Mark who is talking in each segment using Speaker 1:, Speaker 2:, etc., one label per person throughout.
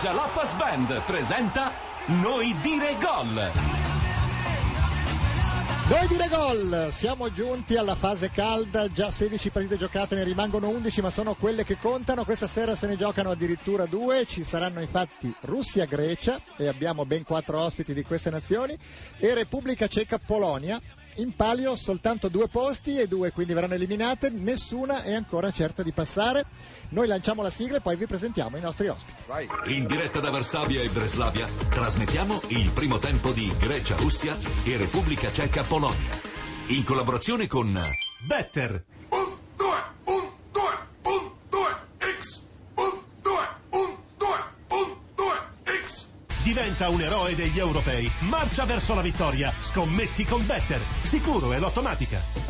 Speaker 1: Jalapas Band presenta Noi dire gol.
Speaker 2: Noi dire gol, siamo giunti alla fase calda, già 16 partite giocate, ne rimangono 11 ma sono quelle che contano, questa sera se ne giocano addirittura due, ci saranno infatti Russia-Grecia e abbiamo ben quattro ospiti di queste nazioni e Repubblica Ceca-Polonia, in palio soltanto due posti e due quindi verranno eliminate, nessuna è ancora certa di passare. Noi lanciamo la sigla e poi vi presentiamo i nostri ospiti.
Speaker 3: Vai.
Speaker 1: In diretta da Varsavia e Breslavia trasmettiamo il primo tempo di Grecia-Russia e Repubblica Ceca-Polonia. In collaborazione con Better.
Speaker 3: Un, due, un, due, un, due, X. Un, due, un, due, un, due, X.
Speaker 4: Diventa un eroe degli europei. Marcia verso la vittoria. Scommetti con Better. Sicuro è l'automatica.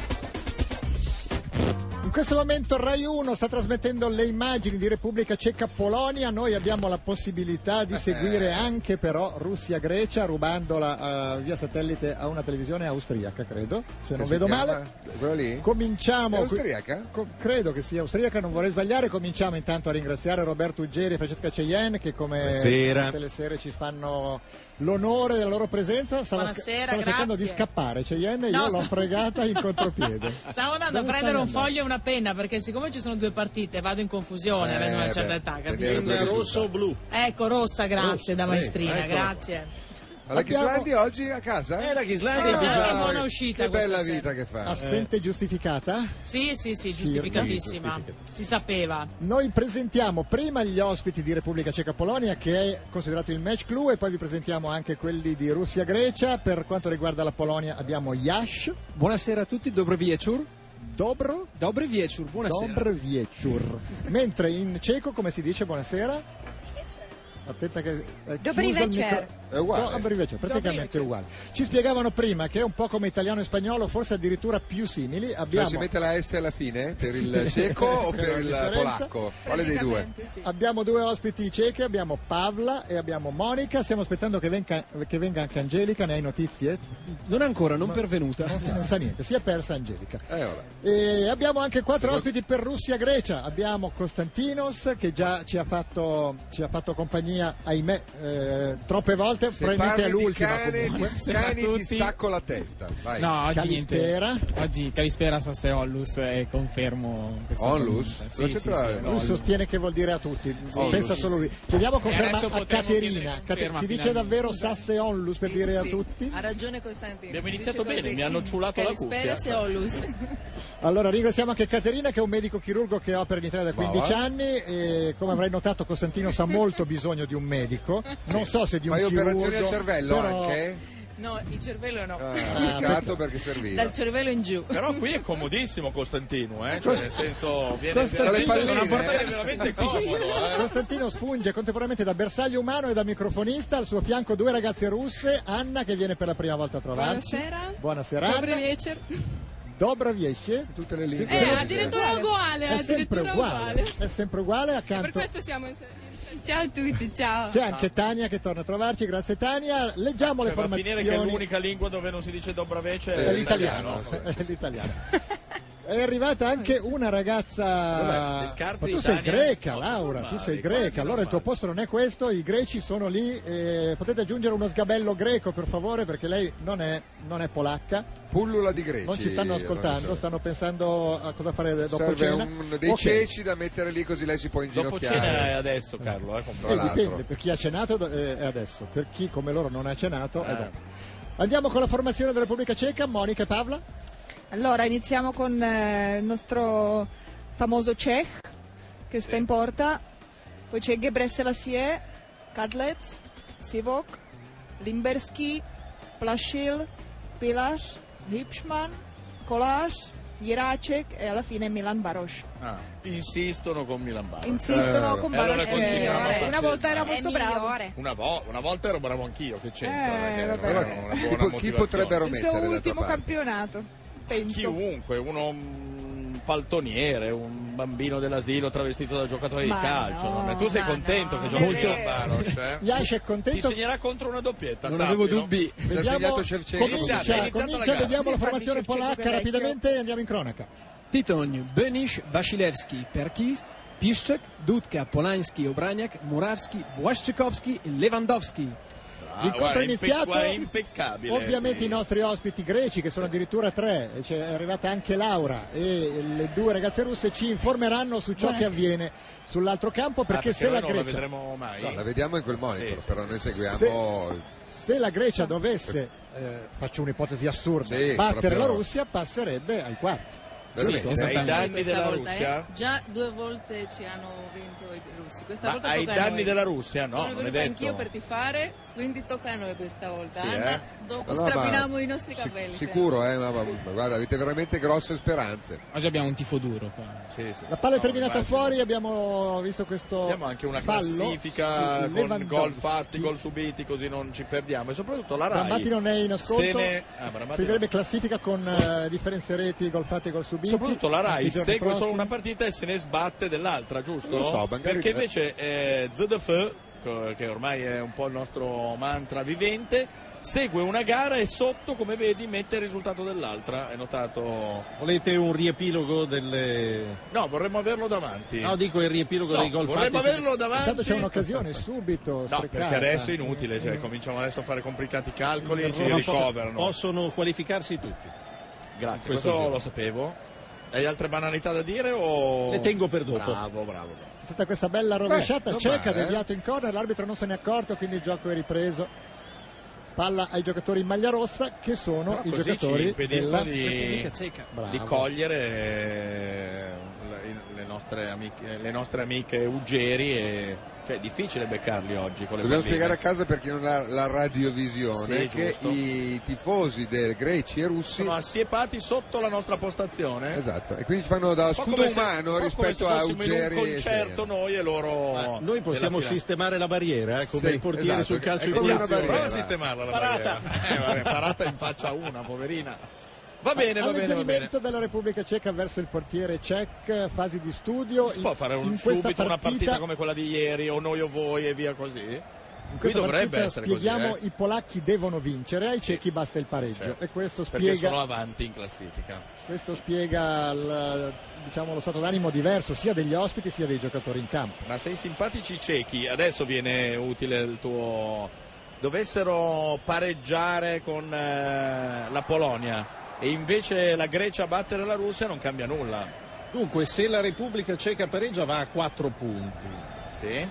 Speaker 2: In questo momento Rai 1 sta trasmettendo le immagini di Repubblica Ceca Polonia, noi abbiamo la possibilità
Speaker 3: Eh.
Speaker 2: di seguire anche però Russia-Grecia rubandola eh, via satellite a una televisione austriaca, credo, se non
Speaker 3: si
Speaker 2: vedo
Speaker 3: chiama?
Speaker 2: male.
Speaker 3: Quello lì?
Speaker 2: Cominciamo.
Speaker 3: È austriaca?
Speaker 2: Co- credo che sia austriaca, non vorrei sbagliare. Cominciamo intanto a ringraziare Roberto Uggeri e Francesca Cheyenne che come
Speaker 5: Buonasera.
Speaker 2: tutte le sere ci fanno l'onore della loro presenza. Stava,
Speaker 6: Buonasera,
Speaker 2: stava cercando di
Speaker 6: grazie.
Speaker 2: scappare Cheyenne,
Speaker 6: No,
Speaker 2: io l'ho
Speaker 6: sta-
Speaker 2: fregata in contropiede.
Speaker 6: Stavo andando
Speaker 2: Dove
Speaker 6: a prendere
Speaker 2: stai
Speaker 6: un
Speaker 2: andando?
Speaker 6: foglio e una penna perché siccome ci sono due partite vado in confusione
Speaker 3: Eh,
Speaker 6: avendo una certa
Speaker 3: beh,
Speaker 6: età,
Speaker 3: vedere
Speaker 6: capito?
Speaker 3: quello che risulta.
Speaker 4: blu?
Speaker 6: Ecco, rossa, grazie
Speaker 4: Rossa,
Speaker 6: da
Speaker 4: eh,
Speaker 6: maestrina,
Speaker 4: eccola qua.
Speaker 6: grazie.
Speaker 3: Alla
Speaker 2: Abbiamo-
Speaker 3: Chislandi oggi a casa?
Speaker 5: Eh, la Ghislandi
Speaker 6: Eh,
Speaker 5: si
Speaker 6: sì,
Speaker 5: fa-
Speaker 6: che buona uscita
Speaker 3: Che bella
Speaker 6: questa
Speaker 3: vita
Speaker 6: sera.
Speaker 3: che
Speaker 2: Ah,
Speaker 3: fa. Eh. Ah,
Speaker 2: Assente giustificata?
Speaker 6: Sì, sì, sì,
Speaker 2: Circa.
Speaker 6: giustificatissima. Si sapeva.
Speaker 2: Noi presentiamo prima gli ospiti di Repubblica Ceca Polonia che è considerato il match clou e poi vi presentiamo anche quelli di Russia Grecia. Per quanto riguarda la Polonia abbiamo Yash,
Speaker 7: Buonasera a tutti, dobri viecur.
Speaker 2: Dobro,
Speaker 7: Dobri viecur, buonasera.
Speaker 2: Dobr Viecur. Mentre in ceco come si dice buonasera? Attenta che è
Speaker 8: Dobri
Speaker 2: chiuso il
Speaker 8: večer.
Speaker 2: micro-
Speaker 3: È uguale.
Speaker 2: Dobri večer, praticamente uguale. Ci spiegavano prima che è un po' come italiano e spagnolo, forse addirittura più simili.
Speaker 3: Cioè,
Speaker 2: Abbiamo
Speaker 3: si mette la S alla fine per il ceco o per il
Speaker 2: Differenza.
Speaker 3: polacco? Quale dei due?
Speaker 2: Abbiamo due ospiti ciechi, abbiamo Pavla e abbiamo Monica, stiamo aspettando che venga, che venga anche Angelica, ne hai notizie?
Speaker 7: Non ancora, non pervenuta.
Speaker 2: Non, si- non sa niente, si è persa Angelica.
Speaker 3: Eh, vabbè.
Speaker 2: E abbiamo anche quattro ospiti per Russia-Grecia, abbiamo Costantinos che già ci ha fatto, ci ha fatto compagnia, ahimè, eh, troppe volte,
Speaker 3: Se
Speaker 2: probabilmente è
Speaker 3: parli di
Speaker 2: l'ultima
Speaker 3: cane,
Speaker 2: comunque.
Speaker 3: di
Speaker 9: Buonasera a
Speaker 3: cani ti
Speaker 9: tutti.
Speaker 3: stacco la testa. Vai.
Speaker 9: No, oggi
Speaker 2: Calispera.
Speaker 9: niente. Oggi Calispera Sasseollus e eh, confermo questa
Speaker 3: Ollus?
Speaker 9: pronuncia.
Speaker 3: Non
Speaker 9: Sì, sì, sì,
Speaker 3: c'entrava.
Speaker 5: eh.
Speaker 9: sì,
Speaker 2: Lui
Speaker 9: Ollus.
Speaker 2: sostiene che vuol dire a tutti,
Speaker 9: Sì,
Speaker 2: pensa
Speaker 9: sì,
Speaker 2: solo
Speaker 9: sì.
Speaker 2: lui. Chiediamo conferma
Speaker 9: adesso
Speaker 2: a
Speaker 9: potremmo chiedere
Speaker 2: Caterina.
Speaker 9: conferma,
Speaker 2: Cate- si dice
Speaker 9: finalmente.
Speaker 2: davvero Sasse Onlus per
Speaker 10: Sì,
Speaker 2: dire
Speaker 10: sì,
Speaker 2: a
Speaker 10: sì.
Speaker 2: tutti?
Speaker 10: Ha ragione Costantino.
Speaker 11: Abbiamo
Speaker 10: Si
Speaker 11: iniziato
Speaker 10: dice
Speaker 11: bene,
Speaker 10: così.
Speaker 11: mi hanno ciulato la
Speaker 10: Calispera
Speaker 11: cuffia.
Speaker 10: se Ollus.
Speaker 2: Allora ringraziamo anche Caterina che è un medico chirurgo che opera in Italia da 15
Speaker 3: Brava.
Speaker 2: anni e come avrai notato Costantino sa molto bisogno di un medico, non so se di un
Speaker 3: Fai
Speaker 2: chirurgo.
Speaker 3: operazioni al cervello
Speaker 2: però-
Speaker 3: anche?
Speaker 10: No, il cervello no.
Speaker 3: Ah, peccato
Speaker 12: Certo,
Speaker 3: perché serviva.
Speaker 10: Dal cervello in giù.
Speaker 11: Però qui è comodissimo Costantino, eh? Cioè, nel senso, viene
Speaker 2: Costantino-
Speaker 11: veramente-
Speaker 3: Con le
Speaker 11: è una
Speaker 3: palline,
Speaker 11: portata
Speaker 3: eh?
Speaker 11: veramente comodo, eh?
Speaker 2: Costantino sfunge contemporaneamente da bersaglio umano e da microfonista, al suo fianco due ragazze russe, Anna che viene per la prima volta a trovarci.
Speaker 10: Buonasera.
Speaker 2: Buonasera.
Speaker 10: Dobri
Speaker 2: Anna.
Speaker 10: večer.
Speaker 2: Dobra viesce.
Speaker 3: Tutte le lingue.
Speaker 10: Eh, addirittura uguale,
Speaker 2: È sempre
Speaker 10: addirittura
Speaker 2: uguale, è sempre uguale
Speaker 10: Per
Speaker 2: accanto
Speaker 10: questo siamo in
Speaker 11: eh.
Speaker 10: Ciao a tutti, ciao.
Speaker 2: c'è anche Tania che torna a trovarci, grazie Tania. Leggiamo
Speaker 11: Cioè,
Speaker 2: le
Speaker 11: va a finire che
Speaker 2: formazioni.
Speaker 11: l'unica lingua dove non si dice dobra vece
Speaker 2: è l'italiano.
Speaker 3: l'italiano,
Speaker 2: È l'italiano. È arrivata anche una ragazza.
Speaker 11: Vabbè, le scarpe
Speaker 2: Ma tu
Speaker 11: di
Speaker 2: sei
Speaker 11: Tania-
Speaker 2: greca,
Speaker 11: no,
Speaker 2: Laura.
Speaker 11: normali,
Speaker 2: Tu sei
Speaker 11: quasi
Speaker 2: greca. Allora il tuo
Speaker 11: normali.
Speaker 2: posto non è questo. I greci sono lì. eh, potete aggiungere uno sgabello greco, per favore, perché lei non è, non è polacca.
Speaker 3: Pullula di greci.
Speaker 2: Non ci stanno ascoltando.
Speaker 3: Lorenzo.
Speaker 2: Stanno pensando a cosa fare dopo
Speaker 3: Serve
Speaker 2: cena.
Speaker 3: un- dei
Speaker 2: Ok.
Speaker 3: ceci da mettere lì così lei si può
Speaker 11: Dopo cena è
Speaker 3: inginocchiare.
Speaker 11: adesso, Carlo, eh?
Speaker 3: Tra
Speaker 2: Eh,
Speaker 11: comprare.
Speaker 3: l'altro.
Speaker 2: dipende, per chi ha cenato eh, è adesso, per chi come loro non ha cenato
Speaker 11: Eh.
Speaker 2: è dopo. Andiamo con la formazione della Repubblica Ceca, Monica e Pavla.
Speaker 13: Allora iniziamo con eh, il nostro famoso Cech che sta in porta, poi c'è Gebre Selassie, Kadlec, Sivok, Limberski, Plashil, Pilas, Hipschman, Kolas, Jiracek e alla fine Milan Baros.
Speaker 11: Ah, insistono con Milan Bar.
Speaker 13: Insistono
Speaker 3: Eh,
Speaker 13: con
Speaker 11: e allora
Speaker 13: Baros che
Speaker 11: continuiamo a farci-
Speaker 13: una volta era
Speaker 8: È
Speaker 13: molto bravo.
Speaker 8: migliore.
Speaker 11: Una, vo- una volta ero bravo anch'io, che c'entra?
Speaker 13: Eh,
Speaker 11: ragazzi,
Speaker 13: vabbè.
Speaker 11: era una
Speaker 3: Chi po-
Speaker 11: buona
Speaker 3: chi,
Speaker 11: motivazione.
Speaker 3: potrebbero
Speaker 13: Il suo
Speaker 3: mettere d'altra
Speaker 13: ultimo
Speaker 3: parte?
Speaker 13: campionato, penso.
Speaker 11: Chiunque, uno un paltoniere, un bambino dell'asilo travestito da giocatore
Speaker 13: Ma
Speaker 11: di calcio.
Speaker 13: no,
Speaker 11: non è- Tu sei
Speaker 13: ma
Speaker 11: contento
Speaker 13: no.
Speaker 11: che giochi
Speaker 13: Molto.
Speaker 11: Milan Baros, eh?
Speaker 2: Yash è
Speaker 11: Ti
Speaker 2: contento
Speaker 11: segnerà contro una doppietta,
Speaker 7: Non avevo
Speaker 11: sappilo.
Speaker 7: dubbi.
Speaker 3: Ci ha segnato Shevchenko.
Speaker 7: Cioè,
Speaker 11: Cominciate,
Speaker 2: Comincia,
Speaker 11: è iniziata
Speaker 2: comincia,
Speaker 11: Cioè, la gara.
Speaker 2: vediamo
Speaker 13: Sì,
Speaker 2: la
Speaker 13: infatti,
Speaker 2: formazione
Speaker 13: Shevchenko
Speaker 2: polacca
Speaker 13: vecchio.
Speaker 2: rapidamente e andiamo in cronaca.
Speaker 7: Titogne, Benish, Vasilevski, Perkis, Piszczek, Dudka, Polański, Obraniak, Murawski, Błaszczykowski e Lewandowski.
Speaker 2: L'incontro
Speaker 11: Ah, guarda,
Speaker 2: è iniziato.
Speaker 11: impec- è impeccabile.
Speaker 2: Ovviamente i nostri ospiti greci, che sono addirittura tre, e c'è è arrivata anche Laura e le due ragazze russe, ci informeranno su ciò che avviene sull'altro campo
Speaker 11: Ah,
Speaker 2: perché, se
Speaker 11: noi
Speaker 2: la
Speaker 11: non la
Speaker 2: Grecia
Speaker 11: vedremo mai.
Speaker 5: No, la vediamo in quel monitor,
Speaker 11: Sì, sì,
Speaker 5: però noi seguiamo.
Speaker 2: Se- se la Grecia dovesse, eh, faccio un'ipotesi assurda,
Speaker 5: Sì,
Speaker 2: battere
Speaker 5: proprio-
Speaker 2: la Russia passerebbe ai quarti.
Speaker 5: Veramente.
Speaker 2: Giusto?
Speaker 11: Ai danni
Speaker 10: Questa
Speaker 11: della
Speaker 10: volta, eh?
Speaker 11: Russia?
Speaker 10: Già due volte ci hanno vinto i russi. Questa
Speaker 11: Ma
Speaker 10: volta
Speaker 11: ai
Speaker 10: tocca a
Speaker 11: danni
Speaker 10: noi.
Speaker 11: della Russia? No,
Speaker 10: Sono
Speaker 11: non è
Speaker 10: venuta
Speaker 11: detto.
Speaker 10: anch'io per tifare, quindi tocca a noi questa volta.
Speaker 11: Sì,
Speaker 10: Anna,
Speaker 11: eh?
Speaker 10: dopo
Speaker 5: No, no, ma-
Speaker 10: strapiniamo i nostri
Speaker 5: sic-
Speaker 10: capelli. se-
Speaker 5: sicuro, eh, ma, ma- ma guarda, avete veramente grosse speranze.
Speaker 9: Oggi abbiamo un tifo duro qua.
Speaker 11: Sì, sì,
Speaker 2: La
Speaker 11: sì.
Speaker 2: palla è
Speaker 11: No,
Speaker 2: terminata
Speaker 11: immagino.
Speaker 2: fuori, abbiamo visto questo
Speaker 11: Abbiamo anche una
Speaker 2: fallo su
Speaker 11: classifica con
Speaker 2: Lewandowski.
Speaker 11: gol fatti, gol subiti, così non ci perdiamo. E soprattutto la Rai.
Speaker 2: Brammati non è in
Speaker 11: se
Speaker 2: ascolto,
Speaker 11: ne- ah, Brammati
Speaker 2: si
Speaker 11: no.
Speaker 2: direbbe classifica con eh, differenze reti, gol fatti e gol subiti.
Speaker 11: Soprattutto la
Speaker 2: Anche
Speaker 11: Rai
Speaker 2: i giorni
Speaker 11: segue solo
Speaker 2: prossimi.
Speaker 11: una partita e se ne sbatte dell'altra, giusto?
Speaker 5: Non lo so, magari-
Speaker 11: Perché invece eh, ZDF, co- che ormai è un po' il nostro mantra vivente, segue una gara e sotto, come vedi, mette il risultato dell'altra. È notato?
Speaker 4: Volete un riepilogo delle...
Speaker 11: No, vorremmo averlo davanti.
Speaker 4: No, dico il riepilogo
Speaker 11: No,
Speaker 4: dei gol fatti.
Speaker 11: vorremmo averlo davanti.
Speaker 2: Intanto c'è un'occasione subito.
Speaker 11: No,
Speaker 2: sprecata.
Speaker 11: perché adesso è inutile,
Speaker 2: Eh,
Speaker 11: cioè,
Speaker 2: eh.
Speaker 11: cominciamo adesso a fare complicati calcoli e ci
Speaker 4: Ma po-
Speaker 11: ricoverano.
Speaker 4: Possono qualificarsi tutti.
Speaker 11: Grazie,
Speaker 4: questo
Speaker 11: questo,
Speaker 4: giro.
Speaker 11: lo sapevo. Hai altre banalità da dire o...
Speaker 4: Le tengo per dopo.
Speaker 11: Bravo, bravo.
Speaker 2: È stata questa bella rovesciata
Speaker 5: non
Speaker 2: cieca,
Speaker 5: male, eh.
Speaker 2: deviato in corner, l'arbitro non se n'è accorto, quindi il gioco è ripreso. Palla ai giocatori in maglia rossa che sono
Speaker 11: Però
Speaker 2: i
Speaker 11: così ci
Speaker 2: giocatori
Speaker 11: impediscono
Speaker 2: della
Speaker 11: di,
Speaker 7: Ceca.
Speaker 2: Bravo.
Speaker 11: di cogliere eh, le- le nostre amiche, eh, le nostre amiche Uggeri. E... Cioè, è difficile beccarli oggi con le
Speaker 5: Dobbiamo
Speaker 11: bambine.
Speaker 5: spiegare a casa per chi non ha la radiovisione
Speaker 11: Sì,
Speaker 5: che
Speaker 11: giusto.
Speaker 5: i tifosi dei greci e russi
Speaker 11: Sono assiepati sotto la nostra postazione.
Speaker 5: Esatto, e quindi ci fanno da
Speaker 11: Un po'
Speaker 5: scudo
Speaker 11: come se-
Speaker 5: umano
Speaker 11: un po'
Speaker 5: rispetto
Speaker 11: come
Speaker 5: a
Speaker 11: se fossimo in
Speaker 5: Ugeri
Speaker 11: un
Speaker 5: e
Speaker 11: concerto
Speaker 5: Serie.
Speaker 11: noi e loro
Speaker 4: Ah, noi possiamo
Speaker 11: della fila.
Speaker 4: sistemare la barriera eh, come
Speaker 5: Sì,
Speaker 4: il portiere
Speaker 5: esatto,
Speaker 4: sul
Speaker 5: che-
Speaker 4: calcio
Speaker 5: è
Speaker 4: in
Speaker 5: come una
Speaker 4: punizione.
Speaker 11: Prova a
Speaker 5: barriera.
Speaker 11: sistemarla la
Speaker 4: Parata.
Speaker 11: barriera. Eh, vabbè, parata in faccia a una, poverina. Va bene, va bene, va bene.
Speaker 2: Alleggerimento della Repubblica Ceca verso il portiere cec, fasi di studio.
Speaker 11: Si può fare un- subito una partita come quella di ieri, o noi o voi e via così?
Speaker 2: in
Speaker 11: Qui
Speaker 2: questa
Speaker 11: dovrebbe
Speaker 2: partita
Speaker 11: essere così,
Speaker 2: spieghiamo
Speaker 11: eh?
Speaker 2: i polacchi devono vincere, ai cechi basta il pareggio.
Speaker 11: Certo.
Speaker 2: E questo
Speaker 11: perché
Speaker 2: spiega,
Speaker 11: sono avanti in classifica.
Speaker 2: questo spiega il, diciamo, lo stato d'animo diverso sia degli ospiti sia dei giocatori in campo.
Speaker 11: Ma sei simpatici ciechi, adesso viene utile il tuo... Dovessero pareggiare con eh, la Polonia e invece la Grecia battere la Russia non cambia nulla.
Speaker 4: Dunque, se la Repubblica Ceca pareggia va a 4 punti.
Speaker 11: Sì?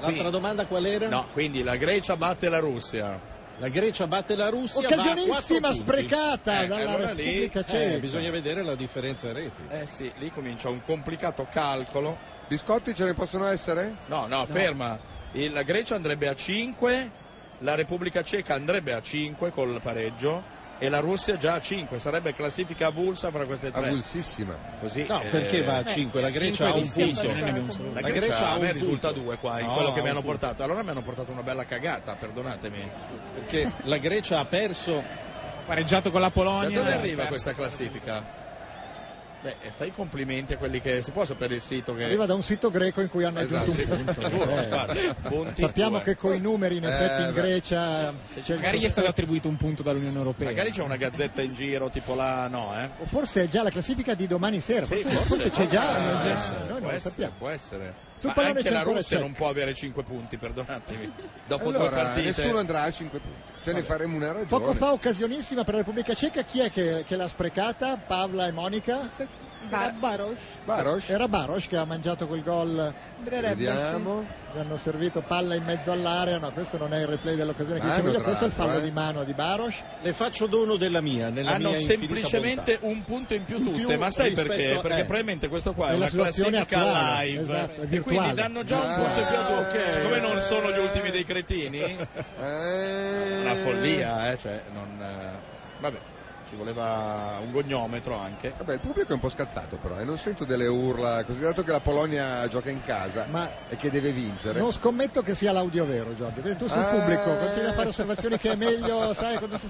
Speaker 4: L'altra
Speaker 11: Sì.
Speaker 4: domanda qual era?
Speaker 11: No, quindi la Grecia batte la Russia.
Speaker 4: La Grecia batte la Russia. va a quattro
Speaker 2: Occasionissima
Speaker 4: punti.
Speaker 2: sprecata
Speaker 11: Eh,
Speaker 2: dalla
Speaker 11: allora lì,
Speaker 2: Repubblica Ceca.
Speaker 4: Eh, bisogna vedere la differenza reti.
Speaker 11: Eh sì, lì comincia un complicato calcolo.
Speaker 5: Biscotti ce ne possono essere?
Speaker 11: No, no, ferma. Il- la Grecia andrebbe a 5, la Repubblica Ceca andrebbe a 5 col pareggio e la Russia già a 5. Sarebbe classifica avulsa fra queste tre.
Speaker 5: Avulsissima.
Speaker 11: Così,
Speaker 4: No,
Speaker 11: eh,
Speaker 4: perché va a 5? La Grecia ha un
Speaker 9: distinti,
Speaker 4: punto.
Speaker 9: non ne abbiamo solo
Speaker 11: La
Speaker 9: uno.
Speaker 4: La
Speaker 11: Grecia,
Speaker 4: Grecia ha
Speaker 11: a
Speaker 4: un
Speaker 11: me risulta
Speaker 4: punto.
Speaker 11: 2 qua, in
Speaker 4: No,
Speaker 11: quello
Speaker 4: ha
Speaker 11: che mi
Speaker 4: un
Speaker 11: hanno
Speaker 4: punto.
Speaker 11: portato. Allora mi hanno portato una bella cagata, perdonatemi.
Speaker 4: Perché la Grecia ha perso.
Speaker 9: Pareggiato con la
Speaker 11: Da
Speaker 9: Polonia.
Speaker 11: dove arriva
Speaker 9: perso-
Speaker 11: questa classifica? Beh, eh, fai i complimenti a quelli che si può sapere il sito che
Speaker 2: Arriva da un sito greco in cui hanno
Speaker 5: Esatto.
Speaker 2: aggiunto un punto.
Speaker 11: Giuro,
Speaker 2: Eh,
Speaker 11: guarda, punti
Speaker 2: sappiamo
Speaker 11: due. Eh,
Speaker 2: che cioè, con i numeri in effetti in
Speaker 5: beh.
Speaker 2: Grecia c'è il
Speaker 9: Magari gli è stato
Speaker 2: sospetto.
Speaker 9: attribuito un punto dall'Unione Europea.
Speaker 11: Magari c'è una gazzetta in giro, tipo la no, eh?
Speaker 2: O forse è già la classifica di domani sera,
Speaker 11: Sì,
Speaker 2: Eh, forse, forse c'è già,
Speaker 11: Ah,
Speaker 2: non c'è-
Speaker 11: può essere,
Speaker 2: noi
Speaker 11: può
Speaker 2: non lo
Speaker 11: essere,
Speaker 2: sappiamo.
Speaker 11: Può essere.
Speaker 2: Sul
Speaker 11: Ma
Speaker 2: pallone
Speaker 11: anche
Speaker 2: c'è
Speaker 11: la
Speaker 2: ancora
Speaker 11: Russia
Speaker 2: Cech.
Speaker 11: non può avere 5 punti, perdonatemi. Dopo due
Speaker 5: Allora,
Speaker 11: partite.
Speaker 5: nessuno andrà a 5 punti. Ce ne faremo una ragione.
Speaker 2: Poco fa occasionissima per la Repubblica Ceca, chi è che, che l'ha sprecata? Pavla e Monica?
Speaker 13: Barbaros.
Speaker 5: Baros,
Speaker 2: Era Baros che ha mangiato quel gol,
Speaker 5: vediamo.
Speaker 2: gli hanno servito palla in mezzo all'area, no questo non è il replay dell'occasione che
Speaker 5: Mano,
Speaker 2: dicevo io,
Speaker 5: tra
Speaker 2: questo è il fallo
Speaker 5: l'altro, eh.
Speaker 2: di mano di Baros.
Speaker 4: Le faccio dono della mia. Nella
Speaker 11: Hanno
Speaker 4: mia infinita
Speaker 11: semplicemente un punto in più
Speaker 4: In
Speaker 11: tutte,
Speaker 4: più
Speaker 11: ma sai
Speaker 4: rispetto
Speaker 11: perché?
Speaker 4: a-
Speaker 11: Perché
Speaker 4: eh.
Speaker 11: probabilmente questo qua è
Speaker 2: È la
Speaker 11: una
Speaker 2: situazione
Speaker 11: classifica
Speaker 2: attuale,
Speaker 11: live
Speaker 2: esatto, è
Speaker 11: e quindi
Speaker 2: virtuale.
Speaker 11: danno già un punto in più a due.
Speaker 5: Ah.
Speaker 11: Siccome non sono gli ultimi dei cretini,
Speaker 5: Eh,
Speaker 11: una follia, eh, cioè non eh, vabbè, ci voleva un gognometro anche.
Speaker 5: Vabbè, il pubblico è un po' scazzato però, e non sento delle urla, così dato che la Polonia gioca in casa
Speaker 2: Ma-
Speaker 5: e che deve vincere.
Speaker 2: Non scommetto che sia l'audio vero, Giorgio. Quindi tu sul
Speaker 5: Ah.
Speaker 2: pubblico continui a fare osservazioni che è meglio, sai, quando si-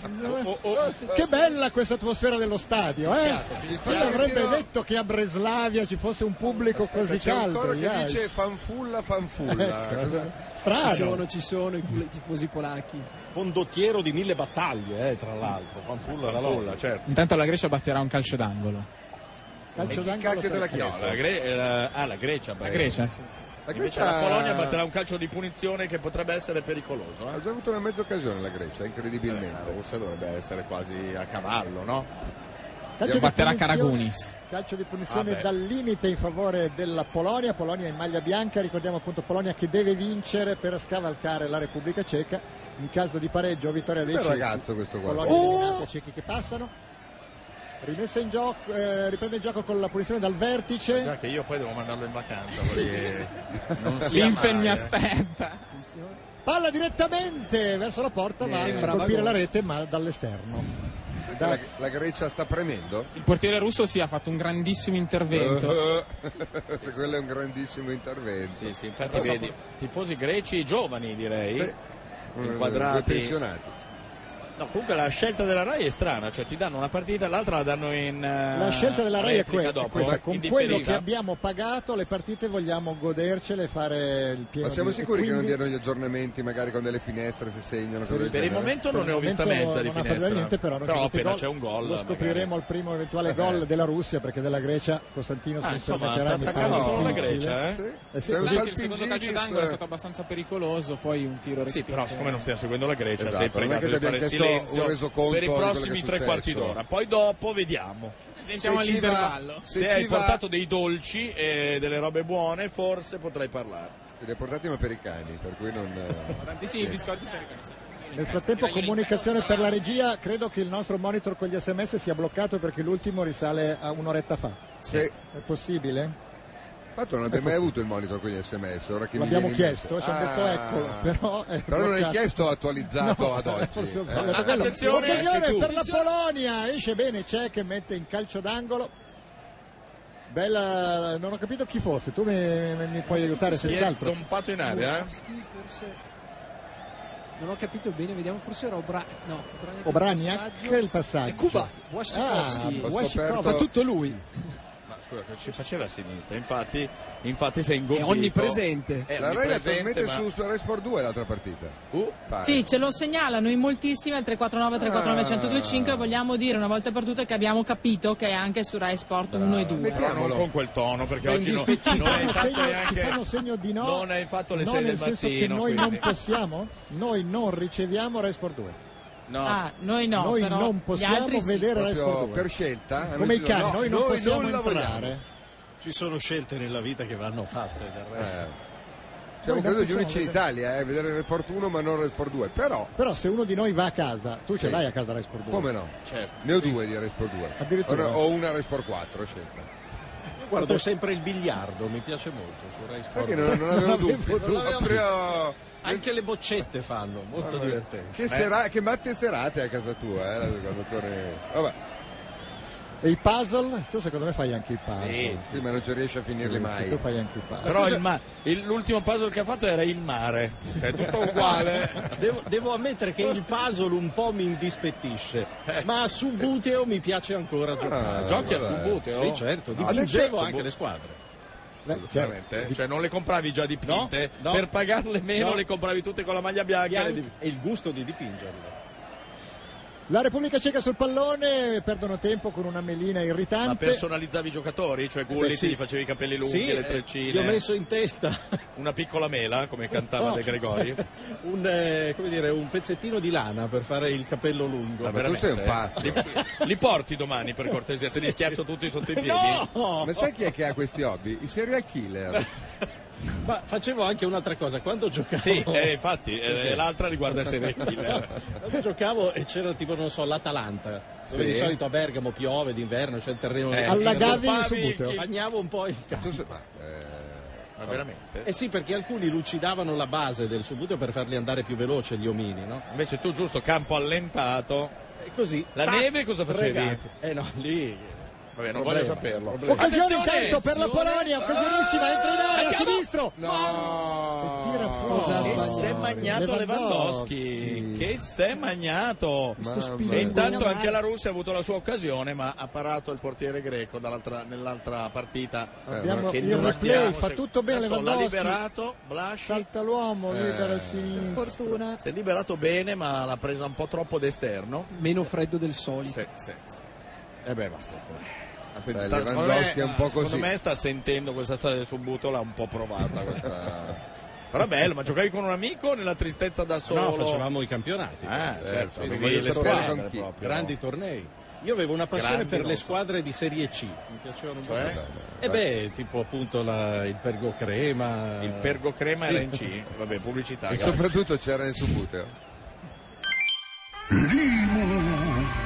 Speaker 11: Oh,
Speaker 2: Che bella questa atmosfera dello stadio, eh? Chi
Speaker 5: Eh, fischiato.
Speaker 2: avrebbe
Speaker 5: Sì, no.
Speaker 2: detto che a Breslavia ci fosse un pubblico così
Speaker 5: C'è un
Speaker 2: caldo?
Speaker 5: coro Eh, che
Speaker 2: dai.
Speaker 5: dice fanfulla, fanfulla.
Speaker 8: Ah.
Speaker 5: Cosa-
Speaker 7: Ci
Speaker 2: Strano.
Speaker 7: sono, ci sono i pul- tifosi polacchi.
Speaker 4: Condottiero di mille battaglie, eh, tra l'altro. Fanfulla da
Speaker 11: Fanfulla,
Speaker 4: Lolla.
Speaker 11: certo.
Speaker 9: Intanto la Grecia batterà un calcio d'angolo.
Speaker 2: Calcio
Speaker 11: E chi
Speaker 2: d'angolo
Speaker 11: cacchio te
Speaker 2: per-
Speaker 11: l'ha chiesto? La Gre- eh, la- ah, la Grecia. beh.
Speaker 9: Grecia, sì,
Speaker 5: La
Speaker 11: Invece
Speaker 5: Grecia-
Speaker 11: la Polonia batterà un calcio di punizione che potrebbe essere pericoloso. eh.
Speaker 5: Ha già avuto una mezza occasione la Grecia, incredibilmente.
Speaker 11: La Russia dovrebbe essere quasi a cavallo, no?
Speaker 2: Calcio di punizione- Calcio di punizione
Speaker 11: Vabbè.
Speaker 2: dal limite in favore della Polonia, Polonia in maglia bianca, ricordiamo appunto Polonia che deve vincere per scavalcare la Repubblica Ceca, in caso di pareggio o vittoria dei
Speaker 5: Bel
Speaker 2: cechi.
Speaker 5: ragazzo questo qua.
Speaker 2: Polonia
Speaker 5: Oh!
Speaker 2: eliminata, cechi che passano. Rimessa in gioco, eh, riprende in gioco con la punizione dal vertice.
Speaker 11: Eh, Già che io poi devo mandarlo in vacanza. perché non sia
Speaker 9: L'infen
Speaker 11: male. eh.
Speaker 9: mi aspetta.
Speaker 2: Palla direttamente verso la porta, va
Speaker 5: Eh,
Speaker 2: a
Speaker 5: brava
Speaker 2: colpire
Speaker 5: gol.
Speaker 2: la rete ma dall'esterno.
Speaker 5: Sai che
Speaker 2: Da-
Speaker 5: Cioè, La, la Grecia sta premendo?
Speaker 9: Il portiere russo si ha fatto un grandissimo
Speaker 5: Eh,
Speaker 9: intervento.
Speaker 5: Se quello è un grandissimo intervento.
Speaker 11: Sì, sì, Infatti vedi, tifosi greci giovani direi,
Speaker 5: Sì.
Speaker 11: inquadrati.
Speaker 5: Due pensionati.
Speaker 11: No, comunque la scelta della Rai è strana, cioè ti danno una partita e l'altra la danno in eh,
Speaker 2: La scelta della Rai è que- è questa, con quello che
Speaker 11: abbiamo
Speaker 2: abbiamo pagato le partite vogliamo godercele e fare il pieno
Speaker 5: Ma siamo
Speaker 2: di- e
Speaker 5: sicuri che non
Speaker 2: quindi-
Speaker 5: diano gli aggiornamenti, magari con delle finestre se segnano? cose del
Speaker 11: Per il
Speaker 5: genere?
Speaker 11: momento non ne ho vista
Speaker 2: non
Speaker 11: mezza di
Speaker 2: ha fatto
Speaker 11: finestra.
Speaker 2: niente, però, non c'è niente
Speaker 11: appena
Speaker 2: gol.
Speaker 11: c'è un gol.
Speaker 2: Lo
Speaker 11: magari.
Speaker 2: scopriremo al primo eventuale gol della Russia, perché della Grecia Costantino
Speaker 11: Ah,
Speaker 2: si
Speaker 11: insomma,
Speaker 2: permetterà
Speaker 11: sta
Speaker 2: mi
Speaker 11: attaccando
Speaker 2: pare
Speaker 11: solo la
Speaker 2: difficile.
Speaker 11: Grecia, eh?
Speaker 2: Eh sì,
Speaker 9: Anche
Speaker 2: così-
Speaker 9: il secondo calcio d'angolo è stato abbastanza pericoloso, poi un tiro
Speaker 11: Sì,
Speaker 9: respinto.
Speaker 11: però siccome non stiamo seguendo la Grecia,
Speaker 5: Esatto, non
Speaker 11: sei
Speaker 5: è che
Speaker 11: pregato di
Speaker 5: abbiamo
Speaker 11: fare
Speaker 5: chiesto
Speaker 11: silenzio
Speaker 5: un resoconto
Speaker 11: per i
Speaker 5: di quello che è
Speaker 11: prossimi tre
Speaker 5: successo.
Speaker 11: quarti d'ora. Poi dopo vediamo.
Speaker 9: Sentiamo
Speaker 5: Se ci
Speaker 9: all'intervallo.
Speaker 5: va-
Speaker 11: Se,
Speaker 5: se
Speaker 11: hai
Speaker 5: ci va-
Speaker 11: portato dei dolci e delle robe buone, forse potrai parlare.
Speaker 5: Sì, Li ha portati ma per i cani, per cui non... eh,
Speaker 9: Tantissimi biscotti per questo.
Speaker 2: Nel frattempo comunicazione per la regia, credo che il nostro monitor con gli sms sia bloccato perché l'ultimo risale a un'oretta fa.
Speaker 5: se-
Speaker 2: È possibile?
Speaker 5: Tanto non abbiamo mai avuto il monitor con gli sms, ora che mi
Speaker 2: L'abbiamo
Speaker 5: viene in
Speaker 2: chiesto,
Speaker 5: mente.
Speaker 2: ci hanno detto
Speaker 5: Ah.
Speaker 2: eccolo, però è
Speaker 5: Però non hai
Speaker 2: bloccato.
Speaker 5: chiesto attualizzato
Speaker 2: No,
Speaker 5: ad oggi.
Speaker 2: forse ho
Speaker 5: Eh,
Speaker 2: sbagliato.
Speaker 5: eh,
Speaker 11: Attenzione,
Speaker 2: Occasione
Speaker 11: anche tu.
Speaker 2: per la Polonia, esce bene c'è che mette in calcio d'angolo. Bella, non ho capito chi fosse, tu mi, mi- mi puoi aiutare
Speaker 11: Si è
Speaker 2: senz'altro.
Speaker 11: zompato in aria. eh?
Speaker 7: Murawski, forse non ho capito bene, vediamo, forse era Obra... no, Obraniak.
Speaker 2: Obraniak il
Speaker 7: E
Speaker 2: passaggio.
Speaker 7: Cuba,
Speaker 2: Ah,
Speaker 7: Wojciechowski.
Speaker 5: ho
Speaker 2: Wojcikowski.
Speaker 7: Fa
Speaker 5: scoperto-
Speaker 7: tutto lui,
Speaker 11: Ma scusa, che ci faceva a sinistra? Infatti, infatti sei
Speaker 7: è
Speaker 11: ingombito.
Speaker 7: onnipresente.
Speaker 11: È
Speaker 5: La Rai la
Speaker 11: onnipresente,
Speaker 5: trasmette
Speaker 11: ma-
Speaker 5: su Rai Sport 2 l'altra partita.
Speaker 11: Uh,
Speaker 5: Pare.
Speaker 6: Sì, ce lo segnalano in moltissimi al 349 349 1025
Speaker 5: Ah.
Speaker 6: e vogliamo dire una volta per tutte che abbiamo capito che è anche su Rai Sport 1 e 2.
Speaker 11: però non con quel tono, perché
Speaker 5: Sei
Speaker 11: oggi no-
Speaker 5: indispettito.
Speaker 11: non
Speaker 2: Ti
Speaker 11: hai
Speaker 2: fanno
Speaker 11: fatto
Speaker 2: segno- ti
Speaker 11: neanche...
Speaker 2: fanno segno di no,
Speaker 11: non hai fatto le
Speaker 2: no,
Speaker 11: sei del
Speaker 2: nel senso che
Speaker 11: mattino,
Speaker 2: noi non
Speaker 11: quindi.
Speaker 2: possiamo, noi non riceviamo Rai Sport 2.
Speaker 11: No.
Speaker 6: Ah, noi no,
Speaker 2: noi
Speaker 6: però
Speaker 2: non
Speaker 6: gli
Speaker 2: possiamo
Speaker 6: altri sì.
Speaker 2: vedere Rai Sport
Speaker 5: Proprio
Speaker 2: 2.
Speaker 5: per scelta. hanno
Speaker 2: Come i
Speaker 5: deciso,
Speaker 2: cani,
Speaker 5: no,
Speaker 2: noi non possiamo
Speaker 5: non la vogliamo.
Speaker 2: entrare.
Speaker 8: Ci sono scelte nella vita che vanno fatte, del resto.
Speaker 5: Eh, Siamo
Speaker 2: Noi non
Speaker 5: credo gli
Speaker 2: possiamo
Speaker 5: unici in
Speaker 2: vedere.
Speaker 5: Italia eh, a vedere Rai Sport 1 ma non Rai Sport 2. Però,
Speaker 2: Però se uno di noi va a casa, tu ce
Speaker 5: Sì.
Speaker 2: l'hai a casa Rai Sport 2.
Speaker 5: come no?
Speaker 11: Certo.
Speaker 5: Ne ho due di Rai Sport 2.
Speaker 2: Addirittura.
Speaker 5: Ora Ho una Rai Sport 4, scelta.
Speaker 8: Io guardo sempre il biliardo, mi piace molto su Rai
Speaker 5: Sai
Speaker 8: Sport.
Speaker 5: che non, non avevo
Speaker 2: avevo
Speaker 5: dubbi.
Speaker 2: dubbi.
Speaker 5: Non avevo- proprio-
Speaker 8: Anche le boccette fanno, molto
Speaker 5: Vabbè.
Speaker 8: divertente. Eh.
Speaker 5: Che,
Speaker 11: Eh,
Speaker 5: sera- che matte serate a casa tua, eh, la- quando torni. Vabbè,
Speaker 2: E i puzzle? Tu secondo me fai anche i puzzle.
Speaker 11: Sì,
Speaker 5: Ah, sì, ma non ci riesci a finirli
Speaker 2: Tu
Speaker 5: mai.
Speaker 2: fai anche i puzzle.
Speaker 11: Però il ma- il- l'ultimo puzzle che ha fatto era il mare, cioè, è tutto uguale.
Speaker 8: Devo, devo ammettere che il puzzle un po' mi indispettisce, ma a Subuteo mi piace ancora giocare.
Speaker 11: Eh. giochi a
Speaker 5: Ah,
Speaker 11: oh.
Speaker 5: vabbè.
Speaker 11: Subuteo?
Speaker 8: Sì, certo,
Speaker 11: Ah,
Speaker 5: No, adesso- Eh,
Speaker 8: dipingevo anche le squadre.
Speaker 2: Beh, certo.
Speaker 11: Veramente? Cioè non le compravi già dipinte?
Speaker 8: No, no.
Speaker 11: per pagarle meno
Speaker 8: No.
Speaker 11: le compravi tutte con la maglia bianca. e le dip-
Speaker 8: E il gusto di dipingerle.
Speaker 2: La Repubblica Ceca sul pallone, perdono tempo con una melina
Speaker 11: Ma
Speaker 2: irritante.
Speaker 11: personalizzavi i giocatori? Cioè Gulli
Speaker 8: Eh, Beh, sì.
Speaker 11: ti facevi i capelli lunghi,
Speaker 8: Sì,
Speaker 11: le
Speaker 8: eh, Gli
Speaker 11: treccine,
Speaker 8: ho messo in testa
Speaker 11: una piccola mela come cantava
Speaker 8: No.
Speaker 11: De Gregori?
Speaker 8: un, eh, come dire, un pezzettino di lana per fare il capello lungo.
Speaker 11: Ah,
Speaker 5: Ma tu sei un pazzo.
Speaker 11: Li, li porti domani per cortesia, te li schiaccio tutti sotto i piedi?
Speaker 8: No!
Speaker 5: Ma sai chi è che ha questi hobby? I serial killer.
Speaker 8: Ma facevo anche un'altra cosa, quando giocavo...
Speaker 11: Sì, eh, infatti, eh, l'altra riguarda il serial killer.
Speaker 8: Quando giocavo e c'era tipo, non so, l'Atalanta, dove
Speaker 5: Sì.
Speaker 8: di solito a Bergamo piove d'inverno, c'è il terreno...
Speaker 11: Eh,
Speaker 2: Allagavi
Speaker 11: Gavi
Speaker 2: su Buteo.
Speaker 8: Bagnavo un po' il campo.
Speaker 5: Tu sei- ma, eh,
Speaker 11: Ma Ah, veramente?
Speaker 8: Eh sì, perché alcuni lucidavano la base del subuteo per farli andare più veloce gli omini, no?
Speaker 11: Invece tu giusto campo allentato.
Speaker 8: E così...
Speaker 11: La
Speaker 8: tac,
Speaker 11: neve cosa facevi?
Speaker 8: fregati. Eh no, lì...
Speaker 11: Vabbè, non
Speaker 8: Problema.
Speaker 11: voglio saperlo.
Speaker 2: Occasione
Speaker 11: Attenzione!
Speaker 2: intanto Ecco, per la Polonia, occasionissima, entra in aria,
Speaker 11: Andiamo!
Speaker 2: sinistro.
Speaker 5: No!
Speaker 2: E tira fuori.
Speaker 7: Cosa ha
Speaker 11: Che
Speaker 7: sbagliato?
Speaker 11: s'è magnato Lewandowski, che s'è magnato.
Speaker 5: Mamma
Speaker 11: E
Speaker 5: mia.
Speaker 11: intanto anche la Russia ha avuto la sua occasione, ma ha parato il portiere greco dall'altra- nell'altra partita.
Speaker 2: Abbiamo
Speaker 5: Che
Speaker 2: il
Speaker 11: non
Speaker 2: replay,
Speaker 11: abbiamo,
Speaker 2: fa
Speaker 11: se-
Speaker 2: tutto bene
Speaker 11: adesso L'ha
Speaker 2: Lewandowski.
Speaker 11: liberato, Eh. Blasci,
Speaker 2: Salta l'uomo, libera a sinistra.
Speaker 13: Fortuna.
Speaker 11: si è liberato bene, ma l'ha presa un po' troppo d'esterno.
Speaker 5: Eh
Speaker 7: Meno freddo del solito.
Speaker 11: E beh, basta.
Speaker 5: Beh,
Speaker 11: sta- secondo
Speaker 5: Lewandowski
Speaker 11: me-
Speaker 5: è un po'
Speaker 11: secondo
Speaker 5: così.
Speaker 11: me sta sentendo questa storia del subbuto, l'ha un po' provata questa. Però è bello, ma giocavi con un amico o nella tristezza da solo?
Speaker 8: No, facevamo i campionati.
Speaker 11: Ah,
Speaker 8: Eh,
Speaker 11: certo,
Speaker 8: quindi
Speaker 11: quindi
Speaker 8: le
Speaker 11: le
Speaker 8: squadre
Speaker 11: squadre
Speaker 8: proprio.
Speaker 11: proprio.
Speaker 8: Grandi tornei. Io avevo una passione
Speaker 11: Grandi,
Speaker 8: per
Speaker 11: non
Speaker 8: le
Speaker 11: so.
Speaker 8: squadre di Serie C. Mi piacevano
Speaker 11: Cioè?
Speaker 8: molto.
Speaker 11: Beh,
Speaker 8: E beh, tipo appunto la- il Pergo Crema.
Speaker 11: Il Pergo Crema
Speaker 8: Sì.
Speaker 11: era in C, vabbè, pubblicità.
Speaker 5: E
Speaker 11: grazie.
Speaker 5: soprattutto c'era nel subbuteo.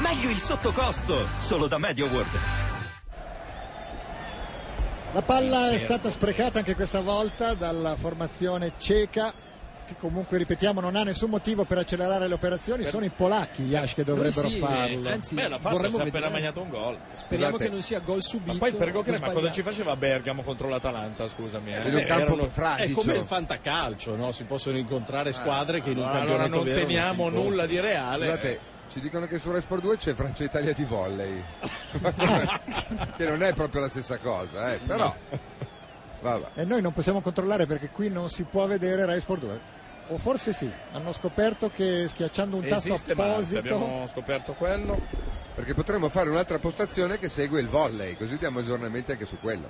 Speaker 14: Meglio il sottocosto, solo da MediaWorld.
Speaker 2: La palla è stata sprecata anche questa volta dalla formazione ceca che comunque ripetiamo non ha nessun motivo per accelerare le operazioni, sono i polacchi Jash che dovrebbero
Speaker 7: Sì, eh,
Speaker 2: farlo.
Speaker 7: anzi,
Speaker 11: Beh, l'ha fatta,
Speaker 7: vorremmo
Speaker 11: si è appena
Speaker 7: vedere.
Speaker 11: magnato un gol.
Speaker 7: Speriamo che non sia gol subito.
Speaker 11: Ma poi il Pergo
Speaker 7: o
Speaker 11: Crema cosa
Speaker 7: sbagliato.
Speaker 11: ci faceva a Bergamo contro l'Atalanta, scusami. eh?
Speaker 8: Eh,
Speaker 11: Eh,
Speaker 8: erano-
Speaker 11: erano-
Speaker 8: È come il fantacalcio, no? Si possono incontrare squadre che in un
Speaker 11: Ah, allora
Speaker 8: campionato
Speaker 11: non
Speaker 8: vero si
Speaker 11: temiamo
Speaker 8: incontrano.
Speaker 11: nulla di reale.
Speaker 5: Scusate, ci dicono che su Rai Sport 2 c'è Francia Italia di volley. che non è proprio la stessa cosa, eh, però. Vabbè.
Speaker 2: E noi non possiamo controllare perché qui non si può vedere Rai Sport 2. O forse sì, hanno scoperto che schiacciando un tasto
Speaker 11: Esiste Marte,
Speaker 2: apposito
Speaker 11: abbiamo scoperto quello.
Speaker 5: Perché potremmo fare un'altra postazione che segue il volley, così diamo aggiornamenti anche su quello.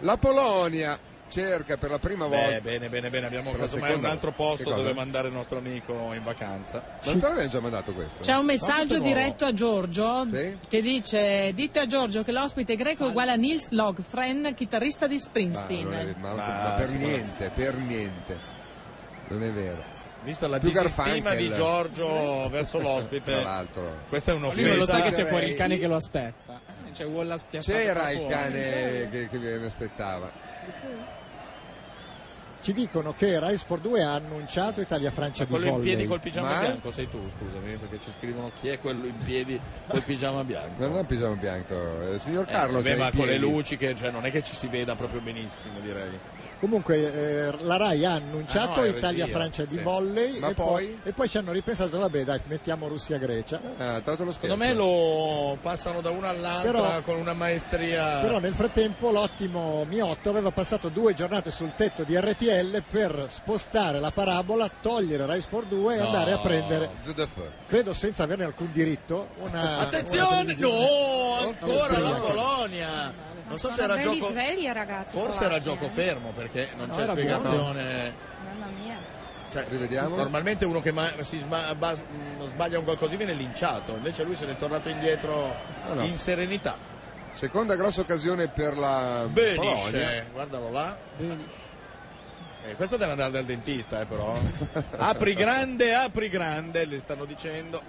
Speaker 5: La Polonia cerca per la prima volta.
Speaker 11: Beh, bene, bene, bene, abbiamo
Speaker 5: Per la
Speaker 11: casomai un
Speaker 5: seconda
Speaker 11: altro
Speaker 5: volta. Che
Speaker 11: posto
Speaker 5: cosa?
Speaker 11: dove mandare il nostro amico in vacanza.
Speaker 5: Ma ancora abbiamo già mandato questo. eh?
Speaker 6: C'è un messaggio diretto a Giorgio
Speaker 5: Sì.
Speaker 6: che dice: Dite a Giorgio che l'ospite greco è uguale a Nils Logfren, chitarrista di
Speaker 5: Ma, non è-
Speaker 6: Springsteen.
Speaker 5: ma-
Speaker 11: Ma
Speaker 5: ma per
Speaker 11: secondo-
Speaker 5: niente, per niente. Non è vero.
Speaker 11: Vista la
Speaker 5: Più
Speaker 11: disestima di
Speaker 5: Garfunkel.
Speaker 11: Giorgio verso l'ospite.
Speaker 5: Tra l'altro. eh,
Speaker 11: Questa è
Speaker 9: Lui non
Speaker 11: un'offesa.
Speaker 9: lo sa che c'è fuori il cane che lo aspetta.
Speaker 11: Cioè,
Speaker 9: C'è Wallace piazzato
Speaker 5: C'era
Speaker 9: qua
Speaker 5: il
Speaker 9: fuori.
Speaker 5: cane che, che mi aspettava.
Speaker 2: ci dicono che Rai Sport 2 ha annunciato Italia-Francia di
Speaker 11: Cioè, Quello in piedi
Speaker 2: volley.
Speaker 11: col pigiama
Speaker 5: Ma?
Speaker 11: bianco sei tu, scusami, perché ci scrivono chi è quello in piedi col pigiama bianco.
Speaker 5: Non ho pigiama bianco, eh, signor Carlo.
Speaker 11: Eh, beh,
Speaker 5: sei in
Speaker 11: ma con le
Speaker 5: piedi.
Speaker 11: luci che cioè, non è che ci si veda proprio benissimo, direi.
Speaker 2: Comunque eh, la Rai ha annunciato
Speaker 11: Ah, no, è
Speaker 2: Italia-Francia di
Speaker 11: regia, sì.
Speaker 2: volley
Speaker 11: Ma
Speaker 2: e,
Speaker 11: poi?
Speaker 2: e poi ci hanno ripensato, vabbè dai, mettiamo Russia-Grecia.
Speaker 5: Ah, tanto lo
Speaker 11: Secondo me lo passano da una all'altra
Speaker 2: Però-
Speaker 11: con una maestria.
Speaker 2: Però nel frattempo l'ottimo Miotto aveva passato due giornate sul tetto di RTL per spostare la parabola, togliere Rai Sport 2 e
Speaker 11: No.
Speaker 2: andare a prendere,
Speaker 5: ZDF.
Speaker 2: credo senza averne alcun diritto, una...
Speaker 11: Attenzione! No, ancora
Speaker 2: Sì,
Speaker 11: la
Speaker 2: sì.
Speaker 11: Polonia! Non so se era gioco.
Speaker 15: ragazzi.
Speaker 11: Forse era gioco fermo perché non
Speaker 15: No,
Speaker 2: Ah,
Speaker 11: c'è
Speaker 15: era buono.
Speaker 11: spiegazione.
Speaker 15: Mamma mia.
Speaker 11: Cioè,
Speaker 5: Rivediamo.
Speaker 11: Normalmente uno che ma- si sma- bas- mh, sbaglia un gol così viene linciato, invece lui se n'è tornato indietro
Speaker 5: Ah, No, no.
Speaker 11: in serenità.
Speaker 5: Seconda grossa occasione per la
Speaker 11: Benisce,
Speaker 5: Polonia.
Speaker 11: guardalo là. Eh, questo deve andare dal dentista, eh, però. apri
Speaker 9: Certo.
Speaker 11: grande, apri grande, le stanno dicendo.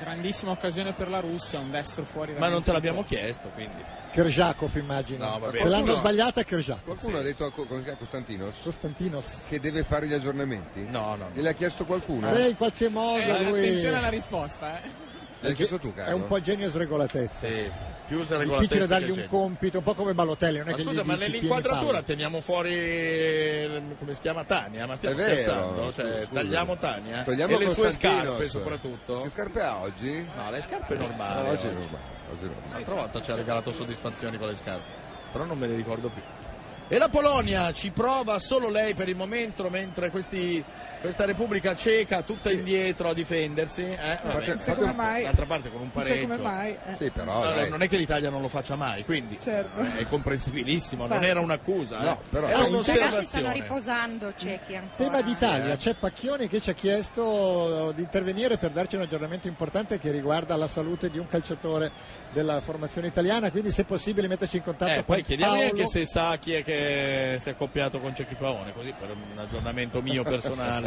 Speaker 9: Grandissima occasione per la Russia, un destro fuori.
Speaker 11: Ma non te l'abbiamo chiesto, quindi.
Speaker 2: Kirjakov immagino.
Speaker 11: No, vabbè.
Speaker 2: Se l'hanno
Speaker 5: Qualcuno-
Speaker 2: sbagliata è Kirjakov.
Speaker 5: Qualcuno ha detto a, Co- a Costantinos
Speaker 2: Costantinos
Speaker 5: che deve fare gli aggiornamenti?
Speaker 11: No, no.
Speaker 5: Gliel'ha chiesto qualcuno?
Speaker 2: Beh, in qualche modo
Speaker 11: Eh,
Speaker 2: lui
Speaker 9: attenzione alla risposta, eh.
Speaker 5: L'hai chiesto tu, Carlo?
Speaker 2: è un po' genio e sregolatezza.
Speaker 11: Sì, chiusa
Speaker 2: È
Speaker 11: la
Speaker 2: difficile
Speaker 11: regolatezza
Speaker 2: dargli
Speaker 11: che
Speaker 2: un
Speaker 11: c'è.
Speaker 2: compito, un po' come Balotelli, non è
Speaker 11: Ma
Speaker 2: che
Speaker 11: scusa,
Speaker 2: gli
Speaker 11: ma
Speaker 2: dici, "Tieni
Speaker 11: nell'inquadratura
Speaker 2: palla".
Speaker 11: teniamo fuori eh, come si chiama Tania, ma stiamo
Speaker 5: È vero,
Speaker 11: scherzando, cioè,
Speaker 5: scusa, scusa.
Speaker 11: tagliamo Tania
Speaker 5: Togliamo
Speaker 11: e le sue
Speaker 5: Costantinos.
Speaker 11: scarpe soprattutto.
Speaker 5: Che scarpe ha oggi?
Speaker 11: No, le scarpe normali.
Speaker 5: No, Ah, oggi è
Speaker 11: oggi.
Speaker 5: normale. Oggi è normale.
Speaker 11: L'altra volta ci ha regalato soddisfazioni con le scarpe, però non me le ricordo più. E la Polonia ci prova solo lei per il momento, mentre questi- questa Repubblica Ceca tutta indietro a difendersi. Eh? vabbè.
Speaker 5: perché-
Speaker 13: Chissà come mai.
Speaker 11: D'altra parte con un
Speaker 13: Chissà
Speaker 11: pareggio.
Speaker 13: come mai. eh.
Speaker 5: Sì, però.
Speaker 11: Allora,
Speaker 5: dai.
Speaker 11: non è che l'Italia non lo faccia mai, quindi
Speaker 13: Certo.
Speaker 11: eh, è comprensibilissimo, non
Speaker 13: Infatti.
Speaker 11: era un'accusa, eh.
Speaker 5: No, però-
Speaker 11: era
Speaker 2: Ah, in
Speaker 15: I ragazzi stanno
Speaker 11: un'osservazione.
Speaker 15: riposando ciechi eh. ancora.
Speaker 11: Ah,
Speaker 2: Tema d'Italia,
Speaker 11: eh.
Speaker 2: c'è Pacchioni che ci ha chiesto di intervenire per darci un aggiornamento importante che riguarda la salute di un calciatore della formazione italiana, quindi se possibile metterci in contatto
Speaker 11: Eh, poi
Speaker 2: con
Speaker 11: chiediamogli
Speaker 2: Paolo.
Speaker 11: anche se sa chi è che si è accoppiato con Cecchi Paone, così per un aggiornamento mio personale.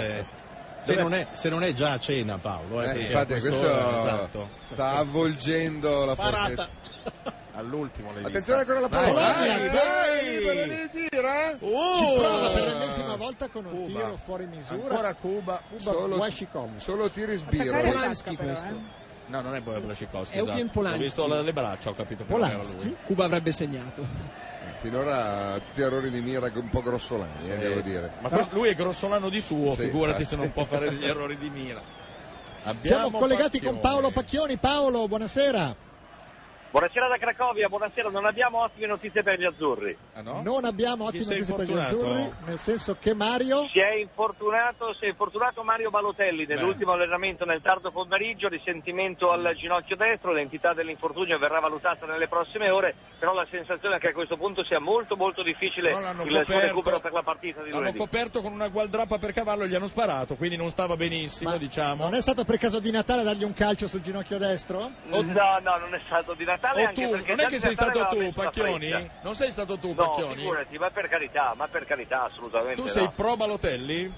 Speaker 8: Se non, è, se non è già a cena, Paolo.
Speaker 5: Eh,
Speaker 8: Eh, perché
Speaker 5: infatti,
Speaker 8: a
Speaker 5: questo
Speaker 8: quest'ora- esatto.
Speaker 5: sta avvolgendo la fortezza.
Speaker 8: Parata.
Speaker 11: All'ultimo le
Speaker 5: Attenzione ancora la
Speaker 11: Dai,
Speaker 5: Polonia.
Speaker 11: dai, dai.
Speaker 5: Polonia gira.
Speaker 2: Ci prova per l'ennesima volta con un tiro fuori misura.
Speaker 11: Oh! Ancora Cuba.
Speaker 2: Cuba
Speaker 5: Solo,
Speaker 2: Washington.
Speaker 5: solo tiri sbirro.
Speaker 13: Attaccare la
Speaker 7: Polanski
Speaker 13: tasca, però,
Speaker 7: questo.
Speaker 13: eh.
Speaker 11: No, non è poi Blasikowski.
Speaker 7: È Eugen
Speaker 11: Ho
Speaker 7: Polanski.
Speaker 11: visto le, le braccia, ho capito che non era
Speaker 2: Polanski?
Speaker 11: lui.
Speaker 7: Cuba avrebbe segnato.
Speaker 13: eh.
Speaker 5: Finora tutti errori di mira un po' grossolani, eh,
Speaker 11: Eh,
Speaker 5: devo
Speaker 11: sì,
Speaker 5: dire.
Speaker 11: sì. Ma questo- lui è grossolano di suo,
Speaker 5: Sì,
Speaker 11: figurati
Speaker 5: infatti.
Speaker 11: se non può fare degli errori di mira.
Speaker 2: Siamo
Speaker 11: Abbiamo
Speaker 2: collegati con
Speaker 11: Pacchioni.
Speaker 2: Paolo Pacchioni. Paolo, buonasera.
Speaker 16: Buonasera da Cracovia, buonasera, non abbiamo ottime notizie per gli azzurri.
Speaker 2: Non abbiamo ottime
Speaker 16: sei
Speaker 2: notizie per gli
Speaker 16: fortunato?
Speaker 2: azzurri, nel senso che Mario
Speaker 16: Si è infortunato, si è infortunato Mario Balotelli nell'ultimo allenamento nel tardo pomeriggio, risentimento al ginocchio destro, l'entità dell'infortunio verrà valutata nelle prossime ore, però la sensazione è che a questo punto sia molto molto difficile
Speaker 11: l'hanno
Speaker 16: il suo
Speaker 11: coperto.
Speaker 16: recupero per la partita di
Speaker 11: L'hanno
Speaker 16: lunedì.
Speaker 11: coperto con una gualdrappa per cavallo e gli hanno sparato, quindi non stava benissimo, diciamo.
Speaker 2: non è stato per caso di Natale dargli un calcio sul ginocchio destro?
Speaker 16: No, no, non è stato di Natale
Speaker 11: O
Speaker 16: anche
Speaker 11: tu,
Speaker 16: perché
Speaker 11: non è
Speaker 16: già
Speaker 11: che
Speaker 16: di
Speaker 11: sei
Speaker 16: Natale
Speaker 11: stato
Speaker 16: aveva
Speaker 11: tu,
Speaker 16: messo la
Speaker 11: Pacchioni?
Speaker 16: freccia.
Speaker 11: Non sei stato tu,
Speaker 16: No,
Speaker 11: Pacchioni?
Speaker 16: figurati, ma per carità, ma per carità, assolutamente
Speaker 11: Tu
Speaker 16: no.
Speaker 11: sei pro Balotelli?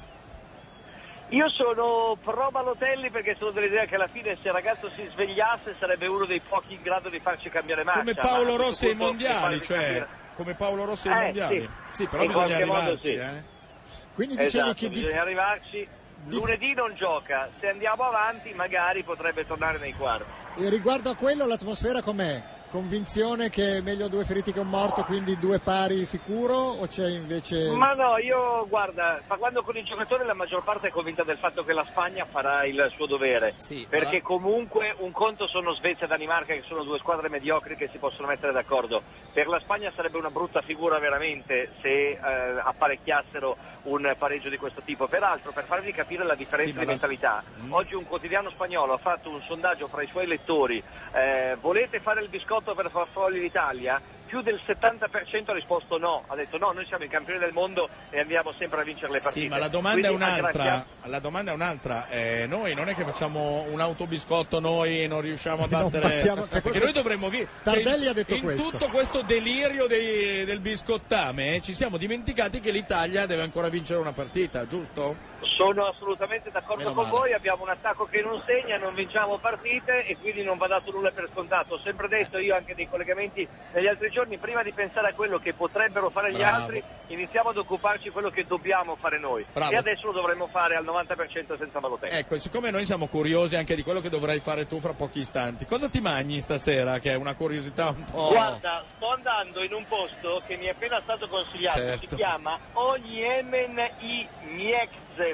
Speaker 16: Io sono pro Balotelli perché sono dell'idea che alla fine se il ragazzo si svegliasse sarebbe uno dei pochi in grado di farci cambiare marcia.
Speaker 11: Come
Speaker 16: cioè, ma
Speaker 11: Paolo
Speaker 16: a questo
Speaker 11: Rossi ai
Speaker 16: punto mi
Speaker 11: mondiali,
Speaker 16: pare di
Speaker 11: cioè.
Speaker 16: capire-
Speaker 11: Come Paolo Rossi
Speaker 16: Eh,
Speaker 11: ai mondiali.
Speaker 16: sì.
Speaker 11: Sì, però
Speaker 16: In
Speaker 11: bisogna
Speaker 16: qualche modo
Speaker 11: arrivarci,
Speaker 16: sì.
Speaker 11: eh.
Speaker 2: Quindi dicevi
Speaker 16: Esatto,
Speaker 2: che di-
Speaker 16: bisogna arrivarci. Lunedì non gioca, se andiamo avanti magari potrebbe tornare nei quarti.
Speaker 2: E riguardo a quello l'atmosfera com'è? Convinzione che è meglio due feriti che un morto, quindi due pari sicuro o c'è invece
Speaker 11: Mm.
Speaker 16: Ma no, io guarda, parlando con i giocatori la maggior parte è convinta del fatto che la Spagna farà il suo dovere, perché
Speaker 17: ma-
Speaker 16: comunque un conto sono Svezia e Danimarca che sono due squadre mediocri che si possono mettere d'accordo. Per la Spagna sarebbe una brutta figura veramente se eh, apparecchiassero un pareggio di questo tipo. Peraltro, per farvi capire la differenza
Speaker 17: Sì, ma
Speaker 16: di
Speaker 17: la-
Speaker 16: mentalità,
Speaker 11: Mm.
Speaker 16: oggi un quotidiano spagnolo ha fatto un sondaggio fra i suoi lettori, eh, volete fare il biscotto per far fuori l'Italia? Più del 70% ha risposto no, ha detto no, noi siamo i campioni del mondo e andiamo sempre a vincere le partite.
Speaker 11: Sì, ma la domanda è
Speaker 16: Quindi, anche la
Speaker 11: un'altra.
Speaker 16: chia-
Speaker 11: La domanda è un'altra. Eh, noi non è che facciamo un autobiscotto noi e non riusciamo a battere. Eh,
Speaker 2: battiamo-
Speaker 11: perché noi dovremmo vi- cioè,
Speaker 2: Tardelli
Speaker 11: in-
Speaker 2: ha detto
Speaker 11: in
Speaker 2: questo.
Speaker 11: tutto questo delirio dei- del biscottame eh, ci siamo dimenticati che l'Italia deve ancora vincere una partita, giusto?
Speaker 16: Sono assolutamente d'accordo
Speaker 11: Meno
Speaker 16: con
Speaker 11: male.
Speaker 16: voi, abbiamo un attacco che non segna, non vinciamo partite e quindi non va dato nulla per scontato. Ho sempre detto io anche nei collegamenti negli altri giorni, prima di pensare a quello che potrebbero fare gli
Speaker 11: Bravo.
Speaker 16: altri, iniziamo ad occuparci di quello che dobbiamo fare noi.
Speaker 11: Bravo.
Speaker 16: E adesso lo dovremmo fare al 90% senza valutare.
Speaker 11: Ecco, e siccome noi siamo curiosi anche di quello che dovrai fare tu fra pochi istanti, cosa ti mangi stasera? Che è una curiosità un po'. Oh.
Speaker 16: Guarda, sto andando in un posto che mi è appena stato consigliato,
Speaker 11: Certo.
Speaker 16: si chiama Oniemen i Miexem.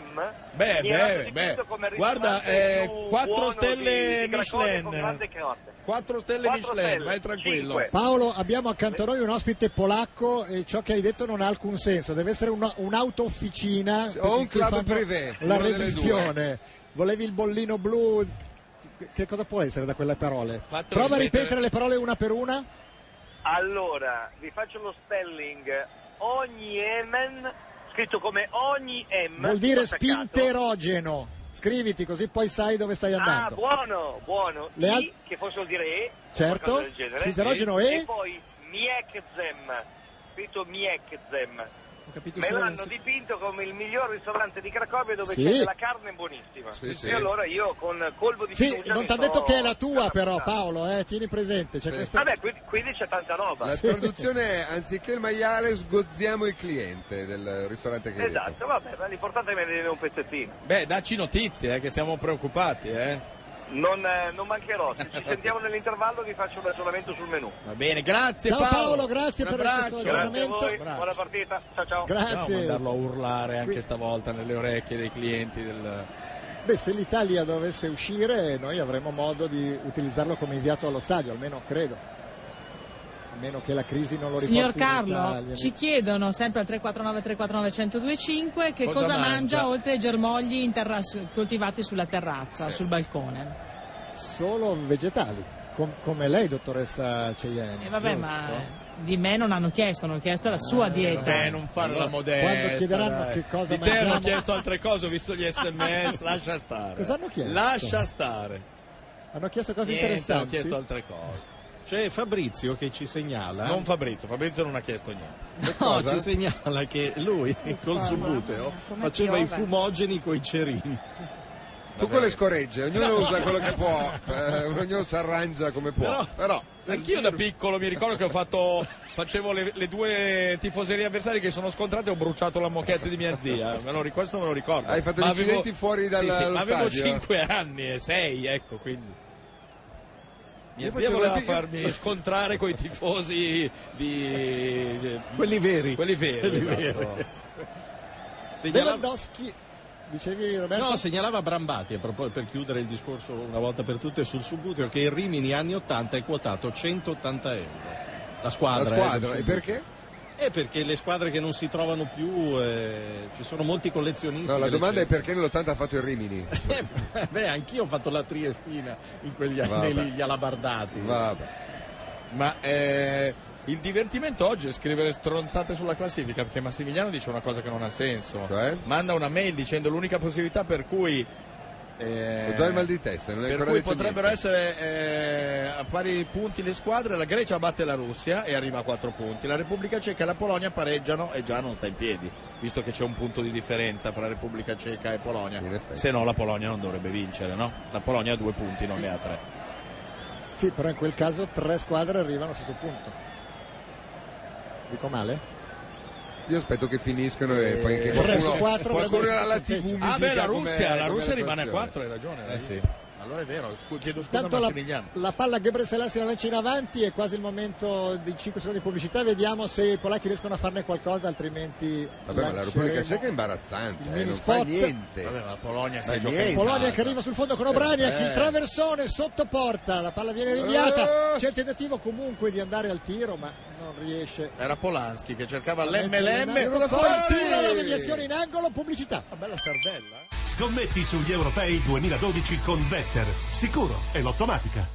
Speaker 11: Beh,
Speaker 16: Mi era
Speaker 11: beh,
Speaker 16: stato
Speaker 11: beh.
Speaker 16: descritto come il
Speaker 11: Guarda,
Speaker 16: ristorante
Speaker 11: eh,
Speaker 16: più
Speaker 11: quattro
Speaker 16: buono
Speaker 11: stelle
Speaker 16: di- di Cracovia
Speaker 11: Michelin.
Speaker 16: con grande carote.
Speaker 11: 4 stelle
Speaker 16: Quattro
Speaker 11: Michelin,
Speaker 16: stelle,
Speaker 11: vai tranquillo.
Speaker 16: cinque.
Speaker 2: Paolo, abbiamo accanto a noi un ospite polacco e ciò che hai detto non ha alcun senso, deve essere un- un'autofficina
Speaker 5: O un
Speaker 2: in cui
Speaker 5: club
Speaker 2: fanno
Speaker 5: privé,
Speaker 2: La
Speaker 5: una delle
Speaker 2: revisione. Volevi il bollino blu? Che cosa può essere da quelle parole?
Speaker 16: Fatelo
Speaker 2: Prova a
Speaker 16: ripetere.
Speaker 2: ripetere le parole una per una.
Speaker 16: Allora, vi faccio lo spelling. Oniemen, scritto come ogni M.
Speaker 2: Vuol dire
Speaker 16: attaccato.
Speaker 2: spinterogeno. Scriviti così poi sai dove stai
Speaker 16: Ah,
Speaker 2: andando.
Speaker 16: buono, buono.
Speaker 2: Le
Speaker 16: I,
Speaker 2: al-
Speaker 16: che poi vuol dire E. o
Speaker 2: Certo.
Speaker 16: qualcosa del genere.
Speaker 2: Cliterogeno
Speaker 16: e...
Speaker 2: E.
Speaker 16: poi Miekzem, scritto Miekzem.
Speaker 7: Ho capito
Speaker 16: Me
Speaker 7: solo
Speaker 16: l'hanno
Speaker 7: la-
Speaker 16: dipinto come il miglior ristorante di Cracovia dove
Speaker 2: Sì.
Speaker 16: c'è della carne buonissima.
Speaker 2: Sì,
Speaker 16: e
Speaker 2: sì.
Speaker 16: allora io con colpo di
Speaker 2: Sì,
Speaker 16: fiducia
Speaker 2: non
Speaker 16: mi
Speaker 2: ti ha
Speaker 16: sto-
Speaker 2: detto che è la tua però Paolo, eh, tieni presente. C'è questo...
Speaker 16: Vabbè, quindi, quindi c'è tanta roba.
Speaker 5: La traduzione è anziché il maiale sgozziamo il cliente del ristorante che hai detto.
Speaker 16: Esatto, vabbè, ma l'importante è che me ne viene un pezzettino.
Speaker 11: Beh, dacci notizie, eh, che siamo preoccupati, eh.
Speaker 16: Non, eh, non mancherò, se ci sentiamo nell'intervallo vi faccio un ragionamento sul menù.
Speaker 11: Va bene, grazie
Speaker 16: Ciao,
Speaker 11: Paolo.
Speaker 16: Paolo, grazie
Speaker 11: Un
Speaker 16: per questo
Speaker 11: abbraccio.
Speaker 16: Grazie a voi, buona partita, ciao ciao.
Speaker 11: Dobbiamo mandarlo a urlare anche stavolta nelle orecchie dei clienti del...
Speaker 2: Beh, se l'Italia dovesse uscire noi avremo modo di utilizzarlo come inviato allo stadio, almeno credo. A meno che la crisi non lo riporti
Speaker 6: Signor
Speaker 2: in
Speaker 6: Carlo,
Speaker 2: Italia.
Speaker 6: ci chiedono sempre al 349 349 1025 che
Speaker 2: Cosa
Speaker 6: cosa, mangia?
Speaker 2: mangia?
Speaker 6: oltre ai germogli in terra- coltivati sulla terrazza, sul balcone.
Speaker 2: Solo vegetali, com- come lei dottoressa Ceieni.
Speaker 6: E Eh, vabbè, ma di me non hanno chiesto, hanno chiesto la sua dieta.
Speaker 11: Eh, non fare la
Speaker 2: Allora,
Speaker 11: modesta.
Speaker 2: quando chiederanno
Speaker 11: dai.
Speaker 2: che cosa
Speaker 11: Di te hanno
Speaker 2: mangiamo-
Speaker 11: chiesto altre cose, ho visto gli sms, lascia stare.
Speaker 2: Cosa hanno chiesto?
Speaker 11: Lascia stare.
Speaker 2: Hanno chiesto cose
Speaker 11: Niente,
Speaker 2: interessanti.
Speaker 11: hanno chiesto altre cose.
Speaker 8: C'è Fabrizio che ci segnala.
Speaker 11: Non Fabrizio, Fabrizio non ha chiesto niente.
Speaker 8: No,
Speaker 11: cosa?
Speaker 8: ci segnala che lui col subbuteo
Speaker 11: come
Speaker 8: faceva
Speaker 11: piove.
Speaker 8: i fumogeni coi cerini.
Speaker 5: Tu con le scoregge, ognuno usa quello che può, eh, ognuno si arrangia come può.
Speaker 11: Però-
Speaker 5: Però
Speaker 11: Anch'io da piccolo mi ricordo che ho fatto, facevo le, le due tifoserie avversarie che sono scontrate e ho bruciato la moquette di mia zia. eh, Me lo ricordo, questo me lo ricordo.
Speaker 5: Hai fatto
Speaker 11: Ma
Speaker 5: gli
Speaker 11: avevo-
Speaker 5: incidenti fuori dal-
Speaker 11: Sì, sì,
Speaker 5: dallo
Speaker 11: ma avevo
Speaker 5: stadio?
Speaker 11: 5 anni e 6, ecco, quindi. Mia
Speaker 5: Io
Speaker 11: zia
Speaker 5: facevo
Speaker 11: voleva
Speaker 5: le pi-
Speaker 11: farmi scontrare coi tifosi di...
Speaker 8: Quelli veri.
Speaker 11: Quelli veri,
Speaker 8: Quelli
Speaker 11: esatto.
Speaker 8: veri. Segnala-
Speaker 2: Lewandowski Dicevi Roberto?
Speaker 8: No, segnalava Brambati, a propos- per chiudere il discorso una volta per tutte sul Subbuteo, che il Rimini anni 80 è quotato 180 euro. La squadra. eh,
Speaker 5: La squadra,
Speaker 8: del
Speaker 5: e perché?
Speaker 8: Subbuteo. Eh, perché le squadre che non si trovano più, eh, ci sono molti collezionisti.
Speaker 5: No, la
Speaker 8: che le
Speaker 5: domanda è perché nell'80 ha fatto il Rimini?
Speaker 11: Eh.
Speaker 8: Beh, anch'io ho fatto la Triestina in quegli anni
Speaker 5: Vabbè.
Speaker 8: lì, gli alabardati.
Speaker 11: Ma eh, il divertimento oggi è scrivere stronzate sulla classifica perché Massimiliano dice una cosa che non ha senso.
Speaker 5: Cioè?
Speaker 11: Manda una mail dicendo l'unica possibilità per cui. eh,
Speaker 5: Ho già il mal di testa, non è
Speaker 11: per
Speaker 5: ancora
Speaker 11: cui
Speaker 5: detto
Speaker 11: potrebbero
Speaker 5: niente.
Speaker 11: essere eh, a pari punti le squadre, la Grecia batte la Russia e arriva a 4 punti, la Repubblica Ceca e la Polonia pareggiano e già non sta in piedi, visto che c'è un punto di differenza fra Repubblica Ceca e Polonia, se no la Polonia non dovrebbe vincere, no? La Polonia ha due punti, non
Speaker 2: Sì.
Speaker 11: ne ha tre.
Speaker 2: Sì, però in quel caso tre squadre arrivano a questo punto. Dico male?
Speaker 5: Io aspetto che finiscano e poi
Speaker 11: Eh,
Speaker 5: che
Speaker 2: Tre su
Speaker 5: qualcuno,
Speaker 2: quattro
Speaker 5: qualcuno
Speaker 2: dovrebbe
Speaker 5: era alla
Speaker 2: essere
Speaker 5: TV mi
Speaker 11: Ah beh,
Speaker 5: dica
Speaker 11: la Russia,
Speaker 5: com'è-
Speaker 11: la
Speaker 5: com'è
Speaker 11: Russia rimane a
Speaker 5: situazione.
Speaker 11: 4, hai ragione.
Speaker 5: Eh
Speaker 11: hai
Speaker 5: sì.
Speaker 11: ragione. Allora è vero, scu- chiedo scusa
Speaker 2: Tanto
Speaker 11: a
Speaker 2: la,
Speaker 11: Massimiliano.
Speaker 2: la palla Gebre Selassie la lancia in avanti, è quasi il momento di 5 secondi di pubblicità, vediamo se i polacchi riescono a farne qualcosa, altrimenti...
Speaker 5: Vabbè, ma la Repubblica Ceca è
Speaker 2: Il
Speaker 5: imbarazzante, eh,
Speaker 2: mini
Speaker 5: non fa
Speaker 2: spot.
Speaker 5: niente.
Speaker 11: Cioè, Vabbè, ma la Polonia
Speaker 5: si è
Speaker 2: Polonia che arriva sul fondo con Obraniak,
Speaker 5: Eh.
Speaker 2: il traversone sotto porta, la palla viene
Speaker 5: Eh.
Speaker 2: rinviata, c'è il tentativo comunque di andare al tiro, ma non riesce.
Speaker 11: Era Polanski che cercava
Speaker 2: l'MLM
Speaker 11: l'MLM.
Speaker 2: Poi tira la deviazione in angolo, pubblicità.
Speaker 11: Una Ah, bella sardella.
Speaker 4: Scommetti sugli europei 2012 con Better. Sicuro è l'automatica.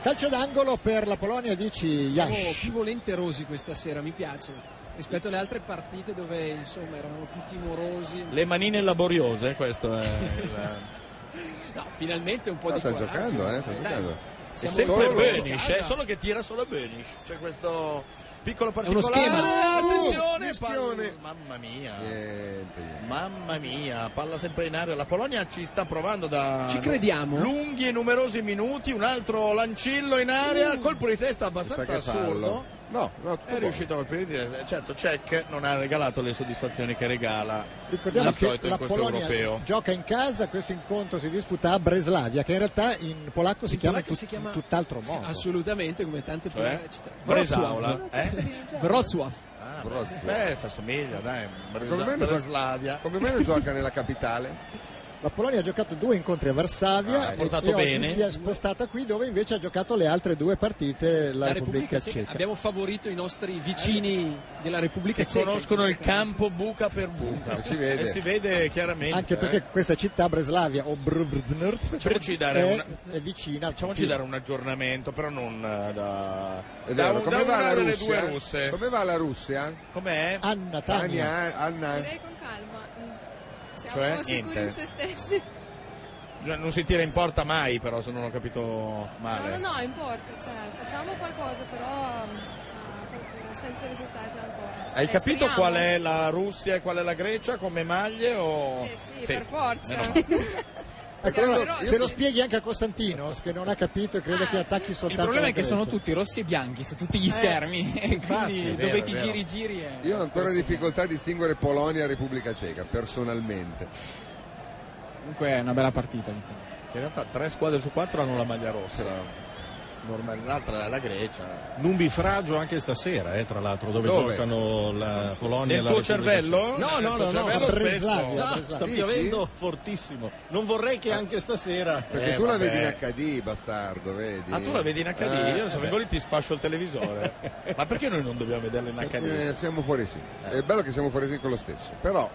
Speaker 2: Calcio d'angolo per la Polonia, dici
Speaker 7: Siamo
Speaker 2: Yash.
Speaker 7: più volenterosi questa sera, mi piace. Rispetto alle altre partite dove insomma eravamo più timorosi.
Speaker 11: Le manine laboriose, questo è il...
Speaker 7: No, finalmente un po'
Speaker 11: Ah,
Speaker 5: No,
Speaker 7: di
Speaker 5: sta
Speaker 7: coraggio.
Speaker 5: giocando, eh, sta
Speaker 7: dai.
Speaker 5: giocando.
Speaker 11: È
Speaker 7: Siamo
Speaker 11: sempre
Speaker 7: solo-
Speaker 11: Benish,
Speaker 7: casa.
Speaker 11: eh, solo che tira solo Benish. C'è questo piccolo
Speaker 7: È uno
Speaker 11: particolare.
Speaker 7: schema.
Speaker 11: Ah,
Speaker 5: Oh,
Speaker 7: Uh,
Speaker 11: attenzione,
Speaker 7: mischione.
Speaker 11: palla- mamma mia. Mamma mia, palla sempre in aria. La Polonia ci sta provando da
Speaker 7: Ci crediamo?
Speaker 11: lunghi e numerosi minuti. Un altro lancillo in
Speaker 7: Uh.
Speaker 11: aria, colpo di testa abbastanza
Speaker 5: Mi sa che fallo.
Speaker 11: assurdo.
Speaker 5: No, no,
Speaker 11: È riuscito a colpire di testa. Certo, Cech non ha regalato le soddisfazioni che regala
Speaker 2: Ricordiamo
Speaker 11: di
Speaker 2: che
Speaker 11: solito in
Speaker 2: la
Speaker 11: questo
Speaker 2: Polonia
Speaker 11: europeo.
Speaker 2: gioca in casa, questo incontro si disputa a Breslavia, che in realtà in polacco si
Speaker 7: In
Speaker 2: chiama, in tut-
Speaker 7: polacco si chiama-
Speaker 2: in tutt'altro modo.
Speaker 7: Assolutamente, come tante
Speaker 2: Cioè?
Speaker 7: pol- città.
Speaker 11: Bresaula,
Speaker 5: eh?
Speaker 7: Wrocław.
Speaker 11: Ah,
Speaker 5: Wrocław.
Speaker 11: Beh, ci assomiglia, dai.
Speaker 5: Come mai non gioca-
Speaker 11: Breslavia.
Speaker 5: Come mai non gioca nella capitale?
Speaker 2: La Polonia ha giocato due incontri a
Speaker 5: Ah,
Speaker 2: Varsavia
Speaker 5: ha
Speaker 2: e-
Speaker 5: portato
Speaker 2: e, oggi
Speaker 5: bene.
Speaker 2: si è spostata qui dove invece ha giocato le altre due partite la, Repubblica,
Speaker 7: La Repubblica Ceca.
Speaker 2: Ceca.
Speaker 7: Abbiamo favorito i nostri vicini della Repubblica
Speaker 11: Che
Speaker 7: Ceca.
Speaker 11: conoscono il campo buca per buca.
Speaker 5: Si vede.
Speaker 11: E Eh, si vede chiaramente. eh.
Speaker 2: Anche perché questa città Breslavia o eh, ecco, Brvznrz
Speaker 11: Facciamoci dare
Speaker 2: è,
Speaker 11: una-
Speaker 2: è vicina. al
Speaker 11: Facciamoci
Speaker 2: confine.
Speaker 11: dare un aggiornamento, però non eh, da,
Speaker 5: È
Speaker 11: da,
Speaker 5: vero,
Speaker 11: un-
Speaker 5: come
Speaker 11: da
Speaker 5: va
Speaker 11: una
Speaker 5: la
Speaker 11: delle
Speaker 5: Russia?
Speaker 11: due russe.
Speaker 5: Come va la Russia?
Speaker 11: Com'è?
Speaker 2: Anna
Speaker 5: Tania, Anna.
Speaker 10: Direi con calma. mm. Siamo
Speaker 11: Cioè,
Speaker 10: sicuri
Speaker 11: niente.
Speaker 10: in se stessi.
Speaker 11: Cioè, Non si tira in porta mai, però, se non ho capito
Speaker 10: No,
Speaker 11: male.
Speaker 10: no, no, importa. Cioè, facciamo qualcosa, però mm, ah, co- senza risultati ancora.
Speaker 11: Hai
Speaker 10: Eh,
Speaker 11: capito
Speaker 10: speriamo.
Speaker 11: qual è la Russia e qual è la Grecia come maglie? O...
Speaker 10: Eh sì, per forza.
Speaker 11: meno male.
Speaker 2: Ecco,
Speaker 10: Sì,
Speaker 2: allora,
Speaker 10: però-
Speaker 2: se lo spieghi anche a Costantinos che non ha capito e crede che attacchi
Speaker 9: Il
Speaker 2: soltanto
Speaker 9: problema è
Speaker 2: la
Speaker 9: che sono
Speaker 2: Grecia.
Speaker 9: tutti rossi e bianchi su tutti gli
Speaker 2: Eh,
Speaker 9: schermi. e
Speaker 2: infatti,
Speaker 9: quindi
Speaker 2: è vero,
Speaker 9: dove
Speaker 2: è
Speaker 9: ti
Speaker 2: vero.
Speaker 9: giri giri è...
Speaker 5: Io ho ancora
Speaker 11: Eh,
Speaker 9: forse-
Speaker 5: difficoltà a distinguere Polonia e Repubblica Ceca, personalmente.
Speaker 9: Comunque è una bella partita. dico.
Speaker 11: Che in realtà tre squadre su quattro hanno la maglia rossa. Normale, l'altra è la Grecia.
Speaker 8: Numbifragio anche stasera, eh, tra l'altro, dove,
Speaker 11: Dove?
Speaker 8: giocano la Polonia
Speaker 11: Nel
Speaker 8: e la
Speaker 11: tuo
Speaker 8: Repubblica
Speaker 11: cervello?
Speaker 8: Ceca. No,
Speaker 11: Nel tuo
Speaker 8: no, no, no,
Speaker 11: cervello
Speaker 8: sta-
Speaker 11: Breslavia,
Speaker 8: No,
Speaker 11: Breslavia.
Speaker 8: sta
Speaker 11: Dici? Eh.
Speaker 8: piovendo fortissimo. Non vorrei che anche stasera
Speaker 5: Perché tu la vedi in HD, bastardo, vedi?
Speaker 11: Ah, tu la vedi in HD?
Speaker 5: Eh,
Speaker 11: Io sono
Speaker 5: vabbè.
Speaker 11: vengo lì ti sfascio il televisore. Ma perché noi non dobbiamo vederla in
Speaker 5: Eh,
Speaker 11: HD?
Speaker 5: siamo fuori sì. È bello che siamo fuori sì con lo stesso. Però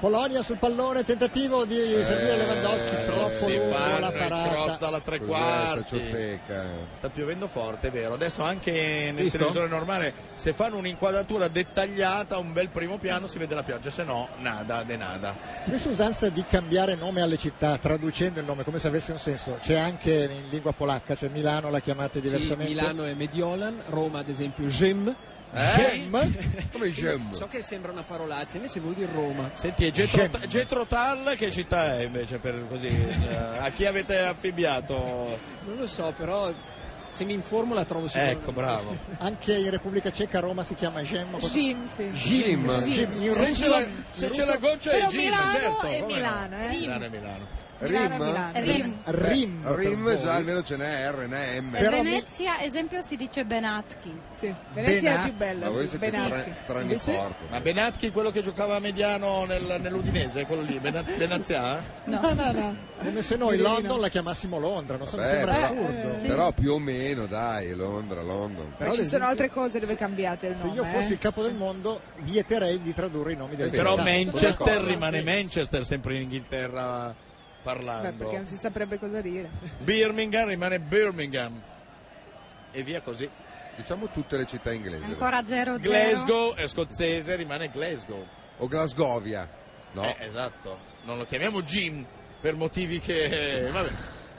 Speaker 2: Polonia sul pallone, tentativo di servire Lewandowski, troppo
Speaker 11: Eh, si
Speaker 2: lungo
Speaker 11: fa
Speaker 2: la
Speaker 11: il cross
Speaker 2: parata.
Speaker 11: dalla tre
Speaker 5: Cos'è,
Speaker 11: quarti.
Speaker 5: ciofeca?
Speaker 11: Sta piovendo forte, è vero. Adesso anche nel
Speaker 5: Visto?
Speaker 11: televisore normale, se fanno un'inquadratura dettagliata, un bel primo piano, si vede la pioggia, se no, nada de nada.
Speaker 2: Questa usanza di cambiare nome alle città, traducendo il nome come se avesse un senso, c'è anche in lingua polacca, cioè Milano la chiamate
Speaker 7: Sì,
Speaker 2: diversamente.
Speaker 7: Milano e Mediolan, Roma ad esempio Gem.
Speaker 2: Gem?
Speaker 5: Come
Speaker 7: So che sembra una parolaccia, invece vuol dire Roma.
Speaker 11: Senti, e Getro, Getro Tal che città è invece per così? eh, a chi avete affibbiato?
Speaker 7: Non lo so, però se mi informo la trovo sicuramente.
Speaker 11: Ecco, bravo.
Speaker 2: Anche in Repubblica Ceca Roma si chiama Gem.
Speaker 13: Gim, sì.
Speaker 2: Gim.
Speaker 11: Gim.
Speaker 2: Gim. In
Speaker 11: Se
Speaker 2: russo-
Speaker 11: c'è la-
Speaker 2: in
Speaker 11: se c'è
Speaker 2: russo-
Speaker 11: la goccia è
Speaker 13: Però
Speaker 11: Gim,
Speaker 13: Milano
Speaker 11: certo.
Speaker 13: e
Speaker 11: come no?
Speaker 13: Ah, Milano, eh.
Speaker 11: Milano e Milano.
Speaker 5: Rim?
Speaker 15: Rim.
Speaker 5: Eh,
Speaker 2: Rim,
Speaker 5: Rim
Speaker 2: per
Speaker 5: già
Speaker 2: voi.
Speaker 5: almeno ce n'è R, né M.
Speaker 15: Venezia, esempio, si dice Benatchi.
Speaker 13: Sì,
Speaker 5: Venezia è Benat- più bella, Ma voi sì, siete Benatchi. stra- strani
Speaker 11: Invece-
Speaker 5: forti.
Speaker 11: Ma Benatchi, quello che giocava a mediano nel- nell'Udinese, quello lì, Bena- Benazia?
Speaker 13: No, no, no.
Speaker 2: Come se noi
Speaker 11: Direi
Speaker 2: London la chiamassimo Londra, non so, mi
Speaker 5: Beh,
Speaker 2: sembra
Speaker 5: però-
Speaker 2: Eh, assurdo.
Speaker 5: Però più o meno, dai, Londra, London.
Speaker 13: Però Eh, ci sono altre cose dove cambiate il
Speaker 2: Se
Speaker 13: nome.
Speaker 2: io fossi
Speaker 13: eh.
Speaker 2: il capo del mondo vieterei di tradurre i nomi delle
Speaker 11: Però
Speaker 2: città. Cioè,
Speaker 11: Manchester
Speaker 2: Sono
Speaker 11: rimane Manchester, sempre in Inghilterra
Speaker 13: Beh, perché
Speaker 11: parlando.
Speaker 13: non si saprebbe cosa dire.
Speaker 11: Birmingham rimane Birmingham. E via così.
Speaker 5: Diciamo tutte le città inglesi.
Speaker 15: Ancora 0-0.
Speaker 11: Glasgow è scozzese, rimane Glasgow.
Speaker 5: O Glasgovia. No.
Speaker 11: Eh, esatto. Non lo chiamiamo Jim per motivi che... eh, vabbè.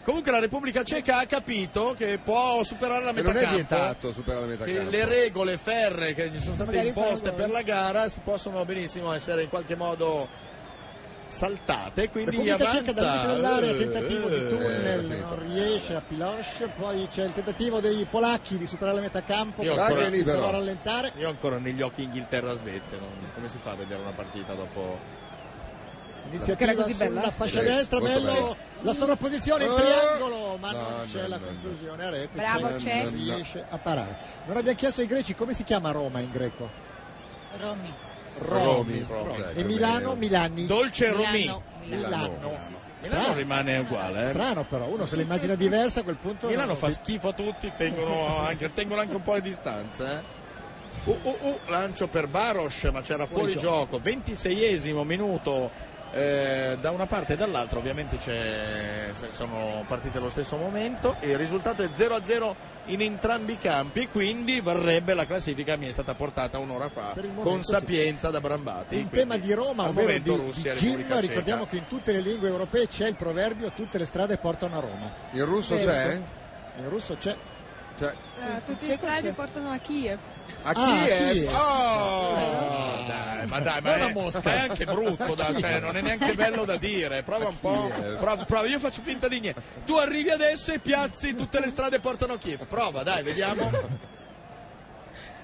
Speaker 11: Comunque la Repubblica Ceca ha capito che può superare la
Speaker 5: E
Speaker 11: metà
Speaker 5: non è
Speaker 11: campo.
Speaker 5: vietato superare la metà
Speaker 11: che
Speaker 5: campo.
Speaker 11: le regole ferre che gli sono state
Speaker 5: Magari
Speaker 11: imposte
Speaker 5: fanno gol.
Speaker 11: per la gara si possono benissimo essere in qualche modo saltate quindi
Speaker 2: Repubblica
Speaker 11: avanza
Speaker 2: Ceca dall'inizio dell'area, tentativo di
Speaker 11: Eh,
Speaker 2: tunnel,
Speaker 11: sì.
Speaker 2: non riesce a Pilosh, poi c'è il tentativo dei polacchi di superare la metà campo,
Speaker 11: Io
Speaker 2: poi
Speaker 11: ancora-
Speaker 2: Polacchi prova a rallentare.
Speaker 11: Io ho ancora negli occhi Inghilterra-Svezia, non- come si fa a vedere una partita dopo...
Speaker 2: Iniziativa
Speaker 11: Era così
Speaker 2: sulla
Speaker 11: bella?
Speaker 2: fascia
Speaker 11: Sì,
Speaker 2: destra,
Speaker 11: molto
Speaker 2: bello,
Speaker 11: bella.
Speaker 2: la sovrapposizione in
Speaker 11: Eh,
Speaker 2: triangolo, ma non
Speaker 11: no,
Speaker 2: c'è
Speaker 11: no,
Speaker 2: la
Speaker 11: no,
Speaker 2: conclusione a rete,
Speaker 15: Bravo,
Speaker 2: c'è-
Speaker 15: c'è.
Speaker 2: cioè, non riesce a parare. Non abbiamo chiesto ai greci come si chiama Roma in greco.
Speaker 15: Romi.
Speaker 11: Romi,
Speaker 2: E Milano, Milani.
Speaker 11: Dolce
Speaker 2: Milano.
Speaker 11: Romì.
Speaker 2: Milano.
Speaker 11: Milano rimane uguale. eh.
Speaker 2: Strano però, uno se l'immagina diversa a quel punto.
Speaker 11: Milano
Speaker 2: non-
Speaker 11: fa schifo a tutti, tengono anche, tengono anche un po' le distanze. eh. Uh, uh, uh, lancio per Baros, ma c'era fuori,
Speaker 2: Fuori
Speaker 11: gioco. 26esimo minuto eh, da una parte e dall'altra, ovviamente c'è- se- sono partite allo stesso momento. e Il risultato è 0-0 in entrambi i campi, quindi varrebbe la classifica mi è stata portata un'ora fa
Speaker 2: Per il momento
Speaker 11: con
Speaker 2: sì.
Speaker 11: sapienza da Brambati.
Speaker 2: In
Speaker 11: Quindi,
Speaker 2: tema di Roma,
Speaker 11: al
Speaker 2: ovvero di,
Speaker 11: momento
Speaker 2: di
Speaker 11: Russia e Repubblica
Speaker 2: Jim,
Speaker 11: Ceca.
Speaker 2: ricordiamo che in tutte le lingue europee c'è il proverbio tutte le strade portano a Roma.
Speaker 5: Il russo
Speaker 2: Questo.
Speaker 5: c'è?
Speaker 2: In russo c'è.
Speaker 5: Cioè,
Speaker 10: Eh, tutti i strade portano a Kiev.
Speaker 5: a chi
Speaker 2: Ah,
Speaker 5: è?
Speaker 2: chi è?
Speaker 5: Oh!
Speaker 11: Dai, Eh, ma dai, ma
Speaker 5: Buona
Speaker 11: è,
Speaker 5: mosca.
Speaker 11: ma è anche brutto, da- cioè, non è neanche bello da dire. Prova un po'. Prova, prova, io faccio finta di niente. Tu arrivi adesso e piazzi tutte le strade portano a Kiev. Prova, dai, vediamo.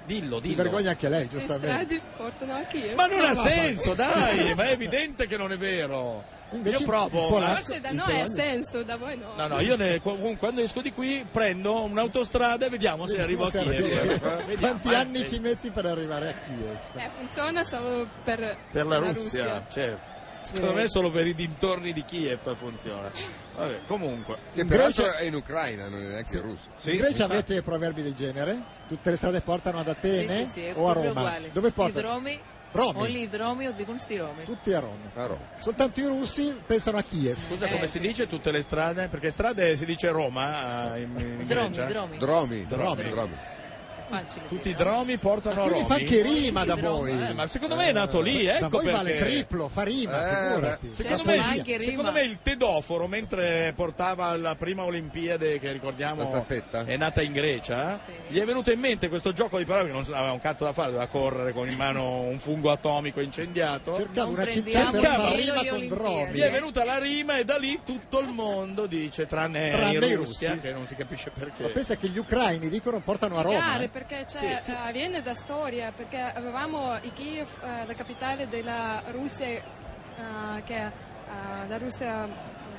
Speaker 11: Dillo,
Speaker 2: Si
Speaker 11: dillo.
Speaker 2: vergogna anche lei,
Speaker 10: Le
Speaker 2: giustamente.
Speaker 10: strade portano a Kiev.
Speaker 11: Ma non
Speaker 10: No,
Speaker 11: ha
Speaker 10: no,
Speaker 11: senso, dai, ma è evidente che non è vero.
Speaker 2: Invece
Speaker 11: io
Speaker 2: il
Speaker 11: provo.
Speaker 2: polacco-
Speaker 11: ma-
Speaker 10: Forse da noi ha senso, da voi no.
Speaker 11: No, no, io ne- comunque, quando esco di qui prendo un'autostrada e vediamo se arrivo a
Speaker 2: Vediamo se
Speaker 11: Kiev.
Speaker 2: arrivi.
Speaker 11: Vediamo,
Speaker 2: Quanti
Speaker 11: eh.
Speaker 2: anni ci metti per arrivare a Kiev?
Speaker 10: Eh, funziona solo per,
Speaker 11: Per la Russia, certo.
Speaker 10: Sì.
Speaker 11: Secondo me solo per i dintorni di Kiev funziona. Vabbè, comunque.
Speaker 5: Che peraltro è in Ucraina, non è neanche russo.
Speaker 2: in Grecia avete proverbi del genere? Tutte le strade portano ad Atene
Speaker 17: sì, sì, è
Speaker 2: o a
Speaker 17: proprio
Speaker 2: Roma?
Speaker 17: uguale.
Speaker 2: Dove portano?
Speaker 17: Δρόμοι,
Speaker 2: Ρώμη.
Speaker 17: όλοι οι δρόμοι οδηγούν στη Ρώμη.
Speaker 2: Tutti a Roma. Soltanto i russi pensano a Kiev. Eh.
Speaker 11: Scusa, come si dice tutte le strade? Perché strade si dice Roma eh, in, in
Speaker 17: Dromi,
Speaker 11: Grecia?
Speaker 17: dromi.
Speaker 5: Dromi.
Speaker 11: Dromi.
Speaker 5: Dromi.
Speaker 17: Facile.
Speaker 11: Tutti i dromi portano a
Speaker 2: Quindi
Speaker 11: Roma.
Speaker 2: fa anche rima da voi.
Speaker 11: Eh, ma secondo me è nato lì,
Speaker 2: Eh, Da
Speaker 11: ecco
Speaker 2: voi vale
Speaker 11: perché-
Speaker 2: triplo, fa rima,
Speaker 11: Eh,
Speaker 2: figurati.
Speaker 11: beh, secondo,
Speaker 2: Fa
Speaker 11: me,
Speaker 2: poesia.
Speaker 11: secondo me il tedoforo mentre portava alla prima Olimpiade che ricordiamo è nata in Grecia eh, gli è venuto in mente questo gioco di parole che non aveva un cazzo da fare doveva correre con in mano un fungo atomico incendiato
Speaker 2: Cercavo
Speaker 17: Non
Speaker 2: una città
Speaker 17: prendiamo
Speaker 2: per
Speaker 17: in
Speaker 2: fare
Speaker 17: giro
Speaker 2: rima
Speaker 17: le
Speaker 2: con
Speaker 17: Olimpiadi.
Speaker 2: Dromi.
Speaker 11: gli è venuta la rima e da lì tutto il mondo dice tranne,
Speaker 2: Tranne
Speaker 11: in
Speaker 2: i
Speaker 11: Russia
Speaker 2: russi.
Speaker 11: che non si capisce
Speaker 2: Ma
Speaker 11: perché
Speaker 2: pensa che gli ucraini dicono portano a Roma.
Speaker 10: Chiare,
Speaker 2: eh.
Speaker 10: perché c'è, eh, viene da storia, perché avevamo i Kiev, eh, la capitale della Russia, eh, che è eh, la Russia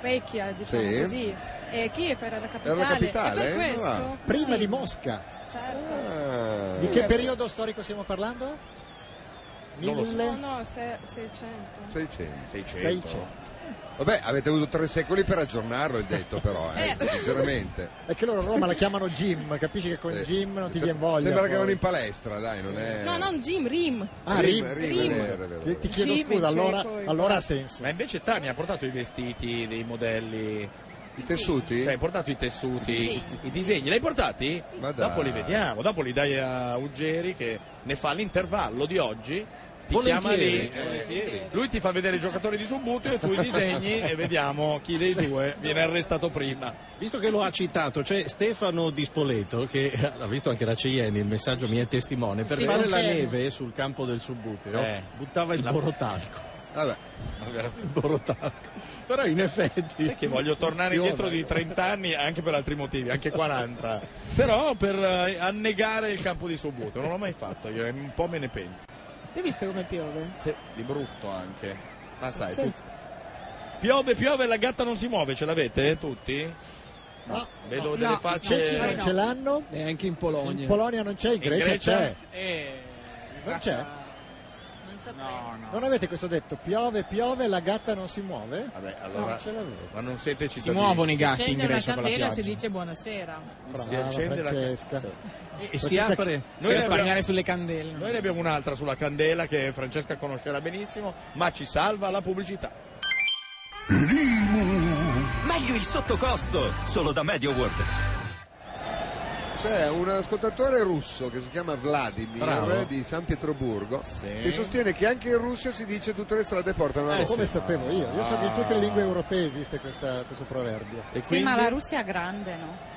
Speaker 10: vecchia, diciamo
Speaker 5: Sì.
Speaker 10: così, e Kiev era la capitale.
Speaker 5: capitale,
Speaker 10: E per
Speaker 5: eh?
Speaker 10: questo,
Speaker 5: Ma
Speaker 11: Ah.
Speaker 5: va.
Speaker 2: Prima
Speaker 10: sì,
Speaker 2: di Mosca.
Speaker 10: certo.
Speaker 5: Ah.
Speaker 2: Di che periodo storico stiamo parlando?
Speaker 5: Non lo so.
Speaker 10: No,
Speaker 2: Mille?
Speaker 10: no, se- 600.
Speaker 5: 600.
Speaker 2: 600.
Speaker 5: Vabbè, avete avuto tre secoli per aggiornarlo, il detto però, eh,
Speaker 10: Eh.
Speaker 5: sinceramente.
Speaker 2: È che loro a Roma la chiamano Jim, capisci che con
Speaker 5: Eh,
Speaker 2: Jim non ti
Speaker 5: se-
Speaker 2: viene voglia.
Speaker 5: Sembra che
Speaker 2: poi.
Speaker 5: vanno in palestra, dai, non è...
Speaker 10: No, non Jim, Rim.
Speaker 2: Ah, Rim,
Speaker 5: Eh. Rim,
Speaker 2: Rim.
Speaker 5: è vero, è vero.
Speaker 2: Ti- Ti chiedo
Speaker 10: Jim, cioè,
Speaker 2: scusa,
Speaker 10: in
Speaker 2: allora,
Speaker 10: cieco, in
Speaker 2: allora ha
Speaker 10: palestra.
Speaker 2: senso.
Speaker 11: ma invece Tani ha portato i vestiti dei modelli
Speaker 5: I tessuti?
Speaker 11: Cioè, hai portato i tessuti, i disegni, li hai portati?
Speaker 5: Ma dai.
Speaker 11: dopo li vediamo, dopo li dai a Uggeri che ne fa l'intervallo di oggi. Ti
Speaker 14: Volentieri,
Speaker 11: chiama lì, lui ti fa vedere i giocatori di Subbuteo e tu i disegni e vediamo chi dei due viene arrestato prima.
Speaker 8: Visto che lo ha citato, c'è Stefano Di Spoleto che ha visto anche la Ceieni, il messaggio mi è testimone, per
Speaker 11: Sì,
Speaker 8: fare la
Speaker 11: confermo.
Speaker 8: neve sul campo del Subbuteo
Speaker 11: Eh.
Speaker 8: buttava il
Speaker 11: La-
Speaker 8: borotalco.
Speaker 5: Vabbè.
Speaker 8: Il borotalco. Però in effetti...
Speaker 11: Sai che voglio tornare
Speaker 8: funziona.
Speaker 11: indietro di 30 anni anche per altri motivi, anche 40. Però per eh, annegare il campo di Subbuteo, non l'ho mai fatto io e un po' me ne pento.
Speaker 7: Hai visto come piove?
Speaker 11: Sì, di brutto anche. Ma sai, tu-
Speaker 7: Pazzesco.
Speaker 11: Piove, piove, la gatta non si muove, ce l'avete eh, tutti? No. Vedo
Speaker 2: No,
Speaker 11: delle
Speaker 2: i
Speaker 11: facce.
Speaker 2: cechi non ce l'hanno.
Speaker 7: Neanche in Polonia.
Speaker 2: In Polonia non c'è, in Grecia, c'è.
Speaker 9: Eh,
Speaker 2: Non c'è?
Speaker 11: certo.
Speaker 9: Non no, no.
Speaker 2: Non avete questo detto? Piove, piove, la gatta non si muove?
Speaker 11: Vabbè, allora-
Speaker 2: Non ce l'avete.
Speaker 11: Ma non siete cittadini.
Speaker 9: muovono i gatti.
Speaker 6: Accende
Speaker 9: in
Speaker 6: una
Speaker 9: Grecia con la
Speaker 6: candela e
Speaker 9: pioggia.
Speaker 6: si dice buonasera.
Speaker 11: Si accende la-
Speaker 2: Francesca.
Speaker 11: E-
Speaker 9: e si apre.
Speaker 11: Eh, Noi ne, abbiamo,
Speaker 9: risparmiare sulle candele.
Speaker 11: noi ne abbiamo un'altra sulla candela che Francesca conoscerà benissimo, ma ci salva la pubblicità.
Speaker 14: Meglio il sottocosto, solo da MediaWorld.
Speaker 5: C'è un ascoltatore russo che si chiama Vladimir
Speaker 14: Bravo.
Speaker 5: di San Pietroburgo che sostiene che anche in Russia si dice tutte le strade portano a
Speaker 2: Eh,
Speaker 5: Roma.
Speaker 2: come sapevo io? Io so che in tutte le lingue europee esiste questa- questo proverbio.
Speaker 15: Sì, ma la Russia è grande, no?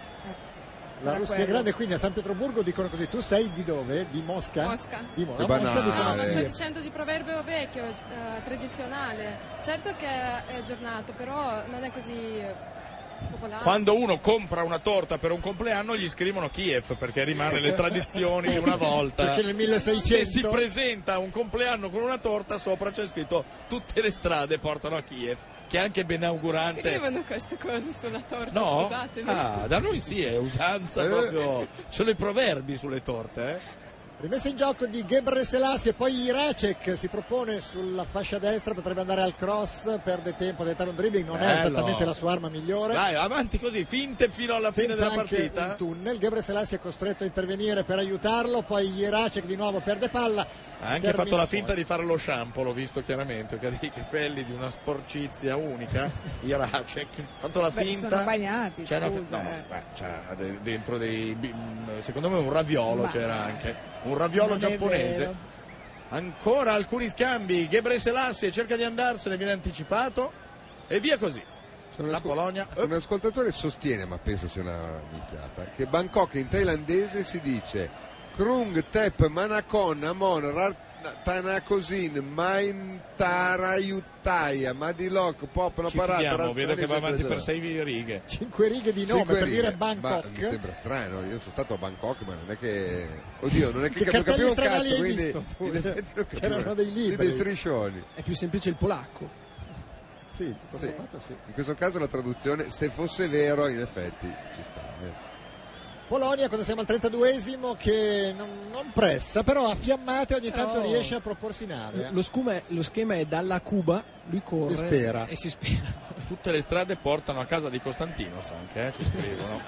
Speaker 2: La
Speaker 15: Era
Speaker 2: Russia è
Speaker 15: quello.
Speaker 2: grande, quindi a San Pietroburgo dicono così. Tu sei di dove? Di Mosca?
Speaker 10: Mosca.
Speaker 2: Di Mo-
Speaker 5: Che
Speaker 2: a Mosca
Speaker 5: banale.
Speaker 2: dicono
Speaker 10: No, ma sto
Speaker 2: così.
Speaker 10: dicendo di proverbio vecchio, eh, tradizionale. Certo che è aggiornato, però non è così popolare.
Speaker 11: Quando uno compra una torta per un compleanno gli scrivono Kiev perché rimane le tradizioni di una volta.
Speaker 2: Perché nel 1600
Speaker 11: Se si presenta a un compleanno con una torta sopra c'è scritto tutte le strade portano a Kiev, che è anche
Speaker 9: Eh,
Speaker 11: benaugurante.
Speaker 10: Scrivono queste cose sulla torta,
Speaker 11: No?
Speaker 10: scusatemi.
Speaker 11: Ah, da noi sì, è
Speaker 2: Eh.
Speaker 11: usanza proprio. Sono i proverbi sulle torte, eh?
Speaker 2: Rimessa in gioco di Gebre Selassie e poi Iracek si propone sulla fascia destra, potrebbe andare al cross, perde tempo, tentare un dribbling, non è
Speaker 11: Bello.
Speaker 2: esattamente la sua arma migliore.
Speaker 11: Vai, avanti così, finte fino alla fine
Speaker 2: Tenta
Speaker 11: della
Speaker 2: anche
Speaker 11: partita.
Speaker 2: un tunnel, Gebre Selassie è costretto a intervenire per aiutarlo, poi Iracek di nuovo perde palla.
Speaker 11: Ha anche
Speaker 2: Termina
Speaker 11: fatto la
Speaker 2: fuori.
Speaker 11: finta di fare lo shampoo, l'ho visto chiaramente, che ha dei capelli di una sporcizia unica, Iracek. Ha fatto la
Speaker 13: Beh, sono
Speaker 11: finta.
Speaker 13: bagnati,
Speaker 11: C'era
Speaker 13: scusa,
Speaker 11: no,
Speaker 13: eh.
Speaker 11: beh, c'ha de- dentro dei bi- mm, secondo me un raviolo
Speaker 13: Ma-
Speaker 11: c'era anche, un raviolo
Speaker 13: Non è
Speaker 11: giapponese.
Speaker 13: vero.
Speaker 11: Ancora alcuni scambi, Gebre Selassie cerca di andarsene, viene anticipato e via così. La Polonia
Speaker 5: Ah. Un ascoltatore sostiene, ma penso sia una minchiata, che Bangkok in thailandese si dice Krung Tep Manakon Amon Ratanakosin Maintarayutaya Madilok Popno
Speaker 11: ci
Speaker 5: Parata
Speaker 11: fidiamo,
Speaker 5: Razzani,
Speaker 11: vedo che va avanti per
Speaker 5: eccetera,
Speaker 11: sei righe.
Speaker 2: Cinque righe di nome
Speaker 5: Cinque
Speaker 2: per
Speaker 5: righe.
Speaker 2: dire
Speaker 5: Ma
Speaker 2: Bangkok.
Speaker 5: mi sembra strano, io sono stato a Bangkok, ma non è che. Oddio, non è che, capivo-
Speaker 2: Che cartelli
Speaker 5: capivo un
Speaker 2: stradali
Speaker 5: cazzo,
Speaker 2: hai
Speaker 5: quindi.
Speaker 2: visto, tu?
Speaker 5: in effetti non capivo.
Speaker 2: C'erano dei libri.
Speaker 5: Dei striscioni.
Speaker 7: È più semplice il polacco.
Speaker 2: Sì, tutto
Speaker 5: Sì.
Speaker 2: sommato sì.
Speaker 5: In questo caso la traduzione, se fosse vero, in effetti ci sta. eh.
Speaker 2: Polonia quando siamo al 32esimo che non, non pressa, però a fiammate ogni tanto
Speaker 7: Però-
Speaker 2: riesce a proporsi in area.
Speaker 7: Lo, scuma è- lo schema è dalla Cuba, lui corre
Speaker 2: Si spera.
Speaker 7: eh. e si spera.
Speaker 11: Tutte le strade portano a casa di Costantinos anche, eh, ci scrivono.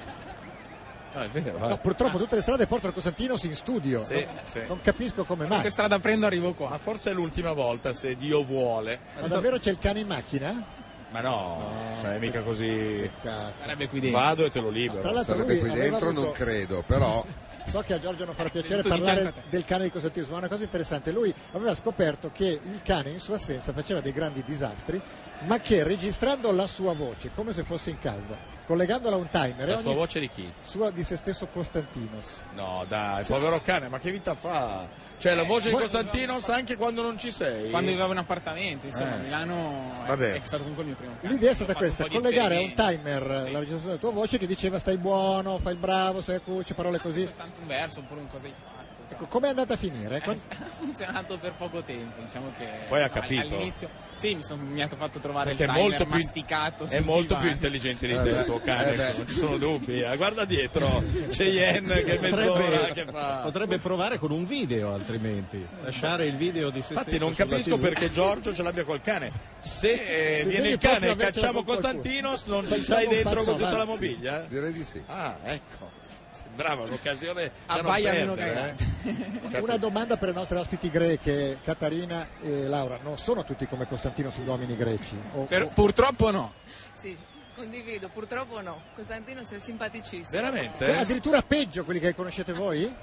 Speaker 11: No, è vero, eh.
Speaker 2: No, purtroppo tutte le strade portano Costantinos in studio.
Speaker 11: Sì,
Speaker 2: non,
Speaker 11: sì.
Speaker 2: non capisco come mai.
Speaker 9: Che strada prendo arrivo qua.
Speaker 11: Ma forse è l'ultima volta, se Dio vuole.
Speaker 2: Ma davvero c'è il cane in macchina?
Speaker 11: Ma no, sai mica così.
Speaker 9: Sarebbe qui dentro.
Speaker 11: Vado e te lo libero.
Speaker 2: Tra l'altro
Speaker 5: Sarebbe
Speaker 2: lui
Speaker 5: qui
Speaker 2: aveva
Speaker 5: dentro,
Speaker 2: avuto-
Speaker 5: non credo, però.
Speaker 2: So che a Giorgio non farà piacere
Speaker 9: Tutto di
Speaker 2: parlare
Speaker 9: fianco a te.
Speaker 2: del cane di Costantinos, ma è una cosa interessante. Lui aveva scoperto che il cane in sua assenza faceva dei grandi disastri, ma che registrando la sua voce, come se fosse in casa, collegandola a un timer,
Speaker 11: La
Speaker 2: ogni-
Speaker 11: sua voce di chi?
Speaker 2: sua di se stesso Costantinos.
Speaker 11: No, dai, povero cane, ma che vita fa? Cioè,
Speaker 2: Eh,
Speaker 11: la voce di Costantino sa anche quando non ci sei.
Speaker 9: Quando vivevo in appartamento, insomma,
Speaker 11: Eh.
Speaker 9: a Milano è-
Speaker 11: Vabbè.
Speaker 9: è stato comunque il mio primo campo.
Speaker 2: L'idea è stata
Speaker 9: Ho Eh,
Speaker 2: questa,
Speaker 9: fatto un po' di
Speaker 2: collegare a un
Speaker 9: esperimenti.
Speaker 2: timer
Speaker 9: Sì.
Speaker 2: la registrazione della tua voce che diceva stai buono, fai il bravo, sei a cuccia, parole così.
Speaker 9: Soltanto un verso oppure un cosa hai fatto. insomma.
Speaker 2: Ecco, com'è andata a finire?
Speaker 9: Eh,
Speaker 2: Quando-
Speaker 9: ha funzionato per poco tempo, diciamo che
Speaker 11: Poi ha
Speaker 9: no, all-
Speaker 11: capito.
Speaker 9: all'inizio sì, mi, son- mi hanno fatto trovare
Speaker 11: Perché
Speaker 9: il
Speaker 11: è
Speaker 9: timer
Speaker 11: molto più-
Speaker 9: masticato
Speaker 11: È
Speaker 9: sul
Speaker 11: molto
Speaker 9: divano.
Speaker 11: più intelligente di
Speaker 5: Eh
Speaker 11: te,
Speaker 5: beh,
Speaker 11: il tuo cane,
Speaker 5: eh beh.
Speaker 11: non ci sono dubbi. Ah, guarda dietro, c'è Yen che è mezz'ora che fa.
Speaker 8: potrebbe provare con un video altrimenti. Lasciare il video di se
Speaker 11: Infatti
Speaker 8: stesso.
Speaker 11: non
Speaker 8: sulla
Speaker 11: capisco
Speaker 8: TV.
Speaker 11: perché Giorgio ce l'abbia col cane. Se, eh,
Speaker 2: Se
Speaker 11: viene
Speaker 2: devi
Speaker 11: il cane
Speaker 2: proprio
Speaker 11: e
Speaker 2: avercela con
Speaker 11: cacciamo
Speaker 2: qualcuno.
Speaker 11: Costantinos, non ci
Speaker 2: Facciamo
Speaker 11: stai
Speaker 2: un
Speaker 11: dentro
Speaker 2: passo
Speaker 11: con tutta la
Speaker 2: avanti.
Speaker 11: mobilia?
Speaker 5: Direi di sì.
Speaker 11: Ah, ecco. Sembrava un'occasione da
Speaker 9: Abbaia
Speaker 11: non
Speaker 9: meno
Speaker 11: perdere, eh. Certo.
Speaker 2: Una domanda per le nostre ospiti greche, Catarina e Laura. Non sono tutti come Costantinos gli uomini greci? O-
Speaker 9: Per-
Speaker 2: o-
Speaker 9: purtroppo no.
Speaker 17: Sì, condivido, purtroppo no. Costantino è simpaticissimo.
Speaker 2: Cioè,
Speaker 11: Veramente?
Speaker 2: addirittura peggio quelli che conoscete voi?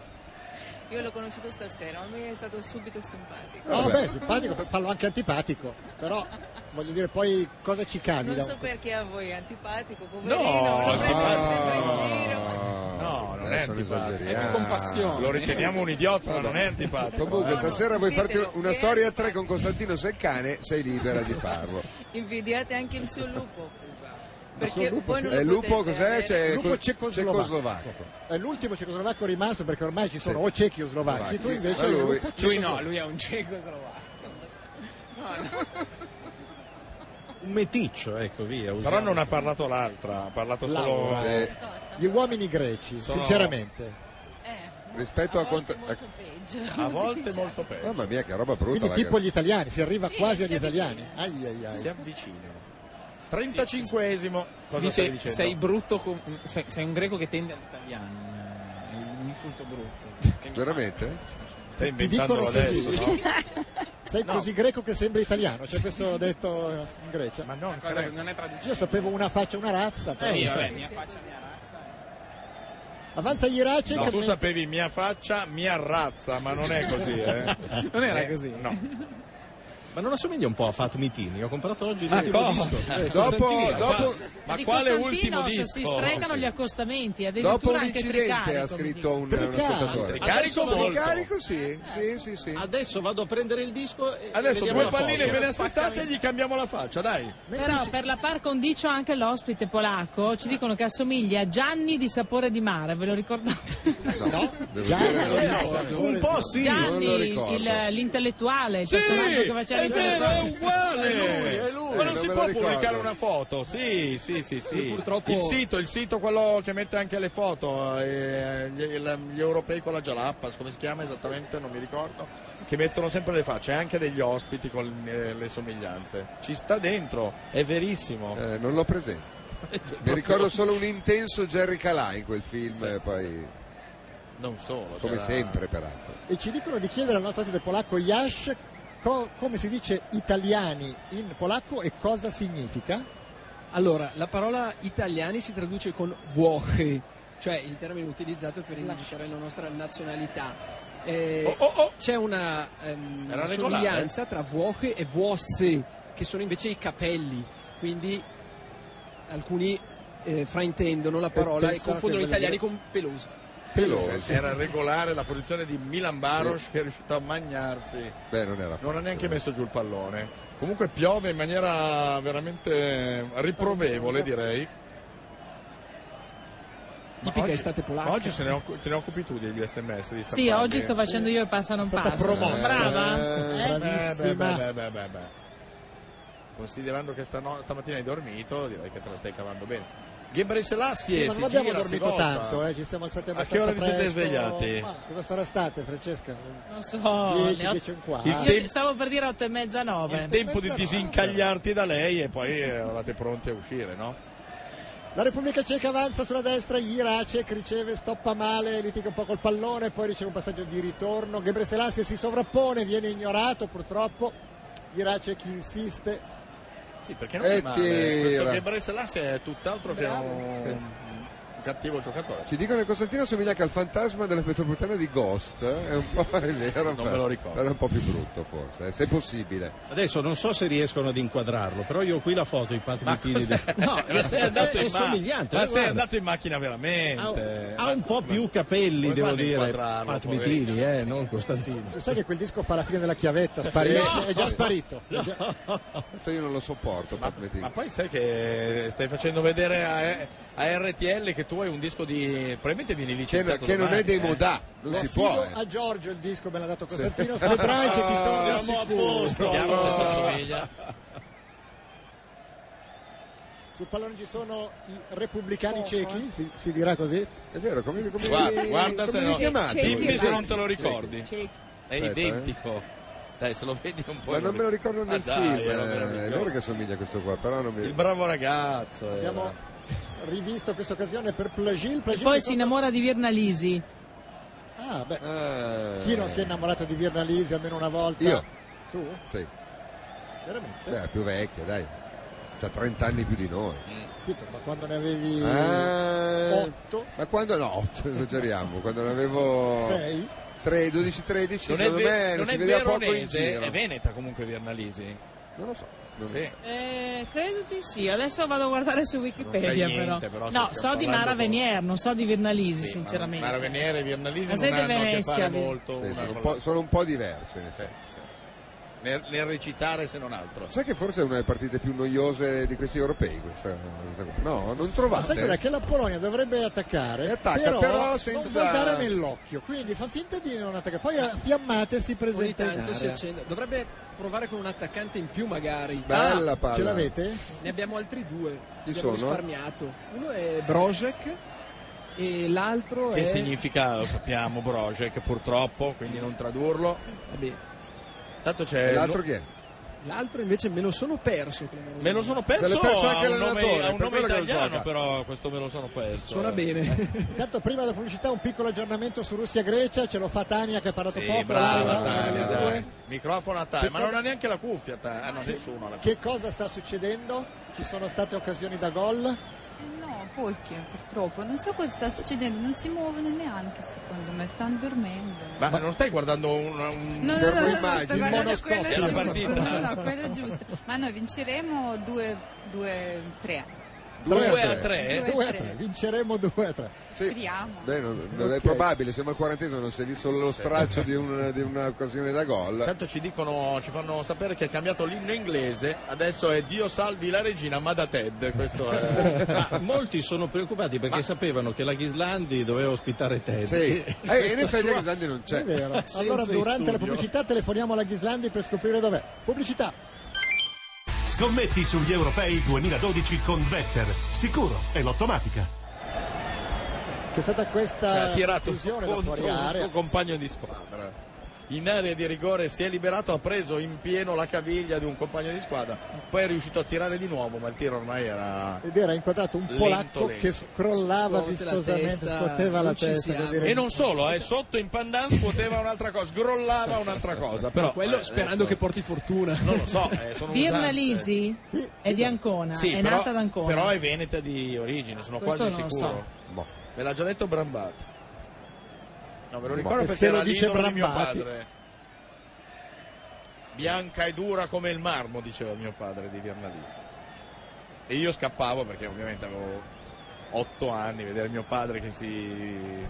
Speaker 17: Io l'ho conosciuto stasera, ma mi è stato subito simpatico.
Speaker 2: No,
Speaker 5: Vabbè.
Speaker 2: beh, simpatico, fallo anche antipatico. Però, voglio dire, poi cosa ci cavi?
Speaker 17: Non
Speaker 2: da
Speaker 17: so
Speaker 2: un-
Speaker 17: perché a voi, è antipatico, poverino,
Speaker 11: No,
Speaker 17: lo prendo sempre in giro.
Speaker 5: Ah,
Speaker 11: No, non è
Speaker 5: adesso ne
Speaker 11: antipatico.
Speaker 5: esageriamo.
Speaker 9: È con passione.
Speaker 11: Lo riteniamo un idiota, ma
Speaker 5: Vabbè.
Speaker 11: non è antipatico.
Speaker 5: eh. Comunque,
Speaker 17: No, no,
Speaker 5: stasera vuoi farti
Speaker 17: ditelo,
Speaker 5: una
Speaker 17: che-
Speaker 5: storia a tre con Costantino se il cane, sei libera di farlo.
Speaker 17: Invidiate anche il suo lupo.
Speaker 2: Il
Speaker 17: Perché
Speaker 2: suo lupo
Speaker 17: voi
Speaker 2: sì.
Speaker 17: non
Speaker 5: E
Speaker 17: lo
Speaker 5: Eh, il lupo
Speaker 17: potete
Speaker 5: cos'è? Cioè,
Speaker 17: avere.
Speaker 5: C'è
Speaker 2: Lupo
Speaker 5: col-
Speaker 2: cecoslovacco.
Speaker 5: cecoslovacco.
Speaker 2: È l'ultimo cecoslovacco rimasto perché ormai ci sono o cechi o slovacchi. Tu
Speaker 5: Slovacchi.
Speaker 2: invece
Speaker 5: Ma
Speaker 2: hai
Speaker 5: lui-
Speaker 2: un-
Speaker 9: Lui no, lui è un cieco slovacco. No, no.
Speaker 8: un meticcio, ecco via.
Speaker 11: Però non ha parlato l'altra, ha parlato solo.
Speaker 2: Laura, gli uomini greci,
Speaker 11: Sono-
Speaker 2: sinceramente.
Speaker 5: rispetto a,
Speaker 2: volte
Speaker 5: contra-
Speaker 2: molto
Speaker 5: a-
Speaker 2: A volte
Speaker 5: Diciamo.
Speaker 2: molto peggio.
Speaker 5: Mamma mia, che roba brutta!
Speaker 2: Quindi
Speaker 5: la
Speaker 2: tipo
Speaker 5: gara.
Speaker 2: gli italiani, si arriva
Speaker 11: Sì,
Speaker 2: quasi
Speaker 11: si
Speaker 2: agli italiani. Ai, ai, ai.
Speaker 11: Si avvicinano. 35esimo. Cosa
Speaker 9: dice,
Speaker 11: stai dicendo?
Speaker 9: sei brutto, com- sei, sei un greco che tende all'italiano. È Un insulto brutto. Che mi fa-
Speaker 5: Veramente?
Speaker 11: Stai
Speaker 2: Ti dicono
Speaker 11: inventandolo adesso,
Speaker 2: così.
Speaker 11: no?
Speaker 2: Sei
Speaker 9: No.
Speaker 2: così greco che sembri italiano, c'è questo detto eh, in Grecia. Ma
Speaker 11: non,
Speaker 9: Cosa che non è traducibile.
Speaker 2: Io sapevo una faccia, una razza. però-
Speaker 9: Sì, vabbè, mia faccia, eh. mia razza.
Speaker 2: Avanza gli raci
Speaker 11: No, tu sapevi mia faccia, mia razza, ma non è così, eh.
Speaker 9: Non era
Speaker 11: Eh,
Speaker 9: così.
Speaker 11: No.
Speaker 8: Ma non assomiglia un po' a Fat Mitini? Ho comprato oggi il
Speaker 11: Ma
Speaker 8: l'ultimo
Speaker 11: cosa?
Speaker 8: disco.
Speaker 11: Eh,
Speaker 8: Eh,
Speaker 5: dopo-
Speaker 8: Costantino,
Speaker 5: dopo-
Speaker 8: guarda.
Speaker 11: Ma
Speaker 17: Di
Speaker 11: quale
Speaker 17: Costantino
Speaker 11: ultimo disco?
Speaker 17: si stregano gli accostamenti, addirittura
Speaker 5: Dopo un
Speaker 17: anche
Speaker 5: incidente
Speaker 17: Tricarico,
Speaker 5: ha
Speaker 17: mi
Speaker 5: scritto un, un
Speaker 17: dicono.
Speaker 5: ascoltatore.
Speaker 8: Tricarico
Speaker 5: Adesso-
Speaker 8: molto.
Speaker 5: Tricarico, sì, sì, sì, sì.
Speaker 8: Adesso vado a prendere il disco e
Speaker 11: Adesso
Speaker 8: vediamo
Speaker 11: due
Speaker 8: la
Speaker 11: palline
Speaker 8: foto.
Speaker 11: ve ne assestate e gli cambiamo la faccia, dai.
Speaker 17: ecco. Però per la par condicio anche l'ospite polacco ci dicono che assomiglia a Gianni di sapore di mare, ve lo ricordate?
Speaker 5: Devo dire, non lo so.
Speaker 8: Un po' sì.
Speaker 5: Non lo
Speaker 17: Gianni,
Speaker 5: ricordo.
Speaker 17: il- l'intellettuale, il
Speaker 11: Sì,
Speaker 17: personaggio che faceva
Speaker 11: è vero, è
Speaker 17: l'intellettuale.
Speaker 11: uguale.
Speaker 8: È lui, è lui.
Speaker 11: Ma
Speaker 5: Eh,
Speaker 11: non si
Speaker 5: me
Speaker 11: può
Speaker 5: lo ricordo.
Speaker 11: pubblicare una foto? Sì, sì, sì, sì.
Speaker 7: purtroppo-
Speaker 11: Il sito, il sito quello che mette anche le foto, eh, gli, il- gli europei con la Jalappas, come si chiama esattamente, non mi ricordo, che mettono sempre le facce, anche degli ospiti con eh, le somiglianze. Ci sta dentro, è verissimo.
Speaker 5: Eh, non l'ho presente. Mi ricordo solo un intenso Jerry Calà in quel film, eh, poi,
Speaker 11: Non solo.
Speaker 5: come
Speaker 11: c'era-
Speaker 5: sempre peraltro.
Speaker 2: E ci dicono di chiedere al nostro ospite polacco Yash co- come si dice italiani in polacco e cosa significa.
Speaker 7: Allora, la parola italiani si traduce con vuochi, cioè il termine utilizzato per indicare la nostra nazionalità. Eh, C'è una ehm,
Speaker 11: Era regolare?
Speaker 7: somiglianza tra vuoche e vuossi, che sono invece i capelli, quindi alcuni eh, fraintendono la
Speaker 11: Eh,
Speaker 7: parola e,
Speaker 2: pensano
Speaker 7: confondono gli
Speaker 2: che voglia
Speaker 7: italiani
Speaker 2: dire-
Speaker 7: con pelosi.
Speaker 5: Pelosi.
Speaker 11: Era regolare la posizione di Milan Baros che è riuscito a magnarsi.
Speaker 5: Beh, non era
Speaker 11: Non ha
Speaker 5: facile.
Speaker 11: neanche messo giù il pallone. Comunque piove in maniera veramente riprovevole, direi. Ma
Speaker 7: Tipica
Speaker 11: oggi-
Speaker 7: estate polacca.
Speaker 11: ma Oggi se ne occu- te ne occupi tu degli sms di
Speaker 17: Sì,
Speaker 11: stamparli.
Speaker 17: oggi sto facendo io il passa non
Speaker 2: stata
Speaker 17: passa.
Speaker 2: promossa.
Speaker 17: Brava?
Speaker 11: Eh,
Speaker 17: Eh?
Speaker 11: beh, beh,
Speaker 2: bravissima.
Speaker 11: beh, beh, beh, beh. Considerando che stano- stamattina hai dormito, direi che te la stai cavando bene. Gebre
Speaker 2: Sì,
Speaker 11: Selassie
Speaker 2: ma
Speaker 11: si
Speaker 2: non abbiamo
Speaker 11: eh, gira, si
Speaker 2: dormito
Speaker 11: volta.
Speaker 2: tanto, eh, ci siamo stati
Speaker 11: A che
Speaker 2: abbastanza
Speaker 11: ora vi siete
Speaker 2: presto.
Speaker 11: svegliati?
Speaker 2: Ma cosa sarà state, Francesca?
Speaker 17: Non so,
Speaker 2: 10,
Speaker 17: le
Speaker 2: 10 e un quarto.
Speaker 11: Il
Speaker 17: ot-
Speaker 11: tempo-
Speaker 17: io stavo per dire 8 e mezza 9.
Speaker 11: Il tempo di disincagliarti da lei e poi eh, eravate pronti a uscire, no?
Speaker 2: La Repubblica Ceca avanza sulla destra, Jiracek riceve, stoppa male, litiga un po' col pallone, poi riceve un passaggio di ritorno, Gebreselassie si sovrappone, viene ignorato purtroppo, Jiracek insiste,
Speaker 11: Sì, perché non
Speaker 5: E
Speaker 2: Eh,
Speaker 11: è male. Questo
Speaker 5: tira.
Speaker 11: Gebre Selassie è tutt'altro che un, un cattivo giocatore.
Speaker 5: Ci dicono che Costantino somiglia anche al fantasma della metropolitana di Ghost. eh? È un po' è vero,
Speaker 11: Non
Speaker 5: ma-
Speaker 11: me lo ricordo.
Speaker 5: Però è un po' più brutto, forse, eh, se possibile.
Speaker 8: Adesso non so se riescono ad inquadrarlo, però io ho qui la foto i Fat Mitini. di- No,
Speaker 11: Ma sei andato
Speaker 8: è
Speaker 11: in ma-
Speaker 8: somigliante.
Speaker 11: Ma
Speaker 8: eh,
Speaker 11: sei
Speaker 8: guarda. oh.
Speaker 11: andato in macchina
Speaker 8: ha,
Speaker 11: veramente.
Speaker 8: ha un po' più capelli,
Speaker 11: come
Speaker 8: devo
Speaker 11: fanno a
Speaker 8: dire,
Speaker 11: inquadrarlo,
Speaker 8: Pat
Speaker 11: poverino?
Speaker 8: Mitini, eh, non Costantino.
Speaker 2: lo sai che quel disco fa la fine della chiavetta, sparisce, è già sparito. È già-
Speaker 5: Tanto Io non lo sopporto,
Speaker 11: Ma,
Speaker 5: Pat Metini.
Speaker 11: ma poi sai che stai facendo vedere a, a RTL che tu hai un disco di. Probabilmente vieni
Speaker 5: che,
Speaker 11: licenziato.
Speaker 5: che non
Speaker 11: domani,
Speaker 5: è dei
Speaker 11: eh.
Speaker 5: modà, non
Speaker 2: Lo
Speaker 5: si
Speaker 2: affido
Speaker 5: può. eh. Ah,
Speaker 2: a Giorgio il disco, me l'ha dato Costantino, vedrai che ti torna
Speaker 8: Siamo a
Speaker 2: sicuro.
Speaker 8: posto.
Speaker 11: Vediamo se ci assomiglia.
Speaker 2: Sul pallone ci sono i repubblicani
Speaker 17: eh.
Speaker 2: cechi, si, si dirà così,
Speaker 5: È vero, come, come,
Speaker 11: Guarda,
Speaker 5: come-
Speaker 11: guarda se
Speaker 5: come li
Speaker 11: no.
Speaker 5: chiamate voi?
Speaker 11: Dimmi se
Speaker 5: Sì.
Speaker 11: non te lo ricordi. È
Speaker 5: Aspetta, eh.
Speaker 11: identico. Dai, se lo vedi un po'.
Speaker 5: Ma non me lo ricordo nel
Speaker 11: Ah, dai,
Speaker 5: film.
Speaker 11: non me lo
Speaker 5: eh, È
Speaker 11: ricordo.
Speaker 5: vero che somiglia a questo qua, però non mi
Speaker 11: Il bravo ragazzo. eh.
Speaker 2: abbiamo
Speaker 11: era.
Speaker 2: rivisto questa occasione per Plagil,
Speaker 17: E poi si innamora di Virnalisi.
Speaker 2: Ah, beh,
Speaker 5: Eh,
Speaker 2: chi non si è innamorato di Virnalisi almeno una volta?
Speaker 5: Io.
Speaker 2: Tu?
Speaker 5: Sì,
Speaker 2: Veramente?
Speaker 5: cioè, è più vecchia, dai. C'ha 30 anni più di noi.
Speaker 11: Mm.
Speaker 2: Capito, ma quando ne avevi
Speaker 5: Ah,
Speaker 2: 8,
Speaker 5: Ma quando no, otto, esageriamo, quando ne avevo
Speaker 2: 6,
Speaker 5: 3, 12, 13,
Speaker 11: Non è,
Speaker 5: secondo
Speaker 11: ve-
Speaker 5: me
Speaker 11: non
Speaker 5: si
Speaker 11: è
Speaker 5: vedeva poco in
Speaker 11: veronese,
Speaker 5: giro.
Speaker 11: è veneta comunque Viernalisi.
Speaker 5: Non lo so. non-
Speaker 11: Sì.
Speaker 17: Eh, credo di sì, adesso vado a guardare su Wikipedia
Speaker 11: sai
Speaker 17: però.
Speaker 11: niente, però, se
Speaker 17: No,
Speaker 11: stiamo
Speaker 17: so di
Speaker 11: parlando
Speaker 17: Mara
Speaker 11: con-
Speaker 17: Venier, non so di Virnalisi
Speaker 11: Sì,
Speaker 17: sinceramente.
Speaker 11: Ma Maraveniere e Viernalisi
Speaker 17: Ma
Speaker 11: non
Speaker 17: siete
Speaker 11: hanno a che
Speaker 17: Venezia,
Speaker 11: fare
Speaker 17: vi-
Speaker 11: molto
Speaker 5: Sì,
Speaker 11: una
Speaker 5: sono, un
Speaker 11: con
Speaker 5: po',
Speaker 11: l'altra.
Speaker 5: sono un po' diverse, nel senso.
Speaker 11: Sì, sì, sì. nel, nel recitare se non altro.
Speaker 5: Sai che forse è una delle partite più noiose di questi europei questa, questa qua? No, non trovate?
Speaker 2: Ma sai cos'è? Che la Polonia dovrebbe attaccare,
Speaker 5: attacca,
Speaker 2: però,
Speaker 5: però senza-
Speaker 2: non guardare nell'occhio, quindi fa finta di non attaccare. Poi a fiammate si
Speaker 7: Ogni
Speaker 2: presenta in
Speaker 7: tanto si
Speaker 2: area.
Speaker 7: accende. Dovrebbe provare con un attaccante in più magari.
Speaker 5: Bella palla.
Speaker 2: Ah, Ce l'avete?
Speaker 7: Ne abbiamo altri due.
Speaker 5: Chi sono?
Speaker 7: abbiamo risparmiato. Uno è Brozek e l'altro
Speaker 11: Che
Speaker 7: è
Speaker 11: significa, lo sappiamo, Brojek purtroppo, quindi non tradurlo. Tanto c'è
Speaker 5: E l'altro
Speaker 11: nu-
Speaker 5: chi è?
Speaker 7: L'altro invece me lo sono perso. clamorosamente.
Speaker 11: Me lo sono perso,
Speaker 5: Se l'è perso anche
Speaker 11: ha un nome,
Speaker 5: l'allenatore,
Speaker 11: ha un
Speaker 5: per
Speaker 11: nome
Speaker 5: quello che non
Speaker 11: italiano
Speaker 5: gioca.
Speaker 11: però questo me lo sono perso. Eh,
Speaker 7: Suona bene.
Speaker 2: Intanto prima della pubblicità un piccolo aggiornamento su Russia-Grecia, ce lo fa Tania che ha parlato
Speaker 11: Sì,
Speaker 2: poco. eh.
Speaker 11: brava
Speaker 2: Laura, una
Speaker 11: Tania,
Speaker 2: delle
Speaker 11: dai.
Speaker 2: due.
Speaker 11: Microfono a Tania, ma
Speaker 2: Che
Speaker 11: non
Speaker 2: cosa-
Speaker 11: ha neanche la cuffia Tania, ah, no, nessuno ha la
Speaker 2: Che cosa sta succedendo? Ci sono state occasioni da gol?
Speaker 18: No, pochi purtroppo. Non so cosa sta succedendo, non si muovono neanche secondo me, stanno dormendo.
Speaker 11: Ma, non stai guardando un, un
Speaker 18: No, no, no, no, no, sto guardando
Speaker 11: monoscopio
Speaker 18: quella
Speaker 11: della
Speaker 18: giusta.
Speaker 11: partita?
Speaker 18: No, no, quella giusta. Ma noi vinceremo 2-3.
Speaker 5: Due a tre?
Speaker 2: 2 a 3, vinceremo 2 a 3.
Speaker 18: Speriamo.
Speaker 5: Beh, non, non
Speaker 2: Ok.
Speaker 5: è probabile, siamo al quarantesimo, non si è visto lo straccio di, un- di un'occasione da gol.
Speaker 11: Tanto ci dicono, ci fanno sapere che ha cambiato l'inno inglese, adesso è Dio salvi la regina, ma da Ted. Questo è...
Speaker 8: Ma molti sono preoccupati perché sapevano che la Ghislandi doveva ospitare Ted.
Speaker 5: Sì. Eh, in effetti la
Speaker 8: Ghislandi
Speaker 5: non
Speaker 2: È vero. allora durante la pubblicità telefoniamo alla Ghislandi per scoprire dov'è. Pubblicità.
Speaker 4: Scommetti sugli europei 2012 con Better. Sicuro e l'automatica.
Speaker 2: C'è stata
Speaker 11: Cioè, ha
Speaker 2: questa
Speaker 11: tirato
Speaker 2: conclusione da
Speaker 11: contro
Speaker 2: fuori
Speaker 11: il
Speaker 2: area.
Speaker 11: suo compagno di squadra. In area di rigore si è liberato, ha preso in pieno la caviglia di un compagno di squadra, poi è riuscito a tirare di nuovo, ma il tiro ormai era...
Speaker 2: Ed era inquadrato un
Speaker 11: Lento,
Speaker 2: polacco
Speaker 11: lento.
Speaker 2: che scrollava
Speaker 11: Scuote la
Speaker 2: vistosamente,
Speaker 11: testa,
Speaker 2: scuoteva la testa. per dire-
Speaker 11: E non solo, eh, sotto in pandan scuoteva un'altra cosa, sgrollava un'altra cosa. Però,
Speaker 7: Quello
Speaker 11: eh,
Speaker 7: sperando che porti fortuna.
Speaker 11: Non lo so, eh, sono
Speaker 6: Virna
Speaker 11: usanze.
Speaker 6: Lisi è di Ancona,
Speaker 11: Sì,
Speaker 6: è
Speaker 11: però-
Speaker 6: nata ad Ancona.
Speaker 11: Però è veneta di origine, sono
Speaker 6: Questo
Speaker 11: quasi
Speaker 6: non lo
Speaker 11: sicuro.
Speaker 5: Boh.
Speaker 11: Me l'ha già detto Brambati. No,
Speaker 5: Boh.
Speaker 11: me lo ricordo
Speaker 2: E
Speaker 11: perché
Speaker 2: se lo
Speaker 11: era
Speaker 2: dice
Speaker 11: l'idolo di mio
Speaker 2: Brambati?
Speaker 11: padre. Bianca e dura come il marmo, diceva mio padre di Viernalisi. E io scappavo perché ovviamente avevo otto anni, vedere mio padre che si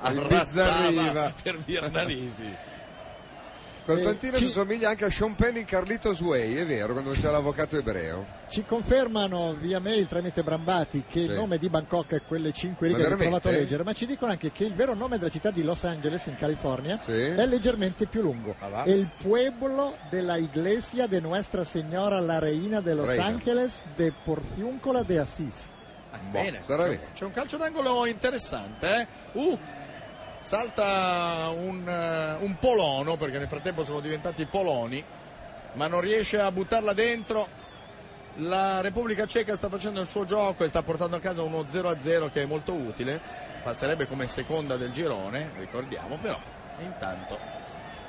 Speaker 11: arrazzava
Speaker 5: Imbizzarriva.
Speaker 11: per Viernalisi.
Speaker 2: Eh,
Speaker 6: Eh,
Speaker 5: Costantino si somiglia anche a Sean Penn in Carlitos Way, è vero, quando c'è l'avvocato ebreo.
Speaker 2: Ci confermano via mail tramite Brambati che il
Speaker 5: Sì.
Speaker 2: nome di Bangkok è quelle cinque righe
Speaker 5: Ma
Speaker 2: che ho provato a
Speaker 5: veramente?
Speaker 2: leggere, ma ci dicono anche che il vero nome della città di Los Angeles in California
Speaker 5: Sì. Ah,
Speaker 2: è leggermente più lungo.
Speaker 5: va?
Speaker 2: È il pueblo della Iglesia de Nuestra Señora la Reina de Los
Speaker 11: Reina.
Speaker 2: Angeles de Porciuncola de Asís.
Speaker 11: Ah,
Speaker 5: Boh,
Speaker 11: Bene,
Speaker 2: sarà
Speaker 11: c'è-
Speaker 2: bene.
Speaker 11: c'è un calcio d'angolo interessante. Eh? Uh, salta un, eh, un polono, perché nel frattempo sono diventati poloni, ma non riesce a buttarla dentro. La Repubblica Ceca sta facendo il suo gioco e sta portando a casa uno 0-0 che è molto utile. Passerebbe come seconda del girone, ricordiamo, però intanto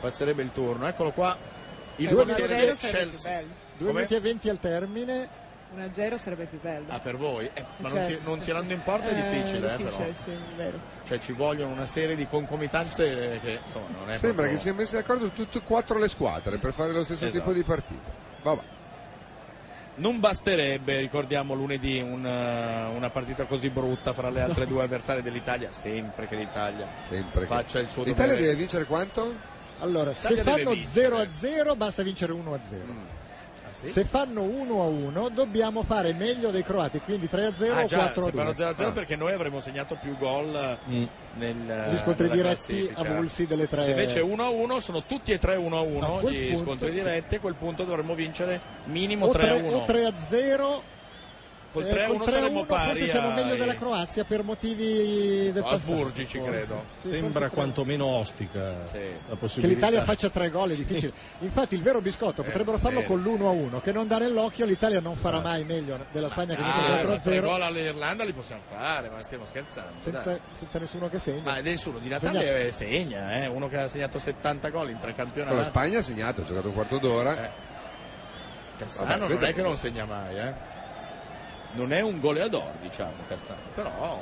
Speaker 11: passerebbe il turno. Eccolo qua,
Speaker 19: Eh,
Speaker 11: il
Speaker 19: Ecco,
Speaker 2: Due
Speaker 11: portiere
Speaker 2: minuti-
Speaker 11: del Chelsea.
Speaker 2: Due
Speaker 11: Come?
Speaker 2: minuti e venti al termine.
Speaker 19: 1-0 sarebbe più bello.
Speaker 11: Ah, per voi? Eh, ma non,
Speaker 19: Cioè,
Speaker 11: ti- non tirando in porta è
Speaker 19: eh,
Speaker 11: difficile, eh,
Speaker 19: difficile,
Speaker 11: però.
Speaker 19: sì, è vero.
Speaker 11: Cioè ci vogliono una serie di concomitanze che insomma non
Speaker 5: Sembra
Speaker 11: è Eh, proprio-
Speaker 5: che siano messi d'accordo tutte e quattro le squadre per fare lo stesso
Speaker 11: Esatto.
Speaker 5: tipo di partita. Vabbè.
Speaker 11: non basterebbe, ricordiamo lunedì un, eh, una partita così brutta fra le altre due avversarie dell'Italia, sempre che l'Italia faccia il suo
Speaker 5: L'Italia
Speaker 11: dovere.
Speaker 5: deve vincere quanto?
Speaker 2: Allora, se
Speaker 11: L'Italia deve
Speaker 2: fanno
Speaker 11: vincere. Mm,
Speaker 2: 0 a 0 basta vincere 1 a 0.
Speaker 11: Ah, sì?
Speaker 2: Se fanno 1 a 1 dobbiamo fare meglio dei croati, quindi 3 a 0
Speaker 11: Ah
Speaker 2: o
Speaker 11: già,
Speaker 2: 4 a Ah.
Speaker 11: se
Speaker 2: 2.
Speaker 11: fanno 0 0 perché noi avremo segnato più gol eh, nel eh,
Speaker 2: Gli Mm. scontri
Speaker 11: nella
Speaker 2: diretti
Speaker 11: classifica.
Speaker 2: avulsi delle tre-
Speaker 11: Se invece 1 1 sono tutti e tre 1
Speaker 2: A
Speaker 11: 1
Speaker 2: quel
Speaker 11: gli
Speaker 2: punto,
Speaker 11: scontri
Speaker 2: sì.
Speaker 11: diretti, a quel punto dovremmo vincere minimo
Speaker 2: o
Speaker 11: 3
Speaker 2: 3
Speaker 11: 1.
Speaker 2: o 3 a 0
Speaker 11: Col
Speaker 2: eh,
Speaker 11: 3
Speaker 2: col
Speaker 11: 1 saremmo pari
Speaker 2: forse siamo
Speaker 11: ai-
Speaker 2: meglio della Croazia per motivi del passato.
Speaker 11: Asburgici,
Speaker 2: forse.
Speaker 11: credo.
Speaker 2: Sì,
Speaker 8: Sembra
Speaker 2: forse tre-
Speaker 8: quantomeno ostica la
Speaker 2: che
Speaker 8: possibilità.
Speaker 2: l'Italia faccia tre gol è difficile. Infatti il vero biscotto
Speaker 11: Eh,
Speaker 2: potrebbero farlo
Speaker 8: vero.
Speaker 2: con l'1 a 1, che non dà nell'occhio l'Italia non farà mai meglio della Spagna che mette 4
Speaker 11: Ah,
Speaker 2: a
Speaker 11: tre
Speaker 2: 0
Speaker 11: gol all'Irlanda li possiamo fare, ma stiamo scherzando.
Speaker 2: senza,
Speaker 11: dai.
Speaker 2: senza nessuno che segna.
Speaker 11: Ma nessuno di Natale segna, eh, uno che ha segnato 70 gol in tre
Speaker 5: Con la
Speaker 11: campionati. Eh.
Speaker 5: Spagna ha segnato, ha giocato un quarto d'ora.
Speaker 11: Cassano
Speaker 5: Vabbè,
Speaker 11: non
Speaker 5: vedremo.
Speaker 11: è che non segna mai, eh. Non è un goleador, diciamo, Cassano, però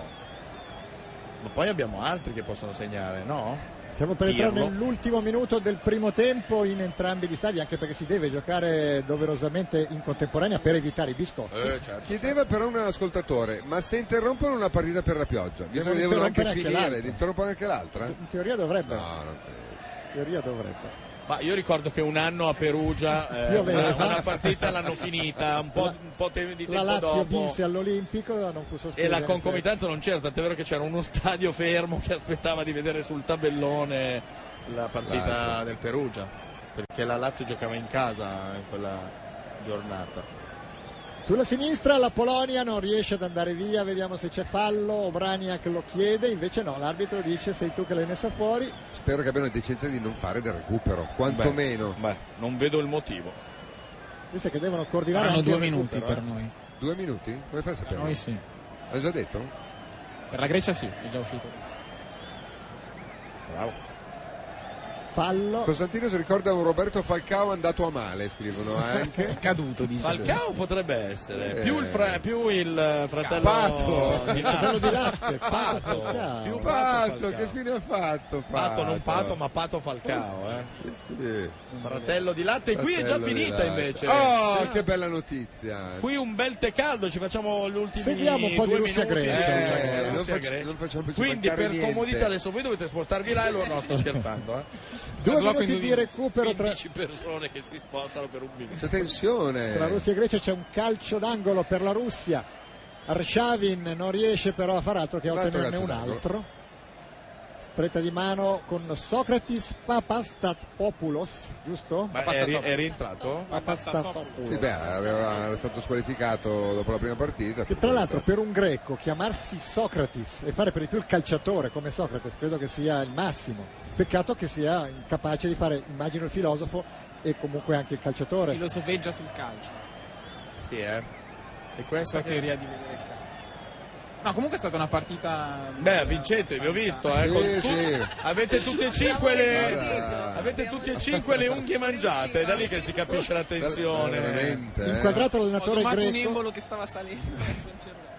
Speaker 11: ma poi abbiamo altri che possono segnare, no?
Speaker 2: Stiamo per entrare
Speaker 11: Pirlo.
Speaker 2: nell'ultimo minuto del primo tempo in entrambi gli stadi, anche perché si deve giocare doverosamente in contemporanea per evitare i biscotti.
Speaker 11: Eh. certo.
Speaker 5: Chiedeva però un ascoltatore, ma se interrompono una partita per la pioggia, visto
Speaker 2: Devono
Speaker 5: che devono anche
Speaker 2: interrompere anche
Speaker 5: finire,
Speaker 2: l'altra.
Speaker 5: interrompono anche l'altra?
Speaker 2: In teoria dovrebbe.
Speaker 5: No, non credo.
Speaker 2: In teoria dovrebbe.
Speaker 11: Ma io ricordo che un anno a Perugia eh,
Speaker 2: Io
Speaker 11: una,
Speaker 2: vedo.
Speaker 11: una partita l'hanno finita, un po', un po' te- di
Speaker 2: La
Speaker 11: tempo
Speaker 2: Lazio
Speaker 11: dopo.
Speaker 2: vinse all'Olimpico, non fu sospesa.
Speaker 11: E
Speaker 5: Eh,
Speaker 11: la concomitanza non c'era, tant'è vero che c'era uno stadio fermo che aspettava di vedere sul tabellone la partita
Speaker 2: L'altro.
Speaker 11: del Perugia, perché la Lazio giocava in casa in quella giornata.
Speaker 2: Sulla sinistra la Polonia non riesce ad andare via, vediamo se c'è fallo, Obraniak lo chiede, invece no, l'arbitro dice sei tu che l'hai messa fuori.
Speaker 5: Spero che abbiano la decenza di non fare del recupero, quantomeno.
Speaker 11: Beh, non vedo il motivo.
Speaker 2: Pensa che devono coordinare
Speaker 5: Saranno
Speaker 2: anche
Speaker 5: due
Speaker 2: il
Speaker 5: minuti
Speaker 2: recupero,
Speaker 5: per
Speaker 2: eh.
Speaker 5: noi. Due minuti? Come fai a sapere?
Speaker 9: noi sì.
Speaker 5: Hai già detto?
Speaker 9: Per la Grecia sì, è già uscito.
Speaker 11: Bravo.
Speaker 2: Fallo.
Speaker 5: Costantino si ricorda un Roberto Falcao andato a male, scrivono anche.
Speaker 9: Scaduto, dice.
Speaker 11: Falcao potrebbe essere,
Speaker 5: Eh.
Speaker 11: più il, fra- più il, eh, fratello
Speaker 5: Pato.
Speaker 11: di Latte.
Speaker 5: Fratello di Latte,
Speaker 11: Pato.
Speaker 5: Falcao.
Speaker 11: Più
Speaker 5: Pato,
Speaker 11: Falcao.
Speaker 5: che fine ha fatto?
Speaker 11: Pato, non
Speaker 5: Pato?
Speaker 11: Pato, ma Pato Falcao. eh. Fratello di latte,
Speaker 5: E
Speaker 11: e qui è già finita invece.
Speaker 5: Oh,
Speaker 11: Sì.
Speaker 5: che bella notizia.
Speaker 11: Qui un bel tè caldo, ci facciamo gli ultimi
Speaker 5: Seguiamo un po' di
Speaker 11: due
Speaker 5: Russia
Speaker 11: minuti.
Speaker 5: Grecia.
Speaker 11: Eh,
Speaker 5: Diciamo,
Speaker 11: Russia
Speaker 5: non facci-
Speaker 11: Grecia.
Speaker 5: non facciamoci
Speaker 11: Quindi
Speaker 5: mancare
Speaker 11: per
Speaker 5: niente.
Speaker 11: comodità adesso voi dovete spostarvi là e loro no, sto scherzando. Eh.
Speaker 2: Due minuti di recupero tra,
Speaker 11: 15 persone che si spostano per un minuto.
Speaker 5: C'è tensione.
Speaker 11: Eh.
Speaker 2: tra Russia e Grecia, c'è un calcio d'angolo per la Russia. Arshavin non riesce però a far altro che a
Speaker 5: Un altro
Speaker 2: ottenerne un
Speaker 5: calcio d'angolo.
Speaker 2: altro. Stretta di mano con Socrates Papastatopoulos, giusto?
Speaker 11: Ma è, ri- è rientrato?
Speaker 5: Sì, beh, aveva- era stato squalificato dopo la prima partita.
Speaker 2: Che tra l'altro per un greco chiamarsi Socrates e fare per di più il calciatore come Socrates credo che sia il massimo. Peccato che sia incapace di fare, immagino, il filosofo e comunque anche il calciatore.
Speaker 9: Filosofeggia sul calcio.
Speaker 11: Sì, eh. E
Speaker 9: questa è la teoria di vedere il calcio. No, comunque è stata una partita.
Speaker 11: Beh, vincete, vi ho visto, eh,
Speaker 9: Sì,
Speaker 11: con tu-
Speaker 9: sì.
Speaker 11: avete tutte e cinque le
Speaker 5: Guarda.
Speaker 11: avete tutte e cinque le unghie mangiate, è da lì che si capisce la tensione.
Speaker 5: Veramente, eh.
Speaker 2: Inquadrato
Speaker 9: Ho
Speaker 2: l'allenatore
Speaker 9: tomato
Speaker 2: greco,
Speaker 9: un embolo che stava salendo.
Speaker 17: Eh, certo.
Speaker 9: sinceramente.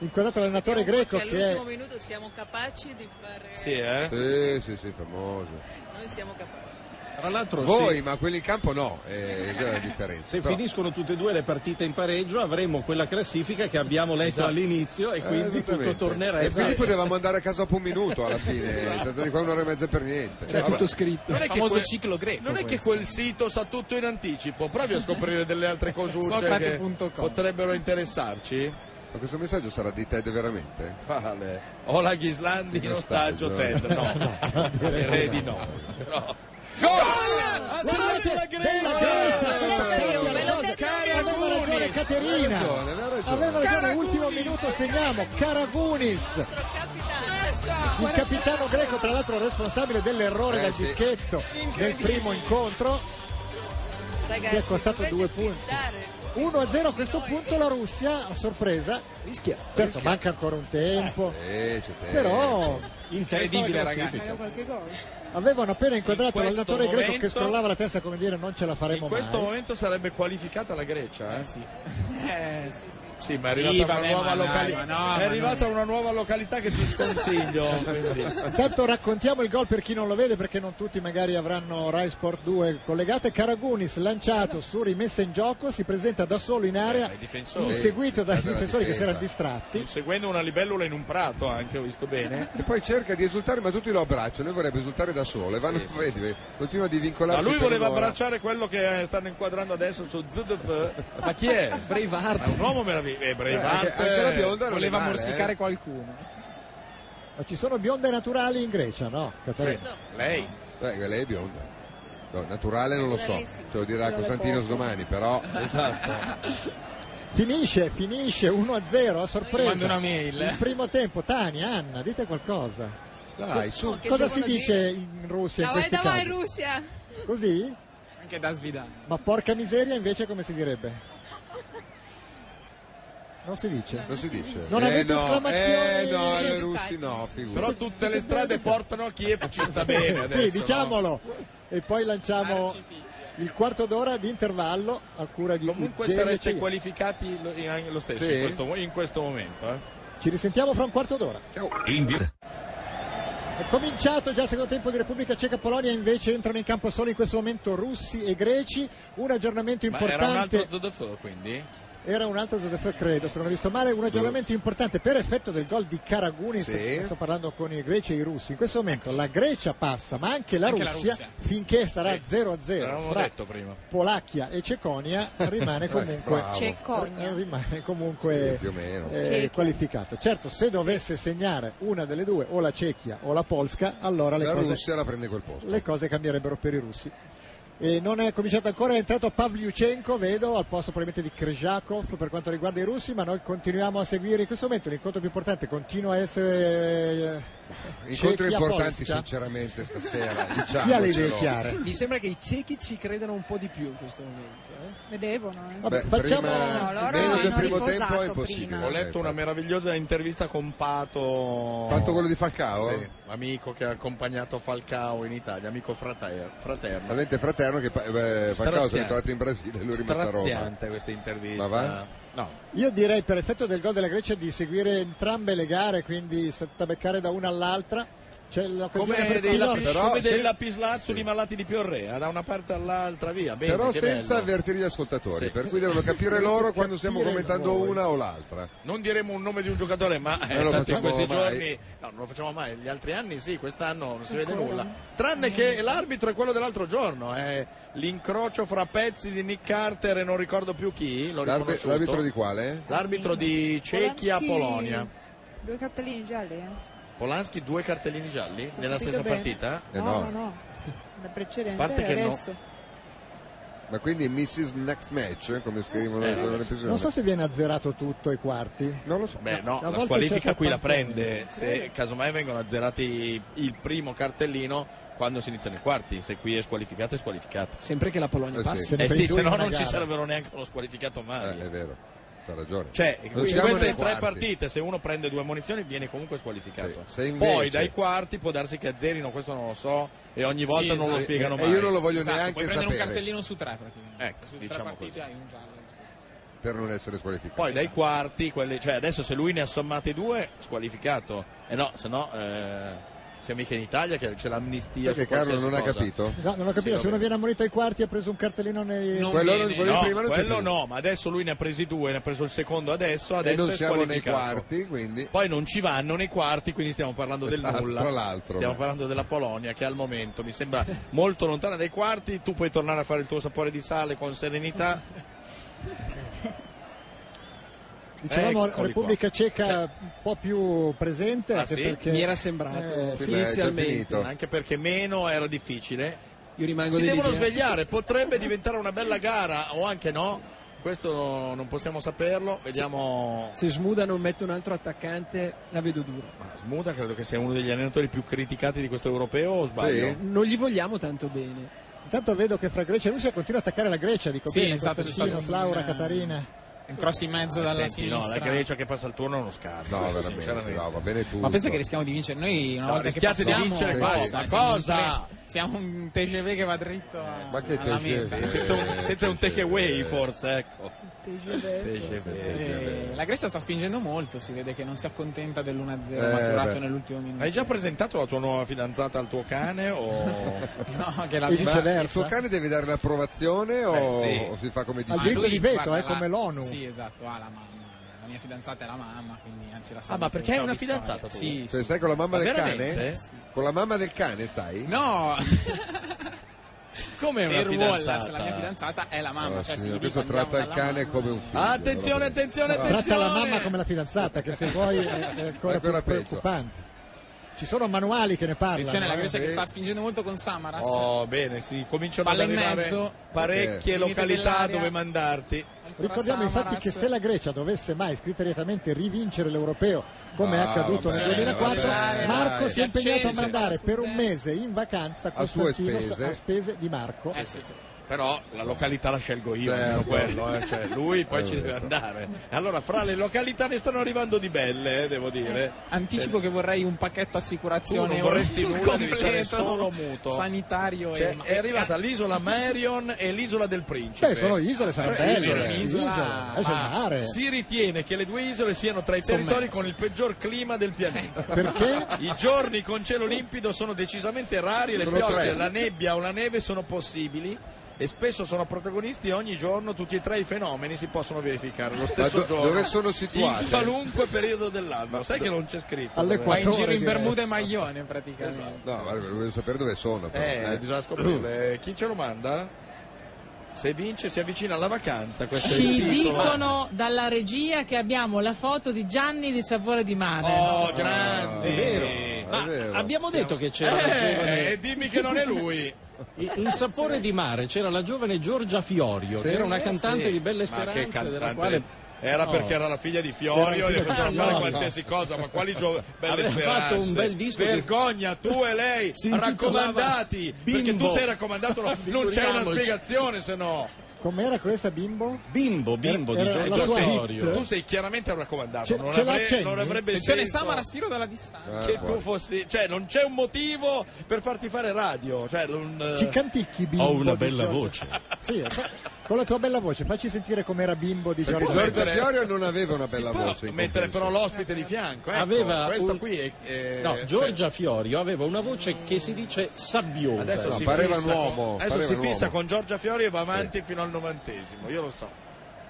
Speaker 2: inquadrato
Speaker 17: Diciamo
Speaker 2: l'allenatore greco
Speaker 12: Perché
Speaker 2: Diciamo che
Speaker 12: all'ultimo
Speaker 2: è
Speaker 12: minuto siamo capaci di fare...
Speaker 5: Sì, eh? Sì, sì, sì, famoso.
Speaker 12: Noi siamo capaci.
Speaker 8: Tra l'altro,
Speaker 5: Voi,
Speaker 8: se-
Speaker 5: ma quelli in campo no, è quella è la differenza.
Speaker 8: Se
Speaker 5: Però-
Speaker 8: finiscono tutte e due le partite in pareggio avremo quella classifica che abbiamo letto
Speaker 5: Esatto.
Speaker 8: all'inizio e
Speaker 5: Eh,
Speaker 8: quindi tutto
Speaker 5: esattamente.
Speaker 8: tornerebbe.
Speaker 5: E quindi potevamo andare a casa dopo un minuto alla fine, è stato di qua un'ora e mezza per niente.
Speaker 11: C'è tutto
Speaker 7: scritto.
Speaker 11: Cioè, Non è,
Speaker 9: Il
Speaker 11: che
Speaker 9: famoso
Speaker 11: quel,
Speaker 9: ciclo greco.
Speaker 11: non è che
Speaker 9: questo.
Speaker 11: quel sito sa tutto in anticipo, provi a scoprire delle altre cosucce cioè che
Speaker 9: Socrate.com.
Speaker 11: potrebbero interessarci.
Speaker 5: Ma questo messaggio sarà di Ted veramente?
Speaker 11: Vale. Ola Ghislandi in ostaggio Ted, no. Direi di no. Però
Speaker 3: Ah, guardate, bella Grecia,
Speaker 2: Cambia la cosa. Aveva ragione
Speaker 5: Aveva
Speaker 2: Caterina.
Speaker 5: ragione, aveva ragione.
Speaker 2: Aveva ragione, ultimo minuto segniamo Caragunis. Il capitano greco, tra l'altro responsabile dell'errore
Speaker 5: Eh,
Speaker 2: del
Speaker 5: sì.
Speaker 2: dischetto nel primo incontro,
Speaker 12: Ragazzi,
Speaker 2: che è costato
Speaker 12: dovete
Speaker 2: due punti.
Speaker 12: dare
Speaker 2: 1-0 a questo punto la Russia, a sorpresa,
Speaker 7: rischia.
Speaker 2: Certo, manca ancora un tempo,
Speaker 5: Eh, c'è Ted.
Speaker 2: però
Speaker 8: incredibile ragazzi.
Speaker 2: avevano appena inquadrato
Speaker 11: In questo
Speaker 2: l'allenatore greco
Speaker 11: momento-
Speaker 2: che scrollava la testa come dire non ce la faremo
Speaker 11: in questo
Speaker 2: mai.
Speaker 11: momento sarebbe qualificata la Grecia, eh? Sì. ma è
Speaker 9: Sì,
Speaker 11: arrivata
Speaker 9: vabbè,
Speaker 11: una
Speaker 9: ma
Speaker 11: nuova
Speaker 9: dai,
Speaker 11: locali-
Speaker 9: ma no,
Speaker 11: è
Speaker 9: ma
Speaker 11: arrivata una nuova località che ti sconsiglio. quindi.
Speaker 2: Intanto raccontiamo il gol per chi non lo vede perché non tutti magari avranno Rai Sport 2 collegate. Caragunis lanciato su rimessa in gioco, si presenta da solo in area,
Speaker 5: Eh,
Speaker 11: Dai, difensori.
Speaker 2: inseguito dai
Speaker 11: Guarda la
Speaker 2: difensori che si
Speaker 11: difesa.
Speaker 2: erano distratti.
Speaker 11: Seguendo una libellula in un prato, anche ho visto bene.
Speaker 5: E poi cerca di esultare, ma tutti lo abbracciano. Noi vorrebbe esultare da solo. E vanno, vedi, continua a
Speaker 11: Ma
Speaker 5: divincolarsi.
Speaker 11: lui
Speaker 5: per
Speaker 11: voleva
Speaker 5: un'ora.
Speaker 11: abbracciare quello che eh, stanno inquadrando adesso su ZDF. Ma chi è? Braveheart. È un uomo meraviglioso. Eh,
Speaker 5: Eh,
Speaker 11: Braveheart.
Speaker 5: anche- anche la bionda non
Speaker 9: Voleva
Speaker 5: è male,
Speaker 9: morsicare
Speaker 5: eh.
Speaker 9: qualcuno.
Speaker 2: Ma ci sono bionde naturali in Grecia, no? Caterina?
Speaker 11: Lei?
Speaker 5: Beh, lei è bionda. No, naturale non lo so, ce lo dirà Costantino domani, però. Esatto.
Speaker 2: Finisce, finisce 1-0 a sorpresa.
Speaker 9: Manda una mail, eh.
Speaker 2: Il primo tempo, Tania, Anna, dite qualcosa.
Speaker 5: Dai, su.
Speaker 12: Che
Speaker 2: Cosa si
Speaker 12: devono
Speaker 2: dice
Speaker 12: dire?
Speaker 2: in Russia in
Speaker 12: Davai,
Speaker 2: questi
Speaker 12: davai,
Speaker 2: casi?
Speaker 12: Russia!
Speaker 2: Così?
Speaker 9: Anche da svidare.
Speaker 2: Ma porca miseria invece come si direbbe? Non si dice.
Speaker 5: Non si dice.
Speaker 2: Non avete
Speaker 5: eh no,
Speaker 2: esclamazioni.
Speaker 5: Eh no, i russi no, figura.
Speaker 11: Però tutte le strade portano a Kiev, ci sta bene adesso.
Speaker 2: sì,
Speaker 11: no?
Speaker 2: diciamolo. E poi lanciamo il quarto d'ora di intervallo a cura di
Speaker 11: Comunque
Speaker 2: Uggeria
Speaker 11: sareste
Speaker 2: Cia.
Speaker 11: qualificati lo, in- lo stesso
Speaker 2: Sì.
Speaker 11: in, questo, in questo momento. Eh.
Speaker 2: Ci risentiamo fra un quarto d'ora.
Speaker 1: Indir-
Speaker 2: È cominciato già il secondo tempo di Repubblica Ceca Polonia, invece entrano in campo solo in questo momento russi e greci. Un aggiornamento
Speaker 11: Ma era un altro
Speaker 2: importante.
Speaker 11: Zodofo quindi?
Speaker 2: Era un altro ZDF, credo, se non ho visto male, un aggiornamento importante per effetto del gol di Karagunis.
Speaker 5: Sì.
Speaker 2: Sto parlando con i greci e i russi. In questo momento la Grecia passa, ma anche la,
Speaker 11: Anche la
Speaker 2: Russia,
Speaker 11: Russia.
Speaker 2: finché sarà 0-0
Speaker 11: L'avevamo
Speaker 2: fra
Speaker 11: detto prima.
Speaker 2: Polacchia e Ceconia, rimane
Speaker 11: Ecco,
Speaker 2: comunque,
Speaker 11: bravo.
Speaker 15: Ceconia.
Speaker 2: rimane comunque
Speaker 5: Sì, più o meno.
Speaker 2: eh,
Speaker 5: Cechia.
Speaker 2: qualificata. Certo, se dovesse segnare una delle due, o la Cecchia o la Polska, allora le
Speaker 5: la
Speaker 2: cose
Speaker 5: Russia la prende quel posto.
Speaker 2: le cose cambierebbero per i russi. E non è cominciato ancora, è entrato Pavliuchenko, vedo, al posto probabilmente di Krezhakov per quanto riguarda i russi, ma noi continuiamo a seguire in questo momento l'incontro più importante, continua a essere... eh,
Speaker 5: Incontri
Speaker 2: Cechia-Polska.
Speaker 5: importanti sinceramente stasera, diciamocelo.
Speaker 2: Chi ha le idee chiare?
Speaker 7: Mi sembra che i ciechi ci credano un po' di più in questo momento. eh.
Speaker 13: Vedevano, eh.
Speaker 5: Vabbè,
Speaker 2: facciamo-
Speaker 5: prima-
Speaker 13: No, loro
Speaker 5: meno del
Speaker 13: hanno
Speaker 5: primo
Speaker 13: riposato
Speaker 5: tempo è impossibile.
Speaker 11: Ho letto una meravigliosa intervista con Pato.
Speaker 5: Pato quello di Falcao?
Speaker 11: Sì, amico che ha accompagnato Falcao in Italia, amico frater- fraterno.
Speaker 5: Talmente fraterno che pa- eh, Falcao si è ritrovato in Brasile e lui è rimasto a Roma.
Speaker 11: Straziante questa
Speaker 5: Ma
Speaker 11: intervista.
Speaker 5: va?
Speaker 11: No,
Speaker 2: Io direi per effetto del gol della Grecia di seguire entrambe le gare, quindi da beccare da una all'altra. C'è l'occasione
Speaker 11: come
Speaker 2: per
Speaker 11: dei
Speaker 2: Pirlo.
Speaker 11: lapis- come dei lapislazzi di malati di Piorrea, da una parte all'altra, via. Bene,
Speaker 5: Però
Speaker 11: che
Speaker 5: senza
Speaker 11: bello.
Speaker 5: avvertire gli ascoltatori,
Speaker 11: Sì.
Speaker 5: per cui devono capire loro quando stiamo
Speaker 11: Capire
Speaker 5: commentando
Speaker 11: noi.
Speaker 5: una o l'altra.
Speaker 11: Non diremo un nome di un giocatore, ma eh,
Speaker 5: Non lo
Speaker 11: tanto in
Speaker 5: facciamo
Speaker 11: questi
Speaker 5: mai.
Speaker 11: giorni no, non lo facciamo mai. Gli altri anni sì, quest'anno non si vede
Speaker 5: Ancora?
Speaker 11: nulla. Tranne che l'arbitro è quello dell'altro giorno, è l'incrocio fra pezzi di Nick Carter e non ricordo più chi. L'ho
Speaker 5: L'arbi-
Speaker 11: riconosciuto.
Speaker 5: l'arbitro di quale?
Speaker 11: L'arbitro di Cechia
Speaker 13: Polanski,
Speaker 11: Polonia.
Speaker 13: Due cartellini gialli, eh?
Speaker 11: Polanski due cartellini gialli
Speaker 13: Se ho
Speaker 11: nella
Speaker 13: capito
Speaker 11: stessa
Speaker 13: bene.
Speaker 11: partita?
Speaker 2: Eh,
Speaker 5: Eh,
Speaker 13: No, no, no. La precedente
Speaker 11: Parte che no.
Speaker 13: adesso.
Speaker 5: Ma quindi Mrs. Next Match, eh, come scrivono
Speaker 11: Eh,
Speaker 5: nell'episodio.
Speaker 2: Non so se viene azzerato tutto ai quarti.
Speaker 5: Non lo so.
Speaker 11: Beh no,
Speaker 2: A
Speaker 11: la
Speaker 2: volte
Speaker 11: squalifica
Speaker 2: c'è
Speaker 11: qui la
Speaker 2: Sappantini.
Speaker 11: prende, se casomai vengono azzerati il primo cartellino quando si iniziano i quarti, se qui è squalificato è squalificato.
Speaker 7: Sempre che la Polonia
Speaker 11: Eh
Speaker 7: passi.
Speaker 11: sì, se no non ci sarebbero neanche uno squalificato mai.
Speaker 5: Eh, è vero, c'ha ragione.
Speaker 11: Cioè,
Speaker 5: Non
Speaker 11: in
Speaker 5: siamo
Speaker 11: queste
Speaker 5: nei
Speaker 11: tre
Speaker 5: quarti.
Speaker 11: partite, se uno prende due munizioni viene comunque squalificato.
Speaker 5: Sì, se invece-
Speaker 11: Poi dai quarti può darsi che azzerino, questo non lo so, e ogni volta non lo spiegano mai.
Speaker 9: Esatto, puoi prendere un cartellino su tre praticamente.
Speaker 11: Ecco,
Speaker 9: su
Speaker 11: diciamo
Speaker 9: tre partite
Speaker 11: così.
Speaker 9: hai un giallo.
Speaker 5: Per non essere squalificato.
Speaker 11: Poi dai quarti, quelli- cioè adesso se lui ne ha sommati due, squalificato. E no, se no eh, siamo mica in Italia che c'è l'amnistia.
Speaker 5: Perché
Speaker 11: su
Speaker 5: Carlo
Speaker 11: qualsiasi
Speaker 5: non ha
Speaker 11: cosa.
Speaker 5: capito?
Speaker 2: No, non ho capito, se uno viene ammonito ai quarti ha preso un cartellino nei...
Speaker 5: Quello- viene. quello
Speaker 11: no,
Speaker 5: prima non c'è
Speaker 11: quello
Speaker 5: più.
Speaker 11: no, ma adesso lui ne ha presi due, ne ha preso il secondo adesso,
Speaker 5: e
Speaker 11: adesso
Speaker 5: non
Speaker 11: è
Speaker 5: siamo nei
Speaker 11: squalificato.
Speaker 5: quarti, quindi
Speaker 11: Poi non ci vanno nei quarti, quindi stiamo parlando del
Speaker 5: Esatto,
Speaker 11: nulla.
Speaker 5: tra l'altro.
Speaker 11: Stiamo parlando della Polonia che al momento mi sembra molto lontana dai quarti, tu puoi tornare a fare il tuo sapore di sale con serenità.
Speaker 2: Dicevamo
Speaker 11: Eccoli
Speaker 2: Repubblica Ceca un po' più presente.
Speaker 11: Ah,
Speaker 2: anche
Speaker 11: sì?
Speaker 2: perché,
Speaker 11: Mi era
Speaker 7: sembrato.
Speaker 2: eh,
Speaker 11: qua.
Speaker 2: sì,
Speaker 11: Anche perché meno era difficile.
Speaker 7: Io rimango
Speaker 11: Si
Speaker 7: dell'idea-
Speaker 11: devono svegliare, potrebbe diventare una bella gara o anche no. Questo non possiamo saperlo, vediamo
Speaker 7: Se Smuda non mette un altro attaccante, la vedo dura.
Speaker 11: Smuda credo che sia uno degli allenatori più criticati di questo europeo o sbaglio?
Speaker 7: Cioè, Non gli vogliamo tanto bene.
Speaker 2: Intanto vedo che fra Grecia e Russia continua ad attaccare la Grecia, dico
Speaker 9: Sì,
Speaker 2: bene,
Speaker 9: esatto, c'è stato
Speaker 2: Costantino,
Speaker 9: un-
Speaker 2: Laura, Catarina.
Speaker 9: Un cross in mezzo dalla
Speaker 11: Eh, Senti, no,
Speaker 9: sinistra.
Speaker 11: la Grecia che passa il turno è uno scarto.
Speaker 5: No, veramente,
Speaker 11: sinceramente.
Speaker 5: no, va bene tutto.
Speaker 9: Ma pensa che rischiamo di vincere noi una
Speaker 11: No,
Speaker 9: volta che
Speaker 11: rischiate di
Speaker 9: passiamo
Speaker 11: vincere,
Speaker 9: basta,
Speaker 11: ma
Speaker 9: siamo un
Speaker 11: cosa?
Speaker 9: tre- Siamo un TGV che va dritto a-
Speaker 5: Ma che
Speaker 9: alla
Speaker 5: TGV?
Speaker 9: meta.
Speaker 5: Eh,
Speaker 11: Siete un, siete un take away
Speaker 5: eh.
Speaker 11: forse, ecco.
Speaker 9: Eh, la Grecia sta spingendo molto, si vede che non si accontenta dell'1-0
Speaker 11: Eh,
Speaker 9: maturato
Speaker 11: beh.
Speaker 9: nell'ultimo minuto.
Speaker 11: Hai già presentato la tua nuova fidanzata al tuo cane o
Speaker 9: No, che la
Speaker 5: Ma il tuo cane deve dare l'approvazione o,
Speaker 9: Beh, sì.
Speaker 5: o si fa come dice?
Speaker 9: Ma lui,
Speaker 2: eh,
Speaker 9: guarda, la-
Speaker 5: come l'ONU.
Speaker 9: Sì, esatto, ha la mamma. La mia fidanzata è la mamma, quindi anzi la
Speaker 11: Ah,
Speaker 9: saluto.
Speaker 11: ma perché hai
Speaker 9: Ciao,
Speaker 11: una
Speaker 9: Vittoria.
Speaker 11: fidanzata tu?
Speaker 9: Sì,
Speaker 5: Cioè,
Speaker 9: sì.
Speaker 5: stai con la mamma
Speaker 11: Ma
Speaker 5: del
Speaker 11: veramente?
Speaker 5: cane? Con la mamma del cane stai?
Speaker 9: No!
Speaker 11: Come
Speaker 9: Per
Speaker 11: una
Speaker 9: Wallace,
Speaker 11: fidanzata?
Speaker 9: la mia fidanzata è la mamma,
Speaker 5: Oh,
Speaker 9: cioè
Speaker 5: signora,
Speaker 9: sì,
Speaker 5: questo tratta il cane come un figlio.
Speaker 11: Attenzione, attenzione,
Speaker 2: Tratta la
Speaker 11: attenzione!
Speaker 2: mamma come la fidanzata, che se vuoi è, è ancora,
Speaker 5: Ancora
Speaker 2: più
Speaker 5: peggio.
Speaker 2: preoccupante. Ci sono manuali che ne parlano.
Speaker 9: Attenzione, la
Speaker 2: eh?
Speaker 9: Grecia che sta spingendo molto con Samaras.
Speaker 11: Oh, bene, sì, cominciano
Speaker 9: Palla
Speaker 11: ad
Speaker 9: in
Speaker 11: arrivare
Speaker 9: mezzo.
Speaker 11: parecchie
Speaker 9: Eh. Limite
Speaker 11: località
Speaker 9: dell'area.
Speaker 11: dove mandarti.
Speaker 2: Ricordiamo infatti che se la Grecia dovesse mai scriteriatamente rivincere l'europeo, come è
Speaker 5: Ah,
Speaker 2: accaduto
Speaker 5: vabbè,
Speaker 2: nel 2004,
Speaker 5: vabbè,
Speaker 2: Marco
Speaker 5: dai.
Speaker 2: si è impegnato a
Speaker 11: Accende.
Speaker 2: mandare per un mese in vacanza
Speaker 5: A sue
Speaker 2: Costantino
Speaker 5: spese.
Speaker 2: a spese di Marco.
Speaker 11: Però la località la scelgo io,
Speaker 5: Certo.
Speaker 11: almeno quello, eh, cioè, lui poi
Speaker 5: Eh,
Speaker 11: ci
Speaker 5: certo.
Speaker 11: deve andare. Allora, fra le località ne stanno arrivando di belle, eh, devo dire. Eh.
Speaker 9: Anticipo che vorrei un pacchetto
Speaker 11: tu
Speaker 9: assicurazione
Speaker 11: non vorresti
Speaker 9: un
Speaker 11: nulla, devi stare
Speaker 9: completo
Speaker 11: solo muto.
Speaker 9: sanitario
Speaker 11: Cioè,
Speaker 9: e
Speaker 11: è arrivata l'isola Marion e l'isola del Principe.
Speaker 2: Beh, sono isole, saranno belle.
Speaker 11: Eh, isole, Ah,
Speaker 2: Eh, Isola. Eh, c'è il
Speaker 11: ma
Speaker 2: mare.
Speaker 11: Si ritiene che le due isole siano tra i
Speaker 2: Sommerse.
Speaker 11: territori con il peggior clima del pianeta.
Speaker 2: Perché?
Speaker 11: I giorni con cielo limpido sono decisamente rari e le
Speaker 5: Sono
Speaker 11: piogge,
Speaker 5: tre.
Speaker 11: la nebbia o la neve sono possibili. E spesso sono protagonisti ogni giorno tutti e tre i fenomeni si possono verificare lo stesso
Speaker 5: do-
Speaker 11: giorno.
Speaker 5: dove sono situate?
Speaker 11: In qualunque periodo dell'anno. Sai che non c'è scritto.
Speaker 9: Vai in giro
Speaker 11: direi.
Speaker 9: in Bermuda e maglione praticamente.
Speaker 5: No, ma voglio sapere dove sono. però,
Speaker 11: Eh,
Speaker 5: eh.
Speaker 11: bisogna scoprirlo. Eh, Chi ce lo manda? Se vince si avvicina alla vacanza. Questo è
Speaker 6: Ci
Speaker 11: il titolo.
Speaker 6: dicono dalla regia che abbiamo la foto di Gianni di Sapore di Mare.
Speaker 11: Oh, grande!
Speaker 8: Ah, È vero,
Speaker 11: Ma
Speaker 8: Abbiamo detto che c'era la
Speaker 11: Eh,
Speaker 8: giovane-
Speaker 11: dimmi che non è lui.
Speaker 8: I- In sapore di mare c'era la giovane Giorgia Fiorio,
Speaker 11: Sì.
Speaker 8: che era una
Speaker 11: Eh,
Speaker 8: cantante
Speaker 11: sì.
Speaker 8: di Belle
Speaker 11: Ma che
Speaker 8: Speranze,
Speaker 11: cantante?
Speaker 8: della quale
Speaker 11: Era
Speaker 8: No.
Speaker 11: perché era la figlia di Fiorio
Speaker 8: Era
Speaker 11: e
Speaker 8: la figlia
Speaker 11: facevano
Speaker 8: di
Speaker 11: fare
Speaker 8: Fiorio.
Speaker 11: qualsiasi cosa, ma quali gio- belle
Speaker 8: Aveva
Speaker 11: speranze.
Speaker 8: fatto un bel disco che-
Speaker 11: Vergogna, tu e lei,
Speaker 8: Si intitolava
Speaker 11: raccomandati, perché tu
Speaker 8: Bimbo.
Speaker 11: sei raccomandato, no, non c'è una
Speaker 8: Figuriamoci.
Speaker 11: spiegazione se no.
Speaker 2: Com'era questa bimbo?
Speaker 8: Bimbo, bimbo
Speaker 2: Era-
Speaker 8: di
Speaker 2: era la
Speaker 8: Giorgia
Speaker 2: sua hit.
Speaker 8: Fiorio.
Speaker 11: Tu sei chiaramente un raccomandato,
Speaker 2: Ce-
Speaker 11: non,
Speaker 2: ce la
Speaker 11: avre-
Speaker 2: accendi?
Speaker 11: non avrebbe
Speaker 9: Attenzione,
Speaker 11: senso.
Speaker 9: Samara stiro dalla distanza.
Speaker 11: che tu fossi, cioè non c'è un motivo per farti fare radio, cioè non-
Speaker 2: Ci canticchi bimbo
Speaker 8: Ho una
Speaker 2: di
Speaker 8: bella
Speaker 2: Giorgio-
Speaker 8: voce.
Speaker 2: Sì, eh, fa- con la tua bella voce, facci sentire com'era bimbo di
Speaker 5: Perché
Speaker 2: Giorgio.
Speaker 5: Giorgio
Speaker 11: Mettere-
Speaker 5: Fiorio non aveva una
Speaker 11: Si
Speaker 5: bella
Speaker 11: può
Speaker 5: voce. in
Speaker 11: mettere
Speaker 5: compenso.
Speaker 11: però l'ospite di fianco, ecco,
Speaker 8: Aveva
Speaker 11: questo
Speaker 8: un-
Speaker 11: qui è, eh, è- cioè,
Speaker 8: No, Giorgia Fiorio aveva una voce che si dice sabbiosa.
Speaker 11: Adesso
Speaker 5: No,
Speaker 11: si
Speaker 5: pareva
Speaker 11: fissa
Speaker 5: un uomo,
Speaker 11: con- adesso
Speaker 5: pareva
Speaker 11: si
Speaker 5: un
Speaker 11: fissa
Speaker 5: uomo.
Speaker 11: con Giorgia Fiori e va avanti fino al novantesimo, io lo so.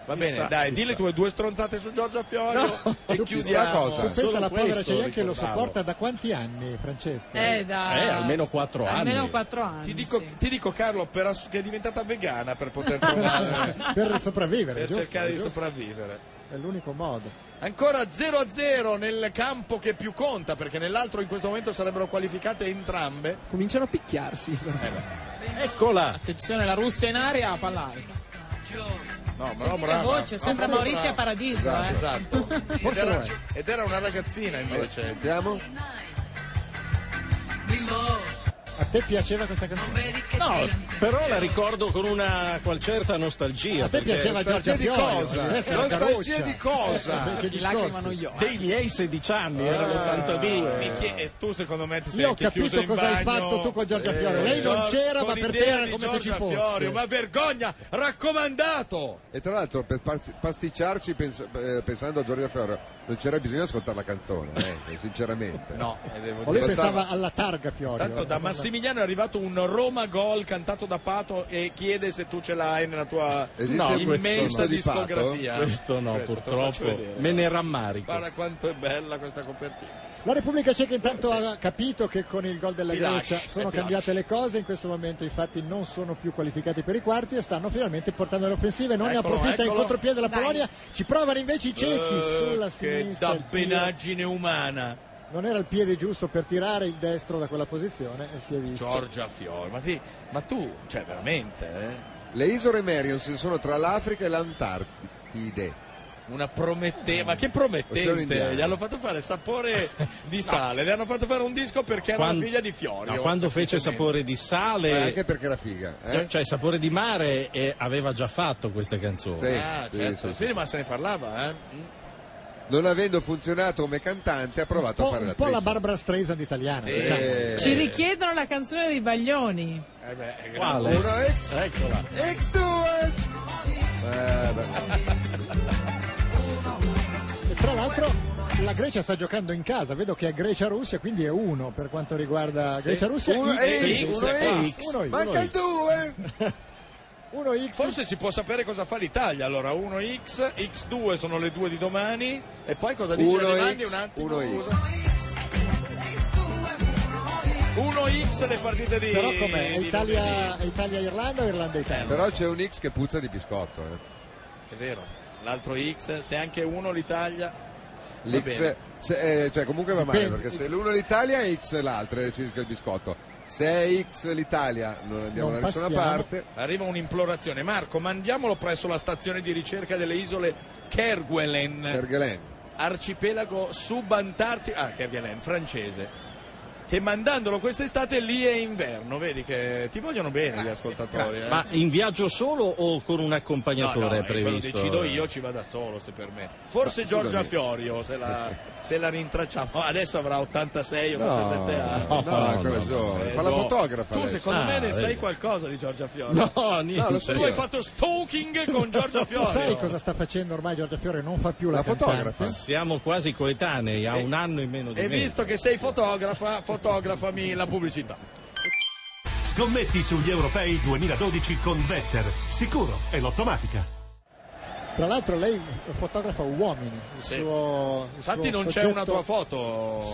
Speaker 11: Va bene,
Speaker 8: Chissà,
Speaker 11: dai,
Speaker 8: chissà.
Speaker 11: dilli tue due stronzate su Giorgia Fiorio e
Speaker 5: chissà
Speaker 11: chiudiamo.
Speaker 5: cosa.
Speaker 2: Tu pensa
Speaker 8: Solo
Speaker 2: alla povera
Speaker 8: questo
Speaker 2: Celian che lo
Speaker 8: ricordavo.
Speaker 2: sopporta da quanti anni, Francesco?
Speaker 6: Eh, da...
Speaker 8: Eh, almeno quattro anni.
Speaker 6: almeno quattro anni.
Speaker 11: Ti dico,
Speaker 6: sì.
Speaker 11: ti dico, Carlo per ass- che è diventata vegana per poter trovare,
Speaker 2: per sopravvivere,
Speaker 11: per
Speaker 2: giusto?
Speaker 11: cercare di
Speaker 2: Giusto?
Speaker 11: sopravvivere.
Speaker 2: È l'unico modo.
Speaker 11: Ancora 0-0 nel campo che più conta, perché nell'altro in questo momento sarebbero qualificate entrambe.
Speaker 7: Cominciano a picchiarsi. però.
Speaker 11: Eh
Speaker 8: Eccola!
Speaker 9: Attenzione, la Russia in aria, palla alta.
Speaker 11: No, ma no,
Speaker 6: Sentite la
Speaker 11: brava.
Speaker 6: voce, sembra
Speaker 11: brava.
Speaker 6: Maurizia Paradiso. eh.
Speaker 11: Esatto. Ed
Speaker 2: Forse
Speaker 11: era,
Speaker 2: lo è.
Speaker 11: ed era una ragazzina invece.
Speaker 5: Sentiamo?
Speaker 2: A te piaceva questa canzone?
Speaker 8: No,
Speaker 11: Eh.
Speaker 8: però la ricordo con una qual certa nostalgia.
Speaker 2: A te
Speaker 8: perché
Speaker 2: piaceva Giorgia
Speaker 5: Nostalgia
Speaker 2: eh,
Speaker 5: di
Speaker 2: Fiorio?
Speaker 5: cosa?
Speaker 2: Questa è la
Speaker 5: Nostalgia
Speaker 2: Caruccia.
Speaker 5: di cosa?
Speaker 2: Che
Speaker 9: Di
Speaker 2: discorsi?
Speaker 9: lacrima noiosa.
Speaker 8: Dei miei 16 anni, era
Speaker 11: Mi
Speaker 8: l'82.
Speaker 11: chie- e tu secondo me ti sei
Speaker 2: Ah. Io ho
Speaker 11: anche chiuso
Speaker 2: capito
Speaker 11: in
Speaker 2: cosa hai
Speaker 11: bagno.
Speaker 2: fatto tu con Giorgia Fiorio. Lei non
Speaker 11: Gior-
Speaker 2: c'era,
Speaker 11: con
Speaker 2: ma per te
Speaker 11: l'idea
Speaker 2: era
Speaker 11: di
Speaker 2: come se ci
Speaker 11: Giorgia
Speaker 2: fosse.
Speaker 11: Fiorio, ma vergogna! Raccomandato!
Speaker 5: E tra l'altro per par- pasticciarci pens- eh, pensando a Giorgia Fiorio non c'era bisogno di ascoltare la canzone, eh, sinceramente.
Speaker 11: No, eh, devo
Speaker 2: O
Speaker 11: dire.
Speaker 2: lei
Speaker 5: Bastava-
Speaker 2: pensava alla targa Fiorio.
Speaker 11: Tanto da Massimiliano è arrivato un Roma Gol cantato da Pato e chiede se tu ce l'hai nella tua
Speaker 5: Esiste
Speaker 8: No, questo
Speaker 11: immensa
Speaker 8: no.
Speaker 5: Di Pato?
Speaker 11: discografia.
Speaker 8: Questo no,
Speaker 11: Questo te lo faccio
Speaker 8: purtroppo.
Speaker 11: vedere.
Speaker 8: Me ne rammarico.
Speaker 11: Guarda quanto è bella questa copertina.
Speaker 2: La Repubblica Ceca intanto ha capito che con il gol della
Speaker 11: Ti
Speaker 2: Grecia
Speaker 11: lascio,
Speaker 2: sono
Speaker 11: ti lascio.
Speaker 2: cambiate le cose, in questo momento infatti non sono più qualificati per i quarti e stanno finalmente portando le offensive, non ne
Speaker 11: Eccolo,
Speaker 2: approfitta in
Speaker 11: eccolo.
Speaker 2: contropiede della Polonia, ci provano invece i cechi
Speaker 11: Eh,
Speaker 2: sulla
Speaker 11: che
Speaker 2: sinistra.
Speaker 11: da
Speaker 2: il piede-
Speaker 11: benaggine umana.
Speaker 2: Non era il piede giusto per tirare il destro da quella posizione e si è visto.
Speaker 11: Giorgia Fiori, ma, ti- ma tu, cioè veramente, eh?
Speaker 5: Le isole Marion si sono tra l'Africa e l'Antartide.
Speaker 11: una prometteva, ma che
Speaker 5: Oceano
Speaker 11: promettente,
Speaker 5: Indiano.
Speaker 11: gli hanno fatto fare sapore di sale, le hanno fatto fare un disco perché era
Speaker 8: Quan-
Speaker 11: la figlia di Fiorio.
Speaker 8: No, quando fece sapore di
Speaker 5: Eh,
Speaker 8: sale,
Speaker 5: anche perché era figa. eh?
Speaker 8: cioè- cioè sapore di mare, e aveva già fatto queste canzoni.
Speaker 5: Sì,
Speaker 11: Ah,
Speaker 5: sì,
Speaker 11: certo,
Speaker 5: sì,
Speaker 11: sì,
Speaker 5: sì.
Speaker 11: ma se ne parlava, eh?
Speaker 5: Non avendo funzionato come cantante ha provato
Speaker 2: Un
Speaker 5: a
Speaker 2: po',
Speaker 5: fare
Speaker 2: un
Speaker 5: la
Speaker 2: po' la Barbara Streisand italiana.
Speaker 11: Sì.
Speaker 2: diciamo.
Speaker 5: Eh,
Speaker 6: Ci richiedono la canzone di Baglioni.
Speaker 11: Eh beh, è grande.
Speaker 8: Quale?
Speaker 5: Uno ex-
Speaker 8: Eccola.
Speaker 5: X2! Eh, beh.
Speaker 2: E tra l'altro la Grecia sta giocando in casa, vedo che è Grecia-Russia, quindi è uno per quanto riguarda Grecia-Russia.
Speaker 5: Uno
Speaker 2: I-
Speaker 5: X,
Speaker 2: uno
Speaker 5: uno
Speaker 2: X,
Speaker 5: X.
Speaker 2: uno X.
Speaker 5: Manca il 2!
Speaker 2: Uno X.
Speaker 11: Forse si può sapere cosa fa l'Italia, allora 1x, x2 sono le due di domani e poi cosa dice
Speaker 5: 1X,
Speaker 11: Rimandi un attimo,
Speaker 5: 1X.
Speaker 11: scusa. 1x le partite di
Speaker 2: Però com'è? È
Speaker 11: di lunedì.
Speaker 2: Italia, è Italia-Irlanda o Irlanda-Italia?
Speaker 5: Però c'è un X che puzza di biscotto. eh.
Speaker 11: È vero. L'altro X, se anche uno l'Italia
Speaker 5: L'X,
Speaker 11: bene.
Speaker 5: se- eh, cioè comunque va male
Speaker 2: Dipende.
Speaker 5: perché se l'uno è l'Italia è X l'altro e si rischia il biscotto. Se è X l'Italia non andiamo
Speaker 2: Non
Speaker 5: da nessuna
Speaker 2: passiamo.
Speaker 5: parte.
Speaker 11: Arriva un'implorazione. Marco, mandiamolo presso la stazione di ricerca delle isole Kerguelen,
Speaker 5: Kerguelen.
Speaker 11: arcipelago subantartico. Ah, Kerguelen, francese. che mandandolo quest'estate lì è inverno, vedi che ti vogliono bene gli ascoltatori. eh.
Speaker 8: Ma in viaggio solo o con un
Speaker 11: No,
Speaker 8: accompagnatore
Speaker 11: no, eh,
Speaker 8: è
Speaker 11: quello
Speaker 8: previsto? eh.
Speaker 11: decido io, ci vado da solo se per me. Forse
Speaker 8: Ma scusami.
Speaker 11: Giorgia Fiorio, se la, se la rintracciamo. Adesso avrà 86
Speaker 5: No,
Speaker 11: 87 anni.
Speaker 5: no, no, ancora giovane. Fa la
Speaker 11: Eh, no.
Speaker 5: fotografa
Speaker 11: Tu
Speaker 5: adesso.
Speaker 11: secondo
Speaker 5: Ah,
Speaker 11: me ne
Speaker 5: vedi.
Speaker 11: sai qualcosa di Giorgia Fiorio.
Speaker 8: No, niente.
Speaker 11: lo so
Speaker 5: Tu
Speaker 11: tu hai
Speaker 5: hai
Speaker 11: fatto stalking con Giorgia
Speaker 2: Tu sai
Speaker 11: Fiorio.
Speaker 2: cosa sta facendo ormai Giorgia Fiore? Non fa più la, cantante.
Speaker 8: Siamo quasi coetanei, ha un anno in meno di
Speaker 11: E
Speaker 8: me.
Speaker 11: visto che sei fotografa, fotografami la pubblicità.
Speaker 4: Scommetti sugli europei 2012 con Better. Sicuro e l'automatica.
Speaker 2: Tra l'altro lei fotografa uomini. Il
Speaker 11: Sì.
Speaker 2: suo, il
Speaker 11: Infatti
Speaker 2: suo
Speaker 11: non c'è
Speaker 2: soggetto-
Speaker 11: una tua foto.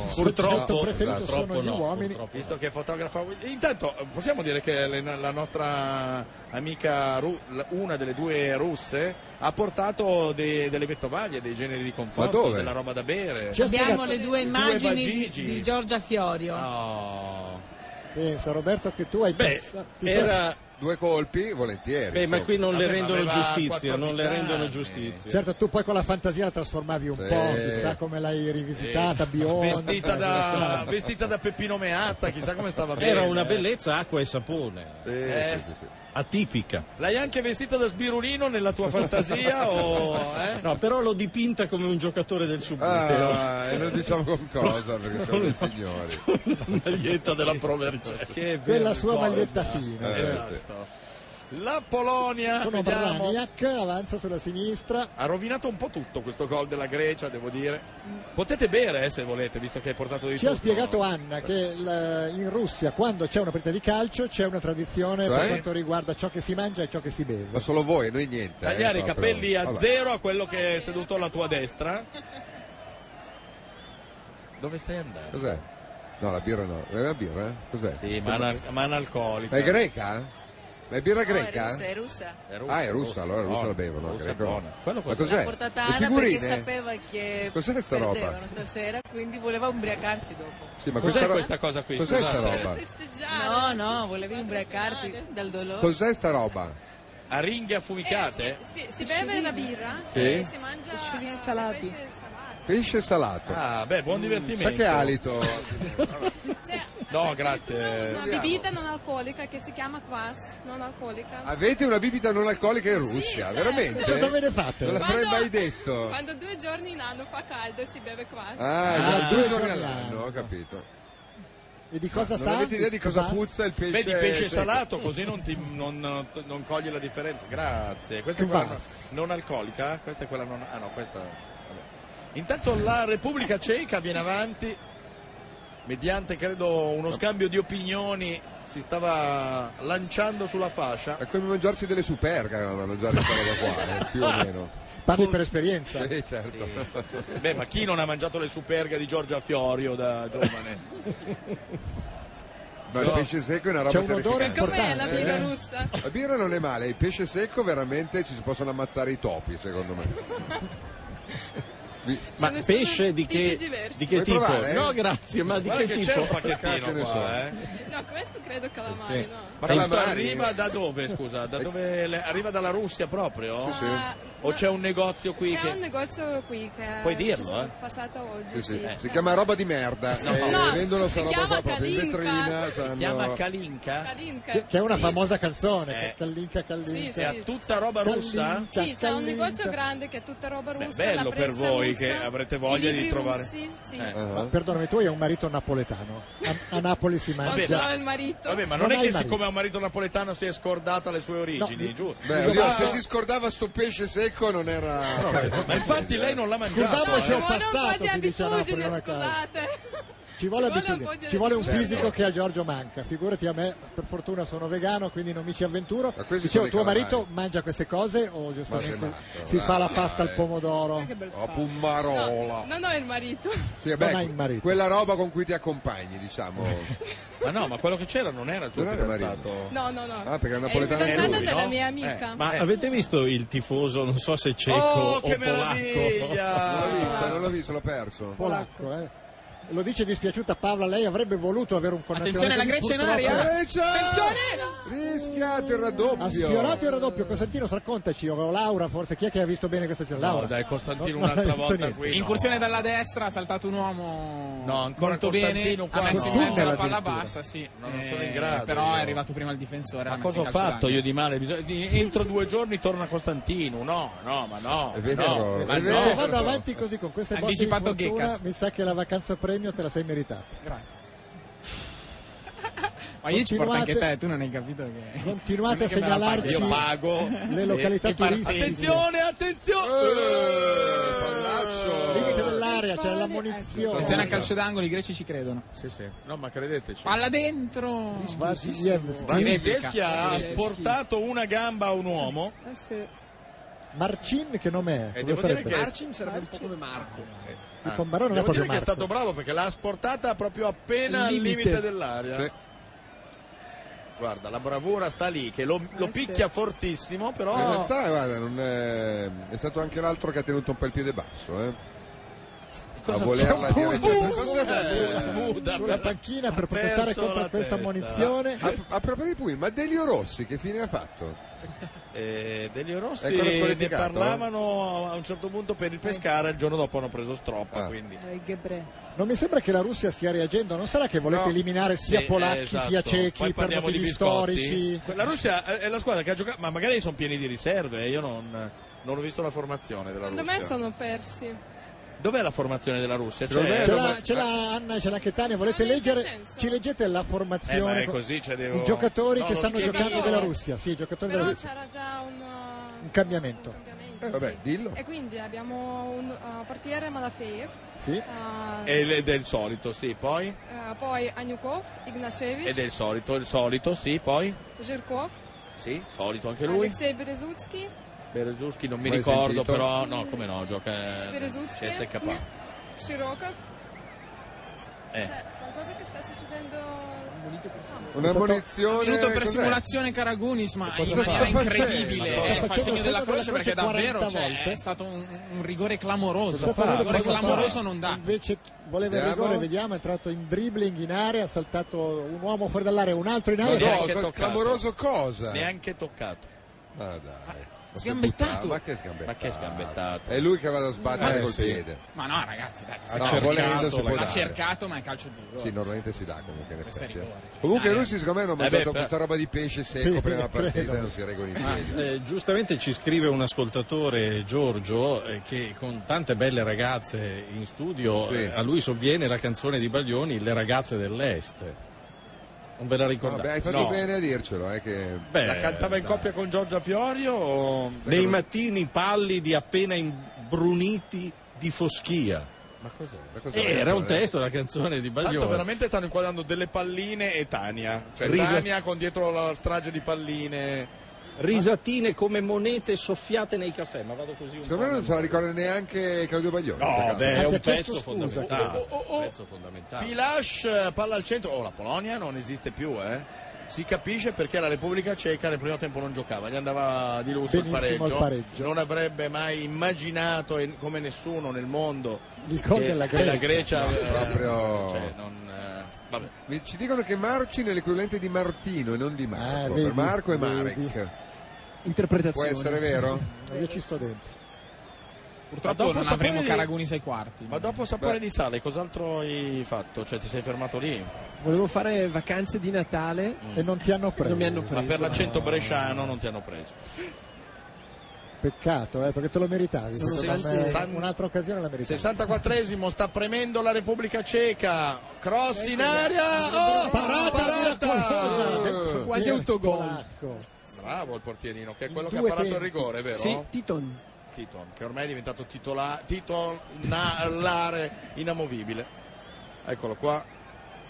Speaker 2: il suo soggetto preferito sono gli uomini.
Speaker 11: Visto che fotografa. Intanto eh, possiamo dire che le- la nostra amica, ru- la- una delle due russe, ha portato dei- delle vettovaglie, dei generi di conforto,
Speaker 5: Ma dove?
Speaker 11: della roba da bere.
Speaker 6: Abbiamo le due immagini di,
Speaker 11: vagigi.
Speaker 6: di Giorgia Fiorio.
Speaker 11: No.
Speaker 2: Pensa Roberto che tu hai
Speaker 5: Beh,
Speaker 2: passato.
Speaker 5: era due colpi volentieri.
Speaker 8: Beh, ma
Speaker 5: insomma.
Speaker 8: qui non
Speaker 5: Vabbè,
Speaker 8: le
Speaker 5: ma
Speaker 8: rendono
Speaker 5: aveva
Speaker 8: giustizia, non le
Speaker 5: 14
Speaker 8: rendono
Speaker 5: anni.
Speaker 8: giustizia.
Speaker 2: Certo, tu poi con la fantasia la trasformavi un
Speaker 8: Sì.
Speaker 2: po', chissà come l'hai rivisitata, bionda.
Speaker 11: Vestita da, vestita da Peppino Meazza, chissà come stava bene.
Speaker 8: Era una bellezza acqua e sapone.
Speaker 11: Eh. sì,
Speaker 8: Atipica.
Speaker 11: L'hai anche vestita da sbirulino nella tua fantasia o... eh?
Speaker 8: No, però l'ho dipinta come un giocatore del subbuteo.
Speaker 5: Ah, e non diciamo con cosa perché siamo dei signori.
Speaker 11: maglietta della Proverce.
Speaker 2: Quella sua maglietta fine.
Speaker 5: Eh,
Speaker 2: esatto.
Speaker 5: sì.
Speaker 11: La Polonia
Speaker 2: Sono
Speaker 11: vediamo,
Speaker 2: Braniak, avanza sulla sinistra.
Speaker 11: ha rovinato un po' tutto questo gol della Grecia, devo dire. Potete bere eh, se volete, visto che hai portato di
Speaker 2: Ci
Speaker 11: tutto.
Speaker 2: ha spiegato Anna che il- in Russia quando c'è una partita di calcio c'è una tradizione
Speaker 11: Cioè?
Speaker 2: per quanto riguarda ciò che si mangia e ciò che si beve.
Speaker 5: Ma solo voi, noi niente.
Speaker 11: Tagliare
Speaker 5: eh,
Speaker 11: i
Speaker 5: proprio.
Speaker 11: capelli a
Speaker 5: Vabbè.
Speaker 11: zero a quello che è seduto alla tua destra. Dove stai andando?
Speaker 5: Cos'è? No, la birra no. È una birra? eh? Cos'è?
Speaker 11: Sì, ma, ana- ma analcolica.
Speaker 5: Ma è greca? Ma è birra greca?
Speaker 12: russa, è russa.
Speaker 11: È
Speaker 5: ah, è russa, allora russa la bevono.
Speaker 11: Russa è
Speaker 5: greco no.
Speaker 11: buona. Quello
Speaker 5: Ma
Speaker 11: cos'è?
Speaker 12: L'ha
Speaker 5: cos'è?
Speaker 12: portata
Speaker 5: Le
Speaker 12: Anna
Speaker 5: figurine?
Speaker 12: perché sapeva che
Speaker 5: Cos'è sta roba?
Speaker 12: perdevano stasera, quindi voleva ubriacarsi dopo.
Speaker 5: Sì, ma
Speaker 11: Cos'è
Speaker 5: ro-
Speaker 11: questa cosa qui?
Speaker 5: Cos'è
Speaker 11: Scusate.
Speaker 5: sta roba?
Speaker 12: No, no, volevi ubriacarti dal dolore.
Speaker 5: Cos'è sta roba?
Speaker 11: A ringhie affumicate?
Speaker 10: Eh, Si, si beve la birra
Speaker 5: Sì.
Speaker 10: e si mangia
Speaker 13: Pesciolini
Speaker 10: eh,
Speaker 13: salati.
Speaker 10: pesce salato.
Speaker 5: Pesce salato.
Speaker 11: Ah, beh, buon divertimento.
Speaker 5: Sa che alito.
Speaker 11: No,
Speaker 5: Eh,
Speaker 11: grazie.
Speaker 10: Una bibita non alcolica che si chiama kvass non alcolica.
Speaker 5: Avete una bibita non alcolica in Russia, veramente?
Speaker 2: Cosa ve ne fate?
Speaker 5: Non l'avrei
Speaker 10: certo. Quando-
Speaker 5: mai detto.
Speaker 10: Quando due giorni in anno fa caldo si beve kvass
Speaker 5: Ah, già due giorni all'anno, ho capito.
Speaker 2: E di cosa
Speaker 5: Ah, non
Speaker 2: sa?
Speaker 5: avete idea di cosa
Speaker 2: Kvass?
Speaker 5: puzza il pesce?
Speaker 11: Vedi pesce
Speaker 5: secco?
Speaker 11: salato così non, ti, non, non cogli la differenza. Grazie. Questa è
Speaker 2: Che
Speaker 11: quella
Speaker 2: va.
Speaker 11: non, non alcolica? Questa è quella non. Ah no, questa. vabbè. Intanto la Repubblica Ceca viene avanti. Mediante credo uno scambio di opinioni si stava lanciando sulla fascia.
Speaker 5: È come mangiarsi delle superga, ma mangiare questa roba qua, eh, più
Speaker 11: Ah.
Speaker 5: o meno.
Speaker 2: Parli per esperienza.
Speaker 5: Sì, certo.
Speaker 11: Beh, ma chi non ha mangiato le superga di Giorgia Fiorio da giovane?
Speaker 5: Ma il pesce secco è una roba
Speaker 2: C'è un odore
Speaker 5: terrificante.
Speaker 2: importante. Com'è la birra
Speaker 5: Eh?
Speaker 12: russa?
Speaker 5: La birra non è male, il pesce secco veramente ci si possono ammazzare i topi, secondo me. Vi-
Speaker 8: Ma pesce di che, di che
Speaker 5: Vuoi
Speaker 8: tipo?
Speaker 5: provare?
Speaker 8: No, grazie, ma di
Speaker 11: Guarda
Speaker 8: che,
Speaker 11: che
Speaker 8: tipo?
Speaker 11: c'è un pacchettino
Speaker 5: Cacchio ne
Speaker 11: qua,
Speaker 5: so.
Speaker 11: eh.
Speaker 10: No, questo credo calamari,
Speaker 8: Sì.
Speaker 10: no?
Speaker 11: Ma
Speaker 8: Calamari.
Speaker 11: questo arriva da dove, scusa? Da dove le- arriva dalla Russia proprio?
Speaker 5: Sì, sì.
Speaker 11: O c'è un negozio qui
Speaker 10: C'è
Speaker 11: che...
Speaker 10: un negozio qui che
Speaker 11: Puoi
Speaker 10: ci
Speaker 11: dirlo,
Speaker 10: sono
Speaker 11: eh?
Speaker 10: passata
Speaker 5: Sì,
Speaker 10: oggi.
Speaker 5: sì.
Speaker 10: sì.
Speaker 5: Si chiama roba di merda.
Speaker 11: No.
Speaker 5: eh,
Speaker 10: No,
Speaker 5: vendono
Speaker 10: si
Speaker 5: sta roba
Speaker 10: chiama
Speaker 5: qua proprio in
Speaker 10: Kalinka.
Speaker 5: vetrina.
Speaker 10: Si
Speaker 5: sanno-
Speaker 11: chiama Kalinka?
Speaker 10: Kalinka.
Speaker 2: Che, che è una
Speaker 10: Sì.
Speaker 2: famosa canzone,
Speaker 11: Eh.
Speaker 2: Callinca Callinca.
Speaker 10: Sì,
Speaker 11: È a tutta roba russa?
Speaker 10: Sì, c'è un negozio grande che è tutta roba
Speaker 11: Beh,
Speaker 10: russa.
Speaker 11: bello
Speaker 10: la
Speaker 11: per
Speaker 10: pressa
Speaker 11: voi
Speaker 10: russa,
Speaker 11: che avrete voglia
Speaker 10: i
Speaker 11: di
Speaker 10: libri
Speaker 11: trovare-
Speaker 10: russi, sì.
Speaker 11: Eh.
Speaker 2: Ma perdonami, tu hai un marito napoletano. A, a Napoli si
Speaker 11: Vabbè,
Speaker 2: mangia.
Speaker 11: ma-
Speaker 10: il marito.
Speaker 11: Vabbè, ma non,
Speaker 2: Non
Speaker 11: è
Speaker 2: hai
Speaker 11: che
Speaker 2: marito.
Speaker 11: siccome ha un marito napoletano si è scordata le sue origini, giù.
Speaker 5: Beh, oddio, se si scordava sto pesce secco non era...
Speaker 11: Ma infatti lei non l'ha mangiato.
Speaker 2: Scusate se
Speaker 11: eh.
Speaker 2: ho passato, si dice a Napoli, non a caso. Ci vuole,
Speaker 10: Ci vuole un
Speaker 2: abitudine,
Speaker 10: po' di
Speaker 2: ci vuole un
Speaker 5: abitudine.
Speaker 2: fisico che a Giorgio manca. Figurati a me, per fortuna sono vegano, quindi non mi ci avventuro.
Speaker 5: Ma questi sono
Speaker 2: Dicevo, tuo
Speaker 5: dei calamari.
Speaker 2: marito mangia queste cose o giustamente
Speaker 5: Ma sei matto,
Speaker 2: si fa la
Speaker 5: dai,
Speaker 2: pasta
Speaker 5: dai.
Speaker 2: al pomodoro?
Speaker 5: Oh, pummarola.
Speaker 10: No, no, è il marito.
Speaker 5: Sì, vabbè,
Speaker 2: Non hai il marito.
Speaker 5: quella roba con cui ti accompagni, diciamo.
Speaker 11: Ma no, ma quello che c'era non era il tuo
Speaker 5: Non era
Speaker 11: fidanzato.
Speaker 10: No, no, no.
Speaker 5: Ah, perché è
Speaker 10: è il
Speaker 5: napoletano è
Speaker 10: fidanzato
Speaker 5: lui, Eh.
Speaker 10: della
Speaker 2: Eh.
Speaker 11: no?
Speaker 10: mia amica.
Speaker 8: Ma avete visto il tifoso, non so se cieco
Speaker 11: Oh,
Speaker 8: o
Speaker 11: che
Speaker 8: polacco?
Speaker 11: meraviglia!
Speaker 5: Non l'ho visto, non l'ho visto, l'ho perso.
Speaker 2: Polacco, eh. Lo dice dispiaciuta Paola, lei avrebbe voluto avere un
Speaker 9: Attenzione,
Speaker 2: connazionale.
Speaker 9: la Grecia in aria.
Speaker 11: Eh,
Speaker 9: Attenzione!
Speaker 5: Rischiato il raddoppio.
Speaker 2: Eh, Ha sfiorato il raddoppio. Costantino, raccontaci, o Laura forse, chi è che ha visto bene questa azione? Laura.
Speaker 11: No, dai, Costantino
Speaker 2: No,
Speaker 11: un'altra
Speaker 2: non ha visto
Speaker 11: volta
Speaker 2: niente.
Speaker 11: qui. no.
Speaker 9: Incursione dalla destra, ha saltato un uomo
Speaker 11: No, ancora
Speaker 9: molto bene,
Speaker 11: Costantino
Speaker 9: ha
Speaker 11: qua.
Speaker 9: messo in
Speaker 11: No.
Speaker 9: mezzo la
Speaker 11: Tunnel
Speaker 9: palla
Speaker 11: addirittura.
Speaker 9: bassa, sì.
Speaker 11: No, non sono in
Speaker 9: Eh,
Speaker 11: grado
Speaker 9: Però
Speaker 11: io.
Speaker 9: è arrivato prima il difensore, l'ha
Speaker 11: Ma
Speaker 9: messo
Speaker 11: cosa ho
Speaker 9: in calcio
Speaker 11: fatto
Speaker 9: d'angolo.
Speaker 11: io di male? Bisogna- di- Entro due giorni torna Costantino. No, no, ma no.
Speaker 5: È vero,
Speaker 11: no,
Speaker 5: è
Speaker 11: ma
Speaker 5: vero.
Speaker 11: no.
Speaker 2: Se vado avanti così con queste botte di
Speaker 9: Anticipato
Speaker 2: fortuna,
Speaker 9: Gekas.
Speaker 2: mi sa che la vacanza premio te la sei meritata.
Speaker 9: Grazie. Ma io ci porto
Speaker 2: Continuate-
Speaker 9: anche te, tu non hai capito che...
Speaker 2: Continuate a
Speaker 9: Non è che me la
Speaker 2: segnalarci
Speaker 9: paghi. Io
Speaker 11: pago.
Speaker 2: le località
Speaker 9: E- e
Speaker 2: turistiche.
Speaker 11: Attenzione, attenzione! Eh,
Speaker 2: Limite dell'area, c'è la munizione.
Speaker 9: Attenzione al calcio d'angolo, i greci ci credono.
Speaker 11: Sì, sì. No, ma credeteci.
Speaker 9: Palla dentro!
Speaker 11: Vasilievski ha
Speaker 9: Sì.
Speaker 11: sportato una gamba a un uomo.
Speaker 2: Marcin che nome è?
Speaker 11: Eh,
Speaker 2: Come
Speaker 11: devo dire
Speaker 2: sarebbe?
Speaker 11: che-
Speaker 7: Arcim sarebbe un po' come Marco.
Speaker 2: Il Pombarone non è
Speaker 11: Devo dire
Speaker 2: proprio
Speaker 11: che è
Speaker 2: Marco.
Speaker 11: stato bravo perché l'ha sportata proprio appena
Speaker 2: Limite.
Speaker 11: al limite dell'area. Guarda, la bravura sta lì che lo,
Speaker 2: Eh,
Speaker 11: lo picchia fortissimo, però
Speaker 5: In realtà, guarda, non è... è stato anche l'altro che ha tenuto un po' il piede basso, eh.
Speaker 2: Cosa-
Speaker 5: a volerla
Speaker 2: c'è
Speaker 5: dire.
Speaker 2: un pugno
Speaker 5: Cos'è?
Speaker 2: sulla panchina per protestare
Speaker 5: perso
Speaker 2: contro
Speaker 5: la
Speaker 2: questa
Speaker 5: testa.
Speaker 2: munizione.
Speaker 5: A, a proposito di Pugni, ma Delio Rossi che fine ha fatto?
Speaker 11: eh, Delio
Speaker 5: È
Speaker 11: Rossi
Speaker 5: ancora
Speaker 11: ne
Speaker 5: squalificato?
Speaker 11: parlavano a un certo punto per il pescare, il giorno dopo hanno preso stroppa, quindi
Speaker 10: Eh,
Speaker 2: Non mi sembra che la Russia stia reagendo, non sarà che volete
Speaker 11: No.
Speaker 2: eliminare sia
Speaker 11: Sì,
Speaker 2: polacchi
Speaker 11: eh, esatto.
Speaker 2: sia
Speaker 11: Poi
Speaker 2: cechi per
Speaker 11: parliamo di
Speaker 2: motivi
Speaker 11: biscotti.
Speaker 2: storici?
Speaker 11: Que- La Russia è è la squadra che ha giocato, ma magari sono pieni di riserve. eh, Io non, non ho visto la formazione della
Speaker 10: Secondo
Speaker 11: Russia.
Speaker 10: me sono persi.
Speaker 11: Dov'è la formazione della Russia?
Speaker 2: Ce
Speaker 11: Cioè-
Speaker 2: l'ha, ce l'ha Anna e ce l'ha Chetania, volete leggere? Ci leggete la
Speaker 11: Eh, ma
Speaker 2: formazione?
Speaker 11: è così, cioè, devo-
Speaker 2: I giocatori
Speaker 11: No,
Speaker 2: che
Speaker 11: lo
Speaker 2: stanno
Speaker 11: schema-
Speaker 2: giocando della Russia, sì, i giocatori
Speaker 10: Però
Speaker 2: della Russia.
Speaker 10: c'era già un,
Speaker 2: Un cambiamento. Eh,
Speaker 10: cambiamento, sì.
Speaker 5: dillo.
Speaker 10: E quindi abbiamo un eh, portiere Malafeev,
Speaker 2: Sì.
Speaker 10: eh,
Speaker 11: È il- del solito, sì, poi.
Speaker 10: eh, poi Anyukov, Ignashevich,
Speaker 11: È del solito, il solito, sì, poi.
Speaker 10: Zhirkov,
Speaker 11: Sì, solito anche lui. Eh,
Speaker 10: Alexei Berezutsky,
Speaker 11: Berezuschi non mi
Speaker 5: Mai
Speaker 11: ricordo,
Speaker 5: sentito?
Speaker 11: però no, come no, gioca eh,
Speaker 10: Berezuschi?
Speaker 11: CSK.
Speaker 10: Shirokov.
Speaker 11: Eh.
Speaker 10: C'è qualcosa che sta succedendo.
Speaker 5: Una munizione.
Speaker 9: Minuto per
Speaker 5: cos'è?
Speaker 9: simulazione Caragunis, ma in
Speaker 5: cosa sta
Speaker 9: maniera
Speaker 5: facendo?
Speaker 9: incredibile.
Speaker 5: Ma cosa sta
Speaker 9: Eh, fa il segno
Speaker 5: facendo?
Speaker 9: della
Speaker 5: Sotto
Speaker 9: croce
Speaker 5: la
Speaker 9: perché
Speaker 5: croce
Speaker 9: davvero
Speaker 5: 40
Speaker 9: cioè, è
Speaker 5: volte.
Speaker 9: stato un, un rigore clamoroso.
Speaker 2: Cosa fa?
Speaker 9: Un rigore
Speaker 2: Cosa fa?
Speaker 9: clamoroso non dà.
Speaker 2: Invece voleva il
Speaker 11: Cioè,
Speaker 9: Vediamo.
Speaker 11: boh.
Speaker 2: rigore, vediamo, è entrato in dribbling in area, ha saltato un uomo fuori dall'area, un altro in
Speaker 5: Ma
Speaker 2: area.
Speaker 5: no, col- clamoroso cosa?
Speaker 11: Neanche toccato.
Speaker 5: Ma dai. Ma che
Speaker 9: sgambettato.
Speaker 5: buttata- Ma che sgambettato?
Speaker 11: Ma che sgambettato.
Speaker 5: È lui che va a sbattere
Speaker 11: Eh,
Speaker 5: col
Speaker 11: sì.
Speaker 5: piede.
Speaker 9: Ma no, ragazzi, dai,
Speaker 5: Ah, no,
Speaker 9: l'ha
Speaker 5: volendo si può
Speaker 9: l'ha
Speaker 5: dare.
Speaker 9: cercato, ma è calcio duro.
Speaker 5: Sì, normalmente si dà comunque in
Speaker 9: Questo è
Speaker 5: effetti.
Speaker 9: rigore.
Speaker 5: eh. Comunque i
Speaker 9: Dai,
Speaker 5: russi secondo me hanno
Speaker 8: eh, beh,
Speaker 5: mangiato
Speaker 8: per-
Speaker 5: questa roba di pesce secco
Speaker 8: Sì,
Speaker 5: prima della partita
Speaker 8: credo.
Speaker 5: e non si regolano i
Speaker 8: Ma,
Speaker 5: piedi.
Speaker 8: eh, giustamente ci scrive un ascoltatore Giorgio eh, che con tante belle ragazze in studio
Speaker 5: Sì.
Speaker 8: eh, a lui sovviene la canzone di Baglioni Le ragazze dell'Est. Non ve la ricordate?
Speaker 5: Vabbè, hai fatto
Speaker 8: No.
Speaker 5: bene a dircelo, eh, che...
Speaker 8: Beh,
Speaker 11: La cantava in
Speaker 8: dai.
Speaker 11: coppia con Giorgia Fiorio o...
Speaker 8: Nei mattini pallidi appena imbruniti di foschia.
Speaker 11: Ma cos'è?
Speaker 8: Eh, era un testo della canzone di
Speaker 11: Tanto
Speaker 8: Baglioni.
Speaker 11: veramente stanno inquadrando delle palline e Tania. Cioè
Speaker 8: Risa-
Speaker 11: Tania con dietro la strage di palline.
Speaker 8: Risatine come monete soffiate nei caffè, ma vado così un
Speaker 5: Secondo me
Speaker 8: po'.
Speaker 5: non se la ricorda neanche Claudio Baglioni.
Speaker 8: No,
Speaker 5: questa cosa.
Speaker 8: beh, è
Speaker 5: Anzi,
Speaker 8: un
Speaker 5: ha
Speaker 8: pezzo
Speaker 5: chiesto scusa.
Speaker 8: fondamentale.
Speaker 11: Oh, oh, oh.
Speaker 8: Pezzo fondamentale.
Speaker 11: Pilash, eh, palla al centro. Oh, la Polonia non esiste più, eh. Si capisce perché la Repubblica Ceca nel primo tempo non giocava, gli andava di lusso il
Speaker 2: Benissimo
Speaker 11: pareggio.
Speaker 2: il pareggio.
Speaker 11: Non avrebbe mai immaginato, e- come nessuno nel mondo,
Speaker 2: Il gol
Speaker 11: che-
Speaker 2: della
Speaker 11: che la
Speaker 2: Grecia.
Speaker 11: eh,
Speaker 5: Proprio-
Speaker 11: cioè, non, eh, vabbè.
Speaker 5: Mi- Ci dicono che Marcin è l'equivalente di Martino e non di Marco.
Speaker 2: Ah, vedi,
Speaker 5: per Marco è Marek.
Speaker 2: vedi.
Speaker 5: Può
Speaker 7: Interpretazione.
Speaker 5: essere vero?
Speaker 2: Io ci sto dentro.
Speaker 9: Purtroppo
Speaker 11: Ma dopo
Speaker 9: non avremo
Speaker 11: sapere-
Speaker 9: Caragunis ai quarti.
Speaker 11: Ma dopo sapore di sale, cos'altro hai fatto? Cioè, ti sei fermato lì?
Speaker 7: Volevo fare vacanze di Natale.
Speaker 2: E non ti hanno preso.
Speaker 7: Non mi hanno
Speaker 11: Ma
Speaker 7: preso.
Speaker 11: per l'accento bresciano non ti hanno preso.
Speaker 2: Peccato, eh, perché te lo meritavi.
Speaker 11: Sono
Speaker 2: secondo me
Speaker 11: sessan-
Speaker 2: Eh, un'altra occasione la meritavi.
Speaker 11: 64esimo, sta premendo la Repubblica Ceca. Cross
Speaker 2: Ecco,
Speaker 11: in area. Oh,
Speaker 2: eh, Parata Ecco, miracolosa del
Speaker 7: Quasi
Speaker 11: Eh,
Speaker 2: portiere
Speaker 7: autogol.
Speaker 2: polacco.
Speaker 11: Bravo il portierino, che è quello che
Speaker 2: Due
Speaker 11: ha parato il
Speaker 2: tempi.
Speaker 11: rigore, vero?
Speaker 7: Sì, Titon.
Speaker 11: Titon, che ormai è diventato titolare, titolare inamovibile. Eccolo qua,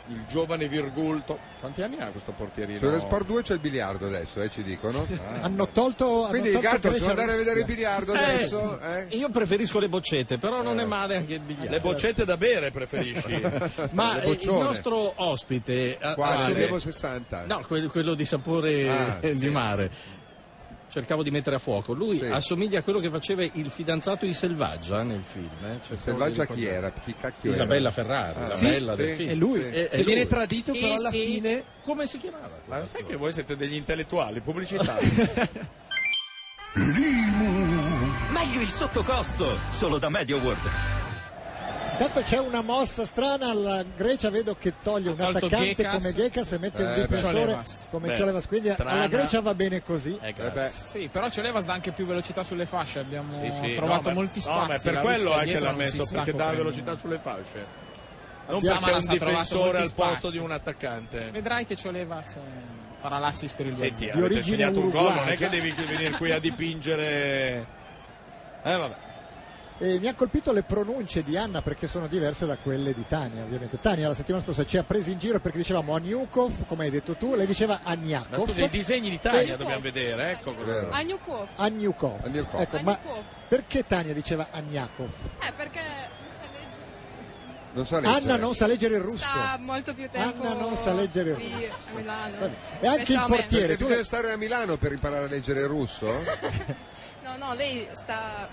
Speaker 11: il giovane Virgulto. Quanti anni ha questo portierino?
Speaker 5: Sullo Sport 2 c'è il biliardo adesso, eh, ci dicono.
Speaker 2: Hanno tolto hanno
Speaker 5: Quindi
Speaker 2: tolto
Speaker 5: Gatto, se
Speaker 2: Grecia
Speaker 5: vuoi andare a
Speaker 2: Russia.
Speaker 5: vedere il biliardo
Speaker 8: Eh,
Speaker 5: adesso... eh?
Speaker 8: Io preferisco le boccette, però non è male anche il biglietto.
Speaker 11: Le boccette da bere preferisci?
Speaker 8: Ma
Speaker 5: Le
Speaker 8: eh, il
Speaker 5: boccione.
Speaker 8: nostro ospite, eh, a-
Speaker 5: Quale?
Speaker 8: Assure-
Speaker 5: Levo 60.
Speaker 8: no, quel- quello, di sapore
Speaker 5: Ah,
Speaker 8: eh, di mare, cercavo di mettere a fuoco. Lui assomiglia a quello che faceva il fidanzato di Selvaggia nel film. eh. Cercavo di
Speaker 5: Selvaggia chi
Speaker 8: ricordare.
Speaker 5: era? Chi cacchio era?
Speaker 8: Isabella Ferrari,
Speaker 5: Ah,
Speaker 8: la
Speaker 5: sì,
Speaker 8: bella
Speaker 5: sì,
Speaker 8: del film.
Speaker 5: è lui.
Speaker 8: Sì.
Speaker 5: Che
Speaker 8: è
Speaker 5: viene
Speaker 8: lui.
Speaker 7: tradito, però, alla fine-
Speaker 8: Come si chiamava?
Speaker 11: Ma sai che voi siete degli intellettuali, pubblicità.
Speaker 14: Meglio il sottocosto, solo da MediaWorld.
Speaker 2: Intanto c'è una mossa strana alla Grecia, vedo che toglie un
Speaker 14: tolto
Speaker 2: attaccante
Speaker 14: Gekas.
Speaker 2: come Gekas e mette un
Speaker 14: Eh,
Speaker 2: difensore
Speaker 14: Ciolevas.
Speaker 2: come
Speaker 9: Beh,
Speaker 2: Ciolevas, quindi alla
Speaker 9: strana.
Speaker 2: Grecia va bene così.
Speaker 11: Eh,
Speaker 9: Eh Sì, però Ciolevas dà anche più velocità sulle fasce. Abbiamo Eh, trovato
Speaker 11: No, ma-
Speaker 9: molti
Speaker 11: no, ma è
Speaker 9: spazi.
Speaker 11: per
Speaker 9: la
Speaker 11: quello
Speaker 9: Russia
Speaker 11: è che
Speaker 9: dietro
Speaker 11: l'ha
Speaker 9: non si
Speaker 11: messo,
Speaker 9: sta
Speaker 11: perché dà
Speaker 9: coprendo.
Speaker 11: velocità sulle fasce. Non
Speaker 9: Abbiamo-
Speaker 11: perché è un
Speaker 9: Samaras ha trovato
Speaker 11: difensore
Speaker 9: molti
Speaker 11: al posto
Speaker 9: spazi.
Speaker 11: di un attaccante.
Speaker 9: Vedrai che Ciolevas eh, farà l'assis per il
Speaker 11: Senti,
Speaker 9: Senti,
Speaker 11: avete segnato un gol, non è che devi venire qui a dipingere... Eh, vabbè.
Speaker 2: E mi ha colpito le pronunce di Anna perché sono diverse da quelle di Tania, ovviamente. Tania la settimana scorsa ci ha presi in giro perché dicevamo Aniukov, come hai detto tu, lei diceva
Speaker 11: Ma scusa, i
Speaker 2: Aniakov.
Speaker 11: disegni di Tania dobbiamo vedere, ecco cos'era.
Speaker 10: Agnucov.
Speaker 2: Aniukov.
Speaker 10: Aniukov.
Speaker 2: Ecco, ma
Speaker 10: Aniukov.
Speaker 2: perché Tania diceva Aniakov?
Speaker 10: Eh, perché non
Speaker 5: Non sa
Speaker 10: sa leggere.
Speaker 5: leggere.
Speaker 2: Anna non sa leggere il russo.
Speaker 10: Sta molto più tempo
Speaker 2: Anna non sa leggere il
Speaker 10: qui
Speaker 2: russo.
Speaker 10: a Milano.
Speaker 2: Vabbè. E anche
Speaker 10: Rispetto
Speaker 2: il
Speaker 10: a me.
Speaker 2: portiere,
Speaker 5: Perché
Speaker 2: tu-
Speaker 5: bisogna stare a Milano per imparare a leggere il russo?
Speaker 10: No, no, lei sta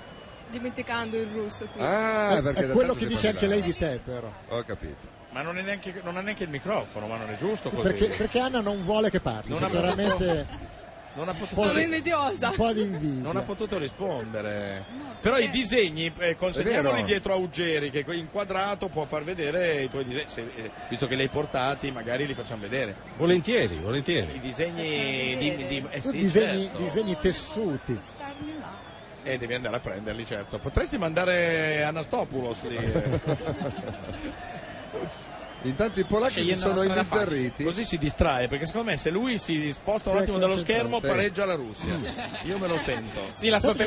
Speaker 10: dimenticando il russo qui.
Speaker 5: Ah, perché da tanto sei qua a Milano.
Speaker 2: te, però.
Speaker 5: Ho capito.
Speaker 11: Ma non, è neanche, non ha neanche il microfono, ma non è giusto così.
Speaker 2: Perché, perché Anna non vuole che parli,
Speaker 11: Non ha
Speaker 2: sinceramente.
Speaker 11: Non ha potuto...
Speaker 2: un po' di-
Speaker 10: invidiosa.
Speaker 2: Un po' di invidia.
Speaker 11: Non ha potuto rispondere. Però i disegni, eh, consegniamoli
Speaker 5: vero.
Speaker 11: dietro a Uggeri, che inquadrato può far vedere i tuoi disegni. Se- eh, visto che li hai portati, magari li facciamo vedere.
Speaker 8: Volentieri, volentieri.
Speaker 11: I disegni di. di- eh
Speaker 2: Tu
Speaker 11: sì,
Speaker 2: disegni,
Speaker 11: certo.
Speaker 2: disegni tessuti.
Speaker 11: Eh, devi andare a prenderli, certo. Potresti mandare Anastopoulos lì.
Speaker 5: Intanto i polacchi si
Speaker 11: Scegliendo
Speaker 5: sono
Speaker 11: la strada facile.
Speaker 5: imbizzarriti.
Speaker 11: Così si distrae, perché secondo me se lui si sposta un
Speaker 5: Si è
Speaker 11: attimo dallo
Speaker 5: concentrato,
Speaker 11: schermo
Speaker 5: sì.
Speaker 11: pareggia la Russia. Io me lo sento.
Speaker 2: Sai che c'è stato-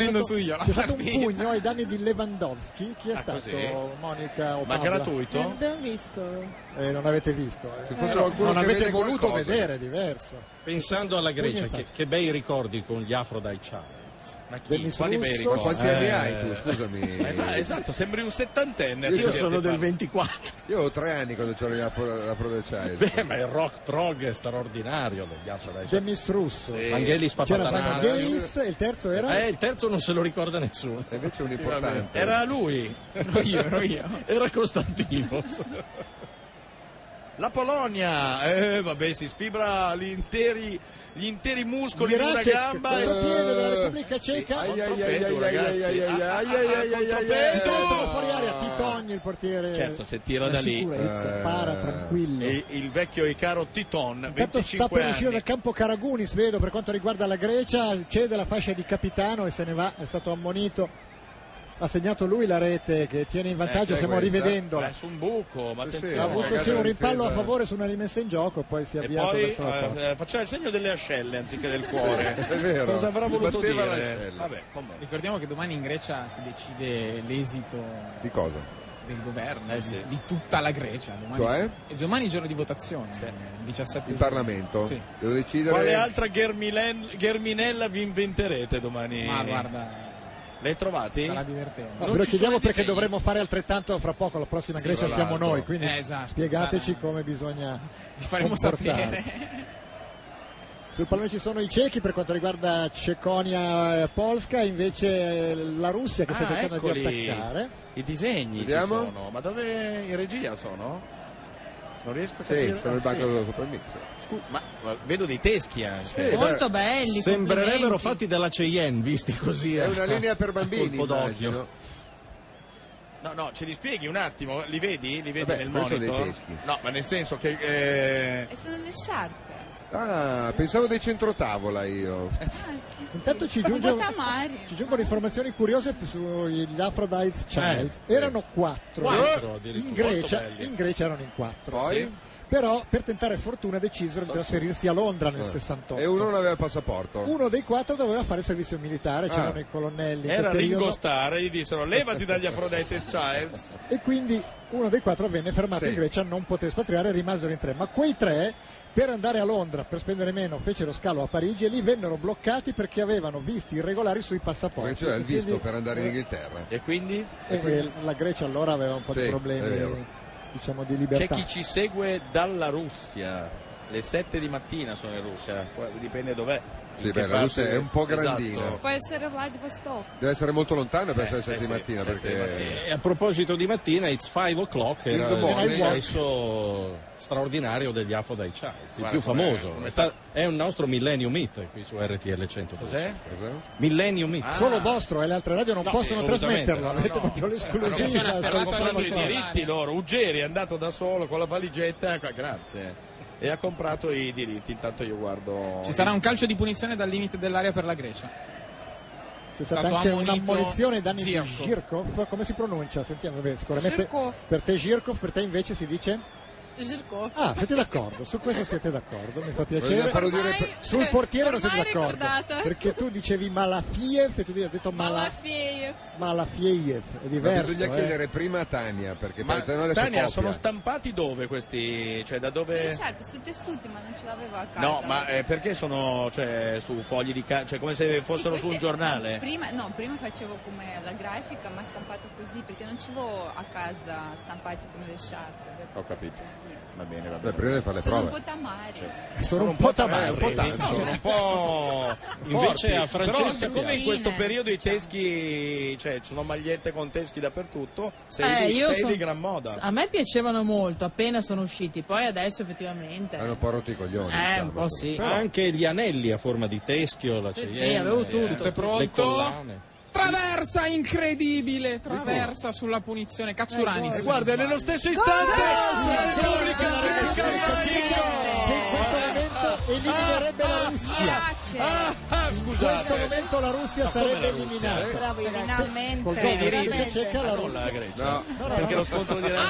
Speaker 2: C'è stato un pugno ai danni di Lewandowski. Chi è
Speaker 11: Ah,
Speaker 2: stato?
Speaker 11: così?
Speaker 2: Monica o
Speaker 11: Ma
Speaker 2: Paola?
Speaker 11: gratuito? Non
Speaker 2: abbiamo visto. Eh, non avete visto. eh.
Speaker 8: fosse
Speaker 2: Eh,
Speaker 8: qualcuno
Speaker 2: non
Speaker 8: che
Speaker 2: avete
Speaker 8: vede
Speaker 2: voluto
Speaker 8: qualcosa.
Speaker 2: vedere, è diverso.
Speaker 8: Pensando alla Grecia,
Speaker 2: Pugno in
Speaker 8: che, che bei ricordi con gli Afro dai Charles.
Speaker 11: Ma
Speaker 2: Demis Quali bei Russo? ricordi?
Speaker 5: Quanti anni hai tu, scusami?
Speaker 11: Eh, ma- esatto, sembri un settantenne. a
Speaker 5: Io
Speaker 11: sentirti
Speaker 5: sono del
Speaker 11: parlare.
Speaker 8: 24.
Speaker 5: Io ho tre anni quando c'ero la Pro del Child.
Speaker 8: Beh, ma il rock prog è straordinario degli Afro dai Charles.
Speaker 2: Demis Russo.
Speaker 8: Sì. Vangelis
Speaker 2: C'era
Speaker 8: Papadopoulos.
Speaker 2: Vangelis e il terzo era?
Speaker 8: Eh, il terzo non se lo ricorda nessuno.
Speaker 5: E invece un
Speaker 11: importante. Era lui.
Speaker 8: Ero io, ero io. Era Costantino.
Speaker 11: La Polonia, eh, vabbè, si sfibra gli interi, gli interi muscoli di una
Speaker 2: Miracek,
Speaker 11: gamba.
Speaker 2: contropiede della Repubblica Ceca.
Speaker 11: Ai, ai, ai,
Speaker 2: Contropiede,
Speaker 11: ai, ai,
Speaker 2: ragazzi.
Speaker 11: ai, ai, ai,
Speaker 2: Ah,
Speaker 11: ai,
Speaker 2: ah,
Speaker 11: ai,
Speaker 2: ah,
Speaker 11: ai, ai,
Speaker 2: contropiede.
Speaker 11: ai, ai,
Speaker 2: Tutto fuori area, Titogni il portiere.
Speaker 11: Certo, se tira
Speaker 2: La
Speaker 11: da lì.
Speaker 2: sicurezza, para, tranquillo.
Speaker 11: Eh, E il vecchio Icaro Titon,
Speaker 2: Intanto sta
Speaker 11: 25
Speaker 2: per uscire
Speaker 11: anni. Eh,
Speaker 2: dal campo Caragunis, vedo per quanto riguarda la Grecia, cede la fascia di capitano e se ne va, è stato ammonito. Ha segnato lui la rete che tiene in vantaggio,
Speaker 11: Ecco,
Speaker 2: stiamo
Speaker 11: questa.
Speaker 2: rivedendola.
Speaker 11: Ma è su un buco, ma
Speaker 5: Sì, sì,
Speaker 11: attenzione.
Speaker 2: ha avuto sì
Speaker 11: ragazzi.
Speaker 2: un rimpallo a favore su una rimessa in gioco, poi si è
Speaker 11: E
Speaker 2: avviato
Speaker 11: poi
Speaker 2: verso la porta.
Speaker 11: eh, eh, faceva il segno delle ascelle anziché del cuore.
Speaker 5: è vero.
Speaker 11: Cosa avrà
Speaker 5: Si
Speaker 11: voluto
Speaker 5: batteva
Speaker 11: dire?
Speaker 5: l'ascella.
Speaker 11: Vabbè, comunque.
Speaker 9: Ricordiamo che domani in Grecia si decide l'esito
Speaker 5: Di cosa?
Speaker 9: del governo,
Speaker 11: Eh
Speaker 9: di- di, tutta la Grecia. Domani
Speaker 5: Cioè?
Speaker 9: E domani è giorno di votazione, Eh, il 17
Speaker 5: In Parlamento?
Speaker 9: Sì.
Speaker 5: Devo decidere.
Speaker 11: Quale altra Germilen- Germinella vi inventerete domani?
Speaker 9: Ma guarda,
Speaker 11: L'hai trovati?
Speaker 9: sarà divertente.
Speaker 2: No, ve lo chiediamo perché dovremmo fare altrettanto fra poco, la prossima
Speaker 9: Sì,
Speaker 2: Grecia
Speaker 9: tra
Speaker 2: siamo
Speaker 9: l'altro.
Speaker 2: noi, quindi
Speaker 9: Eh, esatto,
Speaker 2: spiegateci come bisogna
Speaker 9: Vi faremo
Speaker 2: comportarsi.
Speaker 9: sapere.
Speaker 2: Sul pallone ci sono i cechi per quanto riguarda Ceconia e Polska, invece eh, la Russia che sta
Speaker 11: Ah,
Speaker 2: cercando
Speaker 11: eccoli.
Speaker 2: di attaccare.
Speaker 11: I disegni ci
Speaker 5: Vediamo.
Speaker 11: sono. Ma dove in regia sono? Non riesco a capire.
Speaker 5: Sì, sono il
Speaker 11: Ah, sì.
Speaker 5: banco sopra il mix.
Speaker 11: Scu- ma, ma vedo dei teschi anche.
Speaker 6: Molto belli,
Speaker 8: Sembrerebbero
Speaker 6: complimenti.
Speaker 8: fatti dalla Cheyenne, visti così.
Speaker 5: È
Speaker 8: a-
Speaker 5: una linea per
Speaker 8: a
Speaker 5: bambini,
Speaker 8: colpo d'occhio.
Speaker 5: immagino.
Speaker 11: No, no, ce li spieghi un attimo, li vedi? Li vedi
Speaker 5: Vabbè,
Speaker 11: nel
Speaker 5: quelli sono
Speaker 11: monitor?
Speaker 5: dei teschi.
Speaker 11: No, ma nel senso che eh,
Speaker 18: E sono le sciarpe.
Speaker 5: Ah, pensavo dei centrotavola io.
Speaker 2: Intanto ci, giunge, ci giungono informazioni curiose sugli Aphrodite Child. Erano
Speaker 5: Certo.
Speaker 2: quattro. Eh?
Speaker 5: Quattro,
Speaker 2: in,
Speaker 5: addirittura.
Speaker 2: Grecia,
Speaker 5: Molto belli.
Speaker 2: in Grecia erano in quattro.
Speaker 5: Poi?
Speaker 2: Sì. Però per tentare fortuna decisero di trasferirsi a Londra nel
Speaker 5: Eh.
Speaker 2: 68.
Speaker 5: E uno non aveva il passaporto.
Speaker 2: Uno dei quattro doveva fare servizio militare, c'erano
Speaker 5: Ah.
Speaker 2: i colonnelli. in
Speaker 11: era
Speaker 2: quel periodo,
Speaker 11: Ringo Starr, gli dissero levati dagli Aphrodite Childs.
Speaker 2: e quindi uno dei quattro venne fermato
Speaker 11: Sì.
Speaker 2: in Grecia, non poté espatriare, rimasero in tre. Ma quei tre, per andare a Londra, per spendere meno, fecero scalo a Parigi e lì vennero bloccati perché avevano visti irregolari sui passaporti.
Speaker 5: Perché c'era il
Speaker 2: E quindi-
Speaker 5: visto per andare in Inghilterra.
Speaker 11: E quindi?
Speaker 2: E eh, la Grecia allora aveva un po'
Speaker 5: Sì,
Speaker 2: di
Speaker 5: è
Speaker 2: problemi
Speaker 5: vero.
Speaker 2: diciamo, di
Speaker 11: C'è
Speaker 2: libertà.
Speaker 11: chi ci segue dalla Russia. Le 7 di mattina sono in Russia, poi dipende dov'è.
Speaker 5: Sì,
Speaker 11: In
Speaker 5: beh,
Speaker 11: che
Speaker 5: la Russia
Speaker 11: parte-
Speaker 5: è un po' grandina.
Speaker 11: Esatto.
Speaker 10: Può essere Vladivostok.
Speaker 5: Deve essere molto lontana per
Speaker 8: Eh,
Speaker 5: essere sette
Speaker 8: eh
Speaker 5: di
Speaker 8: sì,
Speaker 5: mattina
Speaker 8: sette di
Speaker 5: perché
Speaker 8: E a proposito di mattina, it's 5 o'clock,
Speaker 5: In
Speaker 8: era
Speaker 5: the
Speaker 8: il
Speaker 5: morning.
Speaker 8: successo straordinario degli Aphrodite Childs, il
Speaker 11: Guarda
Speaker 8: più
Speaker 11: com'è,
Speaker 8: famoso.
Speaker 11: com'è
Speaker 8: È sta- È un nostro Millennium Hit qui su RTL 100.
Speaker 11: Cos'è?
Speaker 8: Millennium
Speaker 6: Ah.
Speaker 8: Hit.
Speaker 2: Solo vostro e le altre radio non
Speaker 8: No,
Speaker 2: possono
Speaker 8: assolutamente,
Speaker 2: trasmetterlo.
Speaker 8: no,
Speaker 2: Avete
Speaker 8: no.
Speaker 2: proprio
Speaker 11: Si
Speaker 2: l'esclusiva.
Speaker 11: Eh, sono afferrato i
Speaker 2: ascoltatelo solo.
Speaker 11: diritti loro. Uggeri è andato da solo con la valigetta, qua- grazie. E ha comprato i diritti. Intanto io guardo.
Speaker 9: Ci sarà un calcio di punizione dal limite dell'area per la Grecia.
Speaker 2: C'è stata
Speaker 9: stato
Speaker 2: anche
Speaker 9: ammonito
Speaker 2: un'ammolizione danni di
Speaker 9: Zirkov.
Speaker 2: Zirkov. Come si pronuncia? Sentiamo, beh, sicuramente
Speaker 12: Zirkov.
Speaker 2: per te Zirkov, per te invece si dice?
Speaker 12: Zirkov.
Speaker 2: Ah, siete d'accordo, su questo siete d'accordo, mi fa
Speaker 5: Vogliamo
Speaker 2: piacere.
Speaker 5: farlo dire Ormai-
Speaker 12: per-
Speaker 2: Sul portiere non
Speaker 12: ormai
Speaker 2: siete d'accordo.
Speaker 12: ricordata.
Speaker 2: Perché tu dicevi Malafiev e tu hai detto Mala-
Speaker 12: Malafiev.
Speaker 2: Malafiev, è
Speaker 5: Ma
Speaker 2: diverso.
Speaker 5: bisogna
Speaker 2: eh.
Speaker 5: chiedere prima a Tania perché
Speaker 11: Ma
Speaker 5: per- no, adesso
Speaker 11: Tania,
Speaker 5: copia.
Speaker 11: sono stampati dove questi? Cioè, da dove?
Speaker 18: Sì, certo. Sharp, sui tessuti, ma non ce l'aveva a casa.
Speaker 11: No, ma eh, perché sono cioè, su fogli di ca- cioè come se fossero su un giornale?
Speaker 18: Prima, no, prima facevo come la grafica, ma stampato così, perché non ce l'ho a casa stampati come le sciarpe.
Speaker 11: Ho capito. Va bene, va
Speaker 5: Beh,
Speaker 11: bene.
Speaker 5: prima di fare le
Speaker 18: Sono un po'
Speaker 5: prove. Cioè,
Speaker 18: tamari.
Speaker 2: Sono un po'
Speaker 11: Eh, un po' tanto, sono un po'
Speaker 8: Invece
Speaker 11: forti.
Speaker 8: a Francesca
Speaker 11: Però siccome in
Speaker 8: piace.
Speaker 11: questo periodo i teschi, cioè ci sono magliette con teschi dappertutto, sei,
Speaker 6: Eh,
Speaker 11: di,
Speaker 6: io
Speaker 11: sei
Speaker 6: son-
Speaker 11: di gran moda.
Speaker 6: A me piacevano molto appena sono usciti, poi adesso effettivamente.
Speaker 5: Hanno un po' rotto i coglioni.
Speaker 6: Eh,
Speaker 5: diciamo,
Speaker 6: un po'
Speaker 5: insomma.
Speaker 6: sì.
Speaker 8: Però anche gli anelli a forma di teschio, la
Speaker 6: Sì, sì,
Speaker 8: Cheyenne,
Speaker 6: avevo
Speaker 8: eh,
Speaker 6: tutto.
Speaker 8: le
Speaker 9: Pronto?
Speaker 8: collane.
Speaker 9: Traversa incredibile, traversa sulla punizione. Cazzurani.
Speaker 11: E
Speaker 9: se
Speaker 11: Eh, guarda,
Speaker 9: non
Speaker 11: nello
Speaker 9: sbaglio.
Speaker 11: stesso istante la Repubblica Ceca
Speaker 2: eliminerebbe la Russia.
Speaker 11: Ah,
Speaker 2: In questo momento la Russia sarebbe
Speaker 11: Eh?
Speaker 2: eliminata.
Speaker 13: Bravo,
Speaker 2: Col
Speaker 13: finalmente.
Speaker 2: gol della Repubblica Ceca la
Speaker 11: Non la
Speaker 2: Russia.
Speaker 11: Grecia.
Speaker 5: No.
Speaker 11: Perché lo scontro di
Speaker 13: Adesso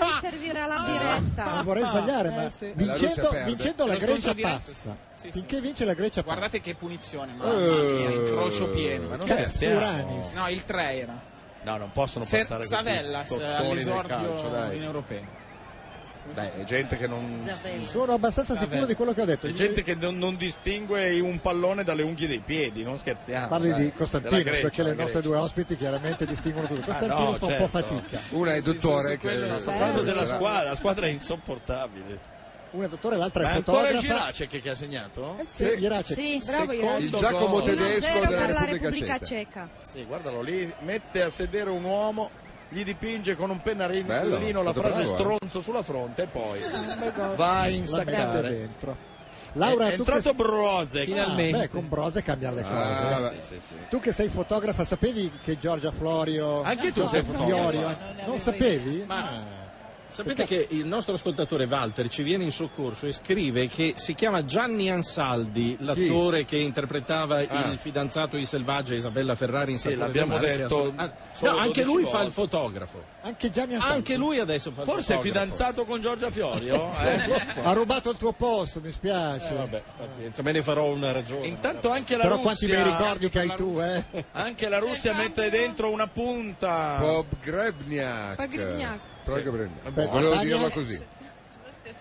Speaker 13: vi servirà la diretta.
Speaker 2: Non Ah, vorrei sbagliare,
Speaker 13: Eh,
Speaker 2: ma vincendo,
Speaker 5: perde.
Speaker 2: vincendo la
Speaker 9: Lo scontro
Speaker 2: Grecia
Speaker 9: diretto,
Speaker 2: passa. Finché vince la Grecia passa.
Speaker 9: Guardate che punizione, mamma
Speaker 11: Eh.
Speaker 9: mia, il crocio pieno.
Speaker 11: Ma non
Speaker 2: Cazzurani.
Speaker 11: scherziamo.
Speaker 9: No, il 3 era.
Speaker 11: No, non possono
Speaker 9: Ser-
Speaker 11: passare questi
Speaker 9: Zavellas
Speaker 11: tozzoni del calcio,
Speaker 9: all'esordio
Speaker 11: dai.
Speaker 9: in europeo.
Speaker 11: Dai, è gente che non
Speaker 2: Sono abbastanza sicuro di quello che ho detto.
Speaker 11: C'è gente che non, non distingue un pallone dalle unghie dei piedi, non scherziamo.
Speaker 2: Parli
Speaker 11: dai.
Speaker 2: di Costantino,
Speaker 11: Della Grecia,
Speaker 2: perché le
Speaker 11: della
Speaker 2: nostre
Speaker 11: Grecia.
Speaker 2: due ospiti chiaramente distinguono tutto. Costantino
Speaker 11: Ah, no,
Speaker 2: fa un po'
Speaker 11: certo.
Speaker 2: fatica.
Speaker 5: Una è dottore che
Speaker 11: Sto parlando della squadra, la squadra è insopportabile.
Speaker 2: Una è dottore, l'altra
Speaker 11: Ma
Speaker 2: è
Speaker 11: ancora
Speaker 2: fotografa.
Speaker 11: Giracek che ha segnato?
Speaker 2: Eh Sì, Jiracek.
Speaker 15: Sì, bravo Iracek.
Speaker 5: Il Giacomo
Speaker 11: gol.
Speaker 5: tedesco
Speaker 15: 1-0
Speaker 5: della
Speaker 15: per la
Speaker 5: Repubblica,
Speaker 15: Repubblica
Speaker 5: Ceca.
Speaker 15: Ceca.
Speaker 11: Sì, guardalo lì, mette a sedere un uomo, gli dipinge con un
Speaker 5: Bello,
Speaker 11: pennarellino la
Speaker 5: molto
Speaker 11: frase
Speaker 5: bravo, eh.
Speaker 11: stronzo sulla fronte e poi va a
Speaker 2: La mette
Speaker 11: insaccare.
Speaker 2: dentro. Laura,
Speaker 11: è, è
Speaker 2: tu che-
Speaker 11: entrato Brozek.
Speaker 2: Ah, beh, con Brose cambia le cose.
Speaker 5: Ah,
Speaker 2: eh.
Speaker 5: beh.
Speaker 11: Sì, sì, sì.
Speaker 2: Tu che sei fotografa, sapevi che Giorgia Florio.
Speaker 11: Anche tu
Speaker 2: Giorgia
Speaker 11: sei fotografa.
Speaker 2: Fiorio, anzi,
Speaker 11: Non ne
Speaker 2: non,
Speaker 11: avevo
Speaker 2: sapevi? Ah.
Speaker 8: Sapete che il nostro ascoltatore Walter ci viene in soccorso e scrive che si chiama Gianni Ansaldi, l'attore che interpretava il fidanzato di Selvaggia Isabella Ferrari in
Speaker 11: Ah. Sì,
Speaker 8: Salvatore
Speaker 11: l'abbiamo
Speaker 8: Domare, che
Speaker 11: detto
Speaker 8: assolut- ah,
Speaker 11: solo
Speaker 8: no, anche
Speaker 11: 12
Speaker 8: lui fa
Speaker 11: volte.
Speaker 8: il fotografo.
Speaker 2: Anche Gianni Ansaldi.
Speaker 8: Anche lui adesso fa il
Speaker 11: Forse è
Speaker 8: fotografo.
Speaker 11: fidanzato con Giorgia Fiorio? eh?
Speaker 2: Ha rubato il tuo posto, mi spiace.
Speaker 8: Eh, vabbè, pazienza, me ne farò una ragione.
Speaker 11: Intanto anche la
Speaker 2: Però quanti bei
Speaker 11: Russia,
Speaker 2: ricordi che hai tu, eh?
Speaker 11: anche la Russia mette dentro una punta.
Speaker 5: Bob Grebniak.
Speaker 10: Pogrebniak.
Speaker 5: Proprio Grebniak.
Speaker 2: Beh,
Speaker 5: Volevo
Speaker 2: Tania-
Speaker 5: dirla così.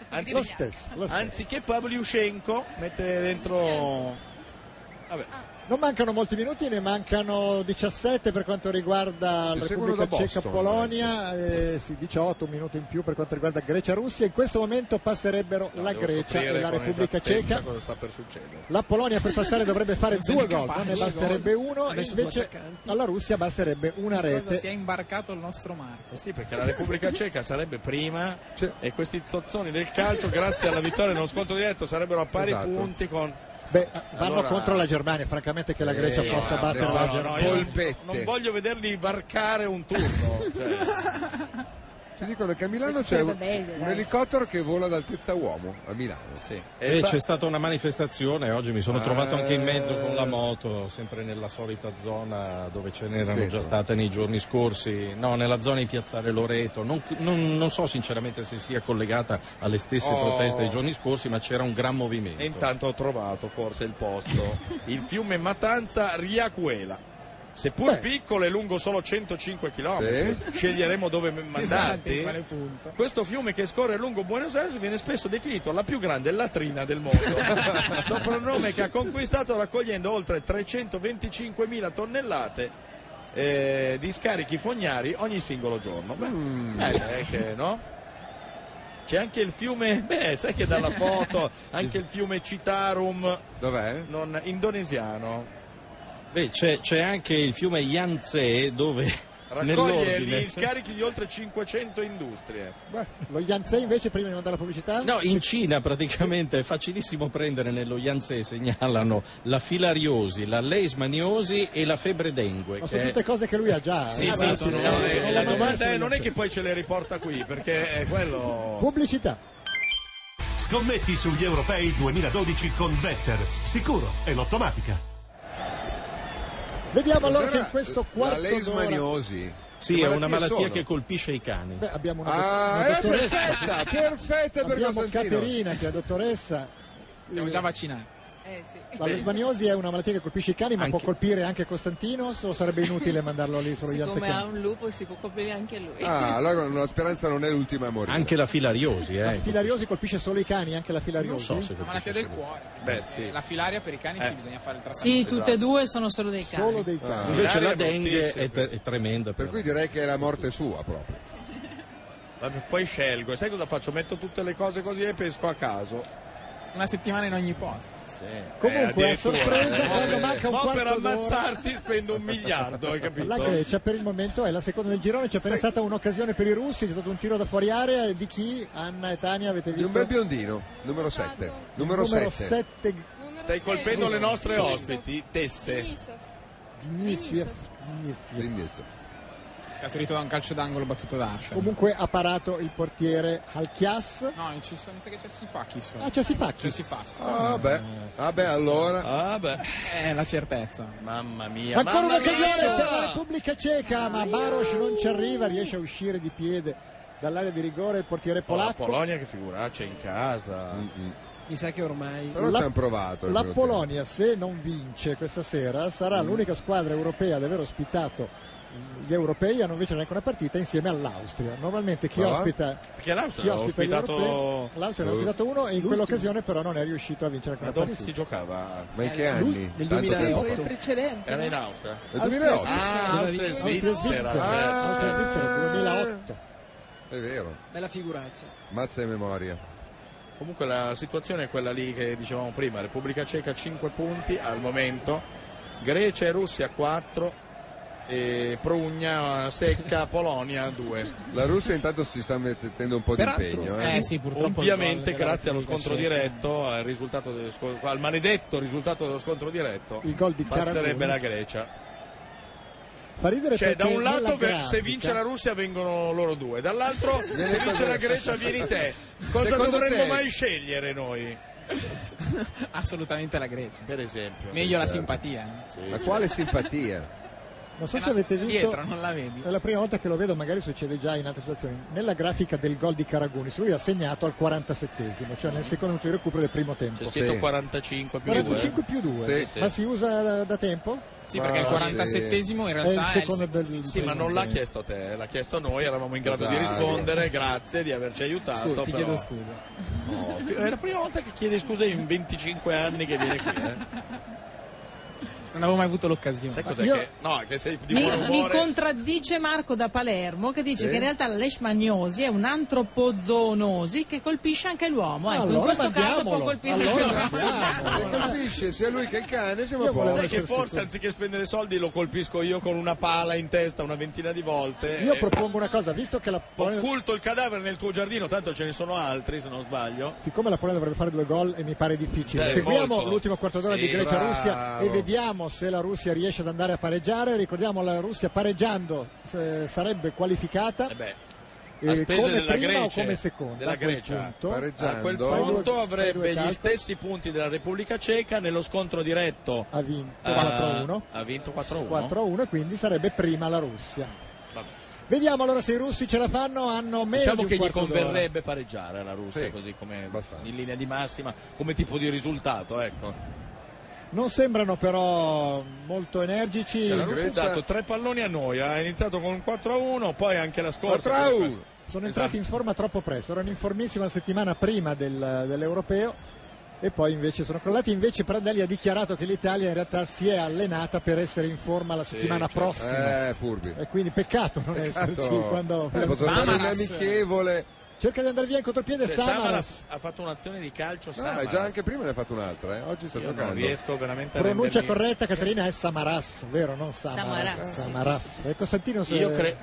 Speaker 11: Anzi-
Speaker 2: Lo stesso, lo stesso.
Speaker 11: Anziché Pavliushenko mette dentro... Vabbè.
Speaker 2: Non mancano molti minuti, ne mancano 17 per quanto riguarda
Speaker 5: Ci
Speaker 2: la
Speaker 5: seguono
Speaker 2: Repubblica
Speaker 5: da Boston,
Speaker 2: Ceca-Polonia, eh, sì, 18 un minuto in più per quanto riguarda Grecia-Russia. In questo momento passerebbero la
Speaker 11: Devo
Speaker 2: Grecia
Speaker 11: scoprire
Speaker 2: e la
Speaker 11: con
Speaker 2: Repubblica
Speaker 11: esattezza
Speaker 2: Ceca.
Speaker 11: cosa sta per succedere.
Speaker 2: La Polonia per passare dovrebbe fare
Speaker 9: Non
Speaker 2: due
Speaker 9: siete
Speaker 2: gol,
Speaker 9: capaci,
Speaker 2: non ne
Speaker 9: gol.
Speaker 2: basterebbe uno, e
Speaker 9: Adesso due
Speaker 2: invece
Speaker 9: attaccanti.
Speaker 2: alla Russia basterebbe una
Speaker 9: Cosa si è
Speaker 2: rete.
Speaker 9: imbarcato il nostro Marco? Esatto,
Speaker 11: Eh sì, perché la Repubblica Ceca sarebbe prima e questi zozzoni del calcio, grazie alla vittoria nello scontro diretto, sarebbero a pari
Speaker 5: Esatto.
Speaker 11: punti con...
Speaker 2: Beh, vanno
Speaker 11: Allora-
Speaker 2: contro la Germania, francamente che la Grecia
Speaker 11: Eh,
Speaker 2: possa
Speaker 11: no,
Speaker 2: battere
Speaker 11: no,
Speaker 2: la
Speaker 11: no,
Speaker 2: Germania.
Speaker 11: io non-
Speaker 5: Polpette.
Speaker 11: Non voglio vederli varcare un turno. cioè.
Speaker 5: Ci dicono che a Milano
Speaker 15: Questo
Speaker 5: c'è un,
Speaker 15: sarebbe meglio,
Speaker 5: un
Speaker 15: dai.
Speaker 5: elicottero che vola ad altezza uomo. A Milano.
Speaker 11: Sì. E
Speaker 8: Eh,
Speaker 11: sta-
Speaker 8: c'è stata una manifestazione oggi, mi sono
Speaker 5: Eh.
Speaker 8: trovato anche in mezzo con
Speaker 11: Eh.
Speaker 8: la moto, sempre nella solita zona dove ce n'erano
Speaker 5: Centro.
Speaker 11: Certo.
Speaker 8: già state nei giorni scorsi, no, nella zona di Piazzale Loreto. Non, non- non so sinceramente se sia collegata alle stesse
Speaker 11: Oh.
Speaker 8: proteste dei giorni scorsi, ma c'era un gran movimento.
Speaker 11: E intanto ho trovato forse il posto. Il fiume Matanza Riacuela. Seppur
Speaker 2: Beh.
Speaker 11: piccolo e lungo solo 105 km, sceglieremo dove m-
Speaker 2: Esatto,
Speaker 11: mandarti.
Speaker 9: quale punto.
Speaker 11: Questo fiume che scorre lungo Buenos Aires viene spesso definito la più grande latrina del mondo. Soprannome che ha conquistato raccogliendo oltre 325.000 tonnellate eh, di scarichi fognari ogni singolo giorno. Beh, eh, che, no? C'è anche il fiume, beh, sai che dalla foto, anche il fiume Citarum.
Speaker 5: Dov'è?
Speaker 11: Non, indonesiano.
Speaker 8: Beh, c'è, c'è anche il fiume Yangtze dove
Speaker 11: Raccoglie
Speaker 8: nell'ordine
Speaker 11: gli scarichi di oltre 500 industrie.
Speaker 2: Lo Yanzei invece prima di mandare la pubblicità?
Speaker 8: No, in Cina praticamente è facilissimo prendere nello Yangtze segnalano la filariosi, la leishmaniosi e la febbre dengue.
Speaker 2: Ma
Speaker 8: che
Speaker 2: sono
Speaker 8: è-
Speaker 2: tutte cose che lui ha già. eh.
Speaker 8: Eh. sì, sono-
Speaker 11: No,
Speaker 8: no,
Speaker 11: eh,
Speaker 8: no,
Speaker 11: la
Speaker 8: no,
Speaker 11: domanda
Speaker 8: no,
Speaker 11: è
Speaker 8: no,
Speaker 11: non è che poi ce le riporta qui, perché è quello.
Speaker 2: Pubblicità.
Speaker 4: Scommetti sugli europei 2012 con Better. Sicuro e l'automatica.
Speaker 2: Vediamo
Speaker 5: Cos'era
Speaker 2: allora se in questo quarto
Speaker 5: La
Speaker 2: d'ora...
Speaker 5: leishmaniosi.
Speaker 8: Sì,
Speaker 5: Che
Speaker 8: è una
Speaker 5: malattie
Speaker 8: malattia
Speaker 5: sono?
Speaker 8: che colpisce i cani.
Speaker 2: Beh, abbiamo una,
Speaker 5: Ah,
Speaker 2: una
Speaker 5: è
Speaker 2: dottoressa.
Speaker 5: perfetta, perfetta per
Speaker 2: Abbiamo
Speaker 5: Costantino.
Speaker 2: Caterina che è dottoressa.
Speaker 9: Siamo già vaccinati.
Speaker 12: Eh sì.
Speaker 2: La leishmaniosi è una malattia che colpisce i cani, ma può colpire anche Costantino? O sarebbe inutile mandarlo lì solo gli
Speaker 12: Siccome ha
Speaker 2: anziani?
Speaker 12: un lupo si può coprire anche lui.
Speaker 5: Ah, allora la speranza non è l'ultima a morire.
Speaker 8: Anche la filariosi,
Speaker 2: La
Speaker 8: eh.
Speaker 2: filariosi colpisce solo i cani, anche la filariosi?
Speaker 8: Non so se
Speaker 9: La malattia del cuore.
Speaker 8: Beh,
Speaker 9: Eh, La filaria per i cani sì, bisogna fare il trattamento.
Speaker 6: Sì, tutte e due sono solo dei cani.
Speaker 2: Solo
Speaker 5: Ah.
Speaker 2: dei cani.
Speaker 8: Esatto. Ah, Invece la
Speaker 11: Filaria è
Speaker 8: dengue
Speaker 11: bruttissima.
Speaker 8: è, tre- è tremenda.
Speaker 5: Per
Speaker 8: però.
Speaker 5: cui direi che è la morte sua proprio.
Speaker 11: Vabbè, poi scelgo, sai cosa faccio? Metto tutte le cose così e pesco a caso. Eh,
Speaker 9: Una settimana in ogni posto.
Speaker 2: Comunque, a
Speaker 11: addirittura,
Speaker 2: sorpresa,
Speaker 11: eh.
Speaker 2: quando manca un
Speaker 11: Mo'
Speaker 2: quarto
Speaker 11: per
Speaker 2: d'ora-
Speaker 11: ammazzarti spendo un miliardo, hai capito?
Speaker 2: La Grecia per il momento è la seconda del girone, c'è appena stata un'occasione per i russi, c'è stato un tiro da fuori area e di chi? Anna e Tania avete
Speaker 5: Di
Speaker 2: visto?
Speaker 5: un bel biondino, numero 7. Numero
Speaker 2: Numero
Speaker 5: 7.
Speaker 2: sette,
Speaker 11: Stai colpendo le nostre ospiti, tesse.
Speaker 12: Denisov.
Speaker 2: Dnisiev.
Speaker 9: Scaturito da un calcio d'angolo battuto da Arsene.
Speaker 2: Comunque ha parato il portiere Alchias.
Speaker 9: No, in Cisso- mi sa che c'è Sifakis.
Speaker 2: Ah, c'è Sifakis.
Speaker 9: C'è Eh, Sifakis.
Speaker 5: Ah, beh. Ah, beh, allora.
Speaker 11: Ah, beh.
Speaker 9: Eh, la certezza.
Speaker 11: Mamma mia.
Speaker 2: Ancora
Speaker 11: mamma
Speaker 2: un'occasione
Speaker 11: mia.
Speaker 2: per la Repubblica Ceca, ma Baros non ci arriva, riesce a uscire di piede dall'area di rigore il portiere
Speaker 11: Oh, la
Speaker 2: polacco.
Speaker 11: Polonia che figuraccia in casa.
Speaker 7: Mi sa che ormai...
Speaker 5: Però
Speaker 2: La-
Speaker 5: ci hanno provato. Mm.
Speaker 2: La
Speaker 5: però.
Speaker 2: Polonia, se non vince questa sera, sarà l'unica squadra europea ad aver ospitato gli europei, hanno invece neanche una partita insieme all'Austria. Normalmente chi
Speaker 5: Ah.
Speaker 2: ospita,
Speaker 11: Perché
Speaker 2: chi
Speaker 11: l'Austria ha
Speaker 2: ospita gli europei,
Speaker 11: ospitato.
Speaker 2: l'Austria ne ha
Speaker 5: Eh.
Speaker 2: ospitato uno e in quell'occasione però non è riuscito a vincere
Speaker 11: Ma
Speaker 2: quella
Speaker 11: dove
Speaker 2: partita.
Speaker 11: si giocava?
Speaker 5: Ma in che
Speaker 7: Eh, lui-
Speaker 5: anni?
Speaker 7: nel
Speaker 5: Tanto
Speaker 7: 2008.
Speaker 5: tempo
Speaker 12: Il
Speaker 5: fa.
Speaker 12: precedente.
Speaker 11: Era
Speaker 12: no?
Speaker 11: in Austria.
Speaker 5: Nel 2008.
Speaker 11: Ah, Austria e
Speaker 2: Austria e
Speaker 11: Svizzera. certo.
Speaker 2: Svizzera, Austria e Svizzera, 2008.
Speaker 5: È vero.
Speaker 7: Eh. Bella figuraccia.
Speaker 5: Mazza di memoria.
Speaker 11: Comunque la situazione è quella lì che dicevamo prima, Repubblica Ceca 5 punti al momento, Grecia e Russia 4 e Prugna secca Polonia 2.
Speaker 5: La Russia intanto si sta mettendo un po' di
Speaker 9: Peraltro-
Speaker 5: impegno. Eh.
Speaker 9: eh sì, purtroppo.
Speaker 11: Ovviamente
Speaker 9: il gol
Speaker 11: grazie allo
Speaker 9: della
Speaker 11: scontro
Speaker 9: Repubblica Ceca.
Speaker 11: diretto, al, risultato dello sco- al maledetto risultato dello scontro diretto,
Speaker 2: Il gol di
Speaker 11: passerebbe la
Speaker 2: Karagunis.
Speaker 11: Grecia.
Speaker 2: Fa ridere
Speaker 11: Cioè da
Speaker 2: perché
Speaker 11: un
Speaker 2: nella
Speaker 11: lato ve- se
Speaker 2: grafica-
Speaker 11: vince la Russia vengono loro due, dall'altro se vince la Grecia vieni te. Cosa
Speaker 5: Secondo
Speaker 11: dovremmo
Speaker 5: te-
Speaker 11: mai scegliere noi?
Speaker 9: Assolutamente la Grecia.
Speaker 11: Per esempio.
Speaker 9: Meglio la simpatia. eh.
Speaker 5: Ma quale simpatia?
Speaker 2: Non so se avete visto,
Speaker 9: Dietro, non la vedi.
Speaker 2: È la prima volta che lo vedo, magari succede già in altre situazioni. Nella grafica del gol di Caragunis, lui ha segnato al 47esimo, cioè nel secondo minuto di recupero del primo tempo.
Speaker 11: C'è scritto
Speaker 5: Sì.
Speaker 11: 45 più
Speaker 2: 45 più 2,
Speaker 5: Sì,
Speaker 11: sì.
Speaker 2: ma si usa da, da tempo?
Speaker 9: Sì, perché il
Speaker 5: Ah,
Speaker 9: 47esimo in
Speaker 2: È il
Speaker 9: realtà è il
Speaker 2: secondo
Speaker 9: secondo.
Speaker 2: del
Speaker 11: Sì, ma non l'ha chiesto a te, l'ha chiesto a noi, eravamo in grado di
Speaker 5: Esatto.
Speaker 11: rispondere, grazie di averci
Speaker 8: Ah,
Speaker 11: aiutato.
Speaker 9: Scusa, ti
Speaker 11: però-
Speaker 9: chiedo scusa.
Speaker 11: No, fi- è la prima volta che chiedi scusa in 25 anni che viene qui. eh.
Speaker 9: Non avevo mai avuto l'occasione.
Speaker 11: Sai cos'è
Speaker 2: io-
Speaker 11: che... No, che sei di
Speaker 6: Mi,
Speaker 11: buon
Speaker 6: mi
Speaker 11: umore.
Speaker 6: contraddice Marco da Palermo che dice
Speaker 5: Sì.
Speaker 6: che in realtà la leishmaniosi è un'antropozoonosi che colpisce anche l'uomo. Ecco, in
Speaker 2: Allora
Speaker 6: questo caso può
Speaker 2: mandiamolo,
Speaker 6: colpire
Speaker 2: allora
Speaker 6: anche l'uomo.
Speaker 2: mandiamolo.
Speaker 5: Se colpisce sia lui che il cane siamo
Speaker 2: Io
Speaker 5: a posto.
Speaker 2: volevo-
Speaker 11: Sai che
Speaker 2: essere
Speaker 11: forse
Speaker 2: sicuro.
Speaker 11: anziché spendere soldi lo colpisco io con una pala in testa una ventina di volte.
Speaker 2: Io
Speaker 11: e-
Speaker 2: propongo una cosa, visto che la Polonia,
Speaker 11: Occulto il cadavere nel tuo giardino, tanto ce ne sono altri se non sbaglio.
Speaker 2: siccome la Polonia dovrebbe fare due gol e mi pare difficile,
Speaker 11: Beh,
Speaker 2: seguiamo
Speaker 11: molto.
Speaker 2: l'ultimo quarto d'ora
Speaker 11: Sì,
Speaker 2: di Grecia-Russia
Speaker 5: bravo.
Speaker 2: e vediamo se la Russia riesce ad andare a pareggiare. Ricordiamo la Russia pareggiando eh, sarebbe qualificata.
Speaker 11: Eh beh,
Speaker 2: Eh,
Speaker 11: a spese
Speaker 2: come
Speaker 11: della
Speaker 2: prima
Speaker 11: Grecia,
Speaker 2: o come seconda
Speaker 11: della
Speaker 2: a quel
Speaker 11: Grecia.
Speaker 2: punto?
Speaker 5: Pareggiando.
Speaker 11: A quel
Speaker 2: Fai due-
Speaker 11: punto
Speaker 2: fai due
Speaker 11: avrebbe gli
Speaker 2: calcoli.
Speaker 11: stessi punti della Repubblica Ceca nello scontro diretto.
Speaker 2: ha vinto
Speaker 11: eh,
Speaker 2: 4-1
Speaker 11: Ha vinto 4-1.
Speaker 2: 4-1 quindi sarebbe prima la Russia
Speaker 11: Vabbè.
Speaker 2: vediamo allora se i russi ce la fanno hanno meno
Speaker 11: Diciamo
Speaker 2: di un
Speaker 11: che gli
Speaker 2: quarto d'ora.
Speaker 11: converrebbe pareggiare alla Russia,
Speaker 5: Sì,
Speaker 11: così come
Speaker 5: abbastanza.
Speaker 11: in linea di massima, come tipo di risultato. Ecco.
Speaker 2: non sembrano però molto energici
Speaker 11: Cioè, la
Speaker 5: in
Speaker 11: Russia ha
Speaker 5: Grecia-
Speaker 11: dato tre palloni a noi, ha iniziato con un 4-1, poi anche la scorsa.
Speaker 5: Quatrau!
Speaker 11: comunque-
Speaker 2: sono entrati
Speaker 11: Esatto.
Speaker 2: in forma troppo presto erano in formissima la settimana prima del- dell'europeo e poi invece sono crollati invece Prandelli ha dichiarato che l'Italia in realtà si è allenata per essere in forma la settimana
Speaker 11: certo.
Speaker 2: prossima
Speaker 5: Eh, furbi.
Speaker 2: e quindi peccato non esserci
Speaker 5: Peccato.
Speaker 2: quando
Speaker 5: Eh, potrebbe dare
Speaker 9: Samaras.
Speaker 5: un amichevole
Speaker 2: Cerca di andare via in contropiede
Speaker 11: Cioè, Samaras.
Speaker 2: Samaras.
Speaker 11: ha fatto un'azione di calcio.
Speaker 5: No,
Speaker 11: Samaras.
Speaker 5: e Ah, già anche prima ne ha fatto un'altra, eh. oggi sta
Speaker 11: Io
Speaker 5: giocando.
Speaker 11: non riesco veramente a
Speaker 2: Pronuncia
Speaker 11: rendermi-
Speaker 2: corretta Caterina è Samaras, vero? Non Samaras.
Speaker 11: Samaras,
Speaker 2: Samaras.
Speaker 11: sì,
Speaker 2: E Costantino se-
Speaker 11: Io cre-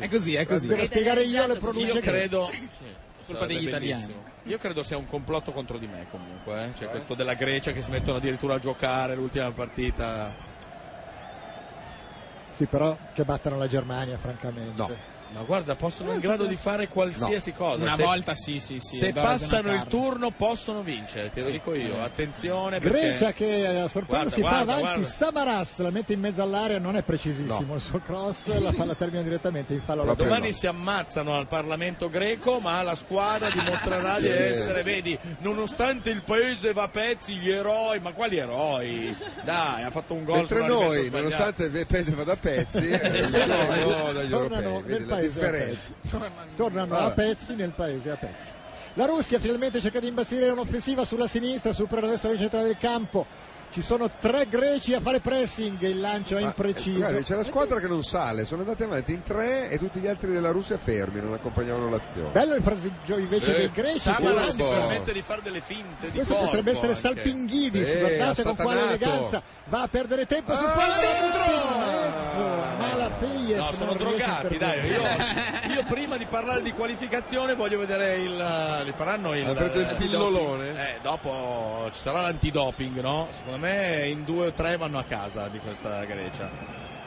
Speaker 9: È così, è così.
Speaker 2: Devo spiegare io le
Speaker 11: Io
Speaker 2: pronunce che-
Speaker 11: credo.
Speaker 9: Colpa degli
Speaker 11: sarebbe
Speaker 9: italiani.
Speaker 11: bellissimo. Io credo sia un complotto contro di me comunque, eh. Cioè, questo della Grecia che si mettono addirittura a giocare l'ultima partita.
Speaker 2: Sì, però che battano la Germania, francamente.
Speaker 11: Ma guarda, possono in grado di fare qualsiasi
Speaker 2: No.
Speaker 11: cosa.
Speaker 9: Una
Speaker 11: Se-
Speaker 9: volta sì, sì, sì.
Speaker 11: Se
Speaker 9: adoro
Speaker 11: passano il
Speaker 9: Zanaccarlo.
Speaker 11: turno possono vincere, te lo
Speaker 9: Sì.
Speaker 11: dico io. Attenzione perché
Speaker 2: Grecia che eh, a sorpresa
Speaker 11: Guarda,
Speaker 2: si fa
Speaker 11: guarda,
Speaker 2: avanti,
Speaker 11: guarda.
Speaker 2: Samaras la mette in mezzo all'area, non è precisissimo il suo cross, la, fa- la termina direttamente in fallo laterale.
Speaker 11: domani si ammazzano al Parlamento greco, ma la squadra dimostrerà
Speaker 2: Sì.
Speaker 11: di essere, vedi, nonostante il paese va a pezzi, gli eroi, ma quali eroi? Dai, ha fatto un gol
Speaker 5: Mentre
Speaker 11: sulla rimessa
Speaker 5: noi,
Speaker 11: sbagliata.
Speaker 5: nonostante Pepe va da pezzi, eh, tornano dagli
Speaker 2: tornano
Speaker 5: europei, Ah,
Speaker 2: nel
Speaker 5: vedi la
Speaker 2: paese a
Speaker 5: differenza.
Speaker 2: pezzi. Tornano a
Speaker 5: Vabbè.
Speaker 2: pezzi nel paese a pezzi. La Russia finalmente cerca di imbastire un'offensiva sulla sinistra, supera adesso la centrale del campo. Ci sono tre greci a fare pressing, il lancio è
Speaker 5: Ma, eh,
Speaker 2: impreciso.
Speaker 5: guarda, c'è la squadra che non sale, sono andati avanti in tre e tutti gli altri della Russia fermi, non accompagnavano l'azione.
Speaker 2: Bello il fraseggio invece
Speaker 5: Eh,
Speaker 2: dei Cioè, greci.
Speaker 5: Samaras
Speaker 2: che
Speaker 5: si
Speaker 2: lancia.
Speaker 5: permette
Speaker 11: di fare delle finte
Speaker 2: Questo potrebbe essere Salpinghidis,
Speaker 5: Eh,
Speaker 2: guardate con
Speaker 5: assatanato.
Speaker 2: quale eleganza va a perdere tempo sul palo
Speaker 11: Ah,
Speaker 2: Eh, dentro. In mezzo, Malapeyev
Speaker 11: No, sono
Speaker 2: non riesce a
Speaker 11: drogati,
Speaker 2: intervenire.
Speaker 11: dai. Io, io prima di parlare di qualificazione voglio vedere il. Li faranno il.
Speaker 5: Ha preso il pillolone?
Speaker 11: Eh, dopo ci sarà l'antidoping, no? Secondo me in due o tre vanno a casa di questa Grecia.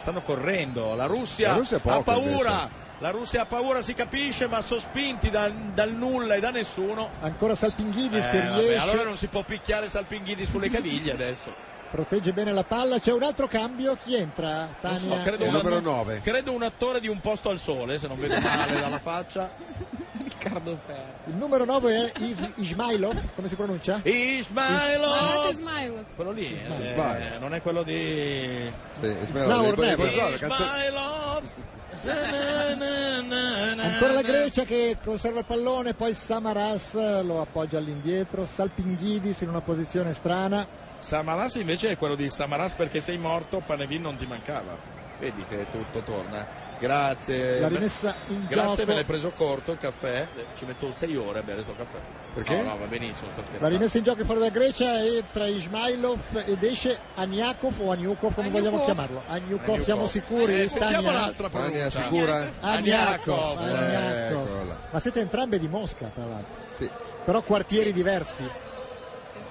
Speaker 11: Stanno correndo, la Russia,
Speaker 5: La Russia ha poco,
Speaker 11: paura.
Speaker 5: invece.
Speaker 11: La Russia ha paura, si capisce, ma sospinti da- dal nulla e da nessuno.
Speaker 2: Ancora Salpinghidis
Speaker 11: Eh,
Speaker 2: che
Speaker 11: vabbè,
Speaker 2: riesce,
Speaker 11: allora non si può picchiare Salpinghidi sulle caviglie adesso.
Speaker 2: protegge bene la palla. C'è un altro cambio, chi entra?
Speaker 11: Non
Speaker 2: Tania.
Speaker 11: so, credo,
Speaker 5: Il
Speaker 11: una-
Speaker 5: numero nove.
Speaker 11: credo un attore di un posto al sole, se non vedo male dalla faccia.
Speaker 9: Riccardo Ferro.
Speaker 2: Il numero 9 è Is- Ismailov, come si pronuncia?
Speaker 10: Guardate
Speaker 11: Ismailov!
Speaker 10: Smile.
Speaker 11: Quello lì eh,
Speaker 5: Ismailov.
Speaker 11: non è quello di
Speaker 5: Sì,
Speaker 2: Now
Speaker 5: Ismail,
Speaker 2: or
Speaker 5: le- le-
Speaker 2: never.
Speaker 5: le- la canzone-
Speaker 11: Ismailov! Na, na, na, na,
Speaker 2: Ancora la
Speaker 11: na.
Speaker 2: Grecia che conserva il pallone, poi Samaras lo appoggia all'indietro, Salpinghidis in una posizione strana.
Speaker 11: Samaras invece è quello di Samaras perché sei morto, Panevin non ti mancava. Vedi che tutto torna. Grazie.
Speaker 2: La rimessa in
Speaker 11: Eh, Grazie,
Speaker 2: gioco.
Speaker 11: me l'hai preso corto il caffè. Ci metto 6 ore a bere sto caffè.
Speaker 5: Perché?
Speaker 11: No, no, va benissimo, sto scherzando.
Speaker 2: La rimessa in gioco fuori da Grecia entra Ismailov ed esce Aniakov o Aniukov come vogliamo chiamarlo. Aniukov,
Speaker 11: Aniukov.
Speaker 2: siamo sicuri?
Speaker 11: Eh, sentiamo
Speaker 2: Tania?
Speaker 11: l'altra
Speaker 5: Tania,
Speaker 11: pronuncia.
Speaker 5: sicura?
Speaker 2: Aniakov.
Speaker 11: Aniakov.
Speaker 2: Aniakov.
Speaker 5: Eccola.
Speaker 2: Ma siete entrambe di Mosca tra l'altro,
Speaker 5: Sì.
Speaker 2: però quartieri diversi.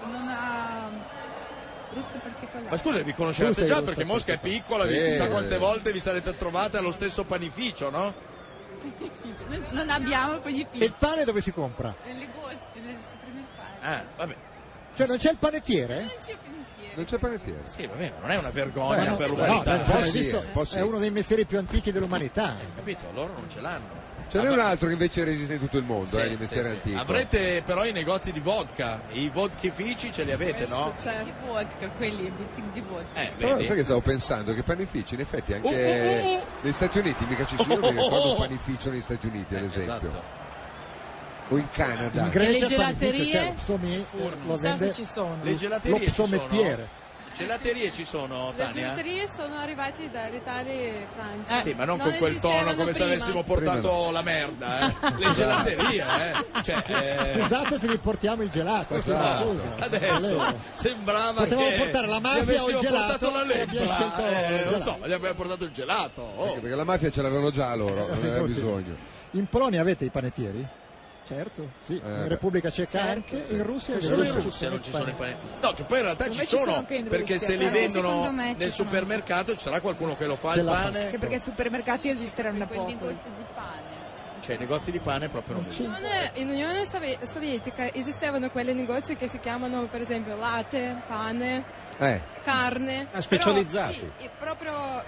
Speaker 18: Sono una um, russa particolare.
Speaker 11: Ma scusa, vi
Speaker 2: Tu
Speaker 11: conoscevate
Speaker 2: sei
Speaker 11: già
Speaker 2: russa,
Speaker 11: perché Mosca è piccola, vi-
Speaker 5: Eh.
Speaker 11: chissà quante volte vi sarete trovate allo stesso panificio, no?
Speaker 18: Non, non abbiamo poi
Speaker 2: E
Speaker 18: gli
Speaker 2: il
Speaker 18: figli.
Speaker 2: pane dove si compra?
Speaker 18: Nelle bozze, nel supermercato.
Speaker 11: Ah, vabbè.
Speaker 2: Cioè non c'è il panettiere?
Speaker 18: Non c'è pensiero.
Speaker 5: Non c'è panettiere.
Speaker 11: Sì, va bene, non è una vergogna
Speaker 2: Eh, no,
Speaker 11: per
Speaker 2: no,
Speaker 11: l'umanità.
Speaker 2: dai,
Speaker 5: Un po'
Speaker 2: hai
Speaker 5: sì,
Speaker 2: visto?
Speaker 5: un po' sì.
Speaker 2: È uno dei mestieri più antichi dell'umanità.
Speaker 11: Capito? Loro non ce l'hanno.
Speaker 5: Ce n'è un altro che invece resiste in tutto il mondo,
Speaker 11: Ah, Sì,
Speaker 5: eh, di
Speaker 11: sì,
Speaker 5: mestiere
Speaker 11: sì.
Speaker 5: antico.
Speaker 11: Avrete però i negozi di vodka, i vodkifici ce li avete,
Speaker 18: Questo
Speaker 11: no?
Speaker 18: c'è di vodka, quelli, boutique di vodka.
Speaker 11: Eh,
Speaker 5: Però
Speaker 11: vedi?
Speaker 5: sai che stavo pensando che panifici in effetti anche
Speaker 11: Oh, oh, oh, oh.
Speaker 5: negli Stati Uniti mica ci sono,
Speaker 11: Oh, oh,
Speaker 5: mi ricordo
Speaker 11: oh,
Speaker 5: un
Speaker 11: oh.
Speaker 5: panificio negli Stati Uniti ad esempio.
Speaker 11: Esatto.
Speaker 5: O in Canada.
Speaker 2: In Grecia
Speaker 6: E le
Speaker 2: il panificio
Speaker 6: gelaterie?
Speaker 2: c'è, il sommi- lo
Speaker 6: Non so
Speaker 2: vende
Speaker 6: se ci sono.
Speaker 11: Le gelaterie
Speaker 2: lo
Speaker 11: ci sono?
Speaker 2: psommettiere.
Speaker 11: Gelaterie ci sono,
Speaker 10: Le
Speaker 11: Tania?
Speaker 10: gelaterie sono arrivate dall'Italia e Francia.
Speaker 11: Eh, Sì, ma non, con quel tono
Speaker 10: esistevano
Speaker 11: come se
Speaker 10: prima.
Speaker 11: avessimo portato la merda, eh. Le gelaterie, eh. Cioè, eh,
Speaker 2: Scusate se vi portiamo il gelato. eh,
Speaker 11: Esatto.
Speaker 2: scusa.
Speaker 11: Adesso
Speaker 2: Allora.
Speaker 11: sembrava
Speaker 2: Potevamo
Speaker 11: che
Speaker 2: portare la mafia
Speaker 11: gli avessimo
Speaker 2: o il gelato
Speaker 11: portato la
Speaker 2: e abbiamo
Speaker 11: lebbra.
Speaker 2: scelto
Speaker 11: Eh,
Speaker 2: il
Speaker 11: non
Speaker 2: gelato.
Speaker 11: so, gli abbiamo portato il gelato. oh.
Speaker 5: Anche perché la mafia ce l'avevano già loro, non aveva
Speaker 2: Infatti.
Speaker 5: bisogno.
Speaker 2: In Polonia avete i panettieri?
Speaker 7: Certo.
Speaker 2: Sì, in
Speaker 5: beh.
Speaker 2: Repubblica Ceca
Speaker 8: Certo,
Speaker 2: anche, in Russia e
Speaker 11: Solo in
Speaker 2: Grecia.
Speaker 11: Russia non ci sono i panettoni. No, che poi in realtà
Speaker 13: Secondo
Speaker 11: ci
Speaker 13: me ci sono
Speaker 11: sono,
Speaker 13: anche in
Speaker 11: perché
Speaker 13: Russia,
Speaker 11: se li
Speaker 13: però
Speaker 11: vendono
Speaker 13: secondo me
Speaker 11: nel
Speaker 13: ci sono.
Speaker 11: supermercato ci sarà qualcuno che lo fa
Speaker 2: Che
Speaker 11: il
Speaker 2: la fa.
Speaker 11: pane.
Speaker 13: Anche perché i supermercati esisteranno da
Speaker 18: Quel
Speaker 13: poco.
Speaker 18: negozio di pane.
Speaker 11: Cioè, i negozi di pane proprio non
Speaker 10: In
Speaker 11: esistono.
Speaker 10: Unione- In Unione Sovie- Sovietica esistevano quei negozi che si chiamano per esempio latte, pane,
Speaker 5: Eh.
Speaker 10: carne.
Speaker 9: Ah, specializzati.
Speaker 10: Però, sì, e proprio...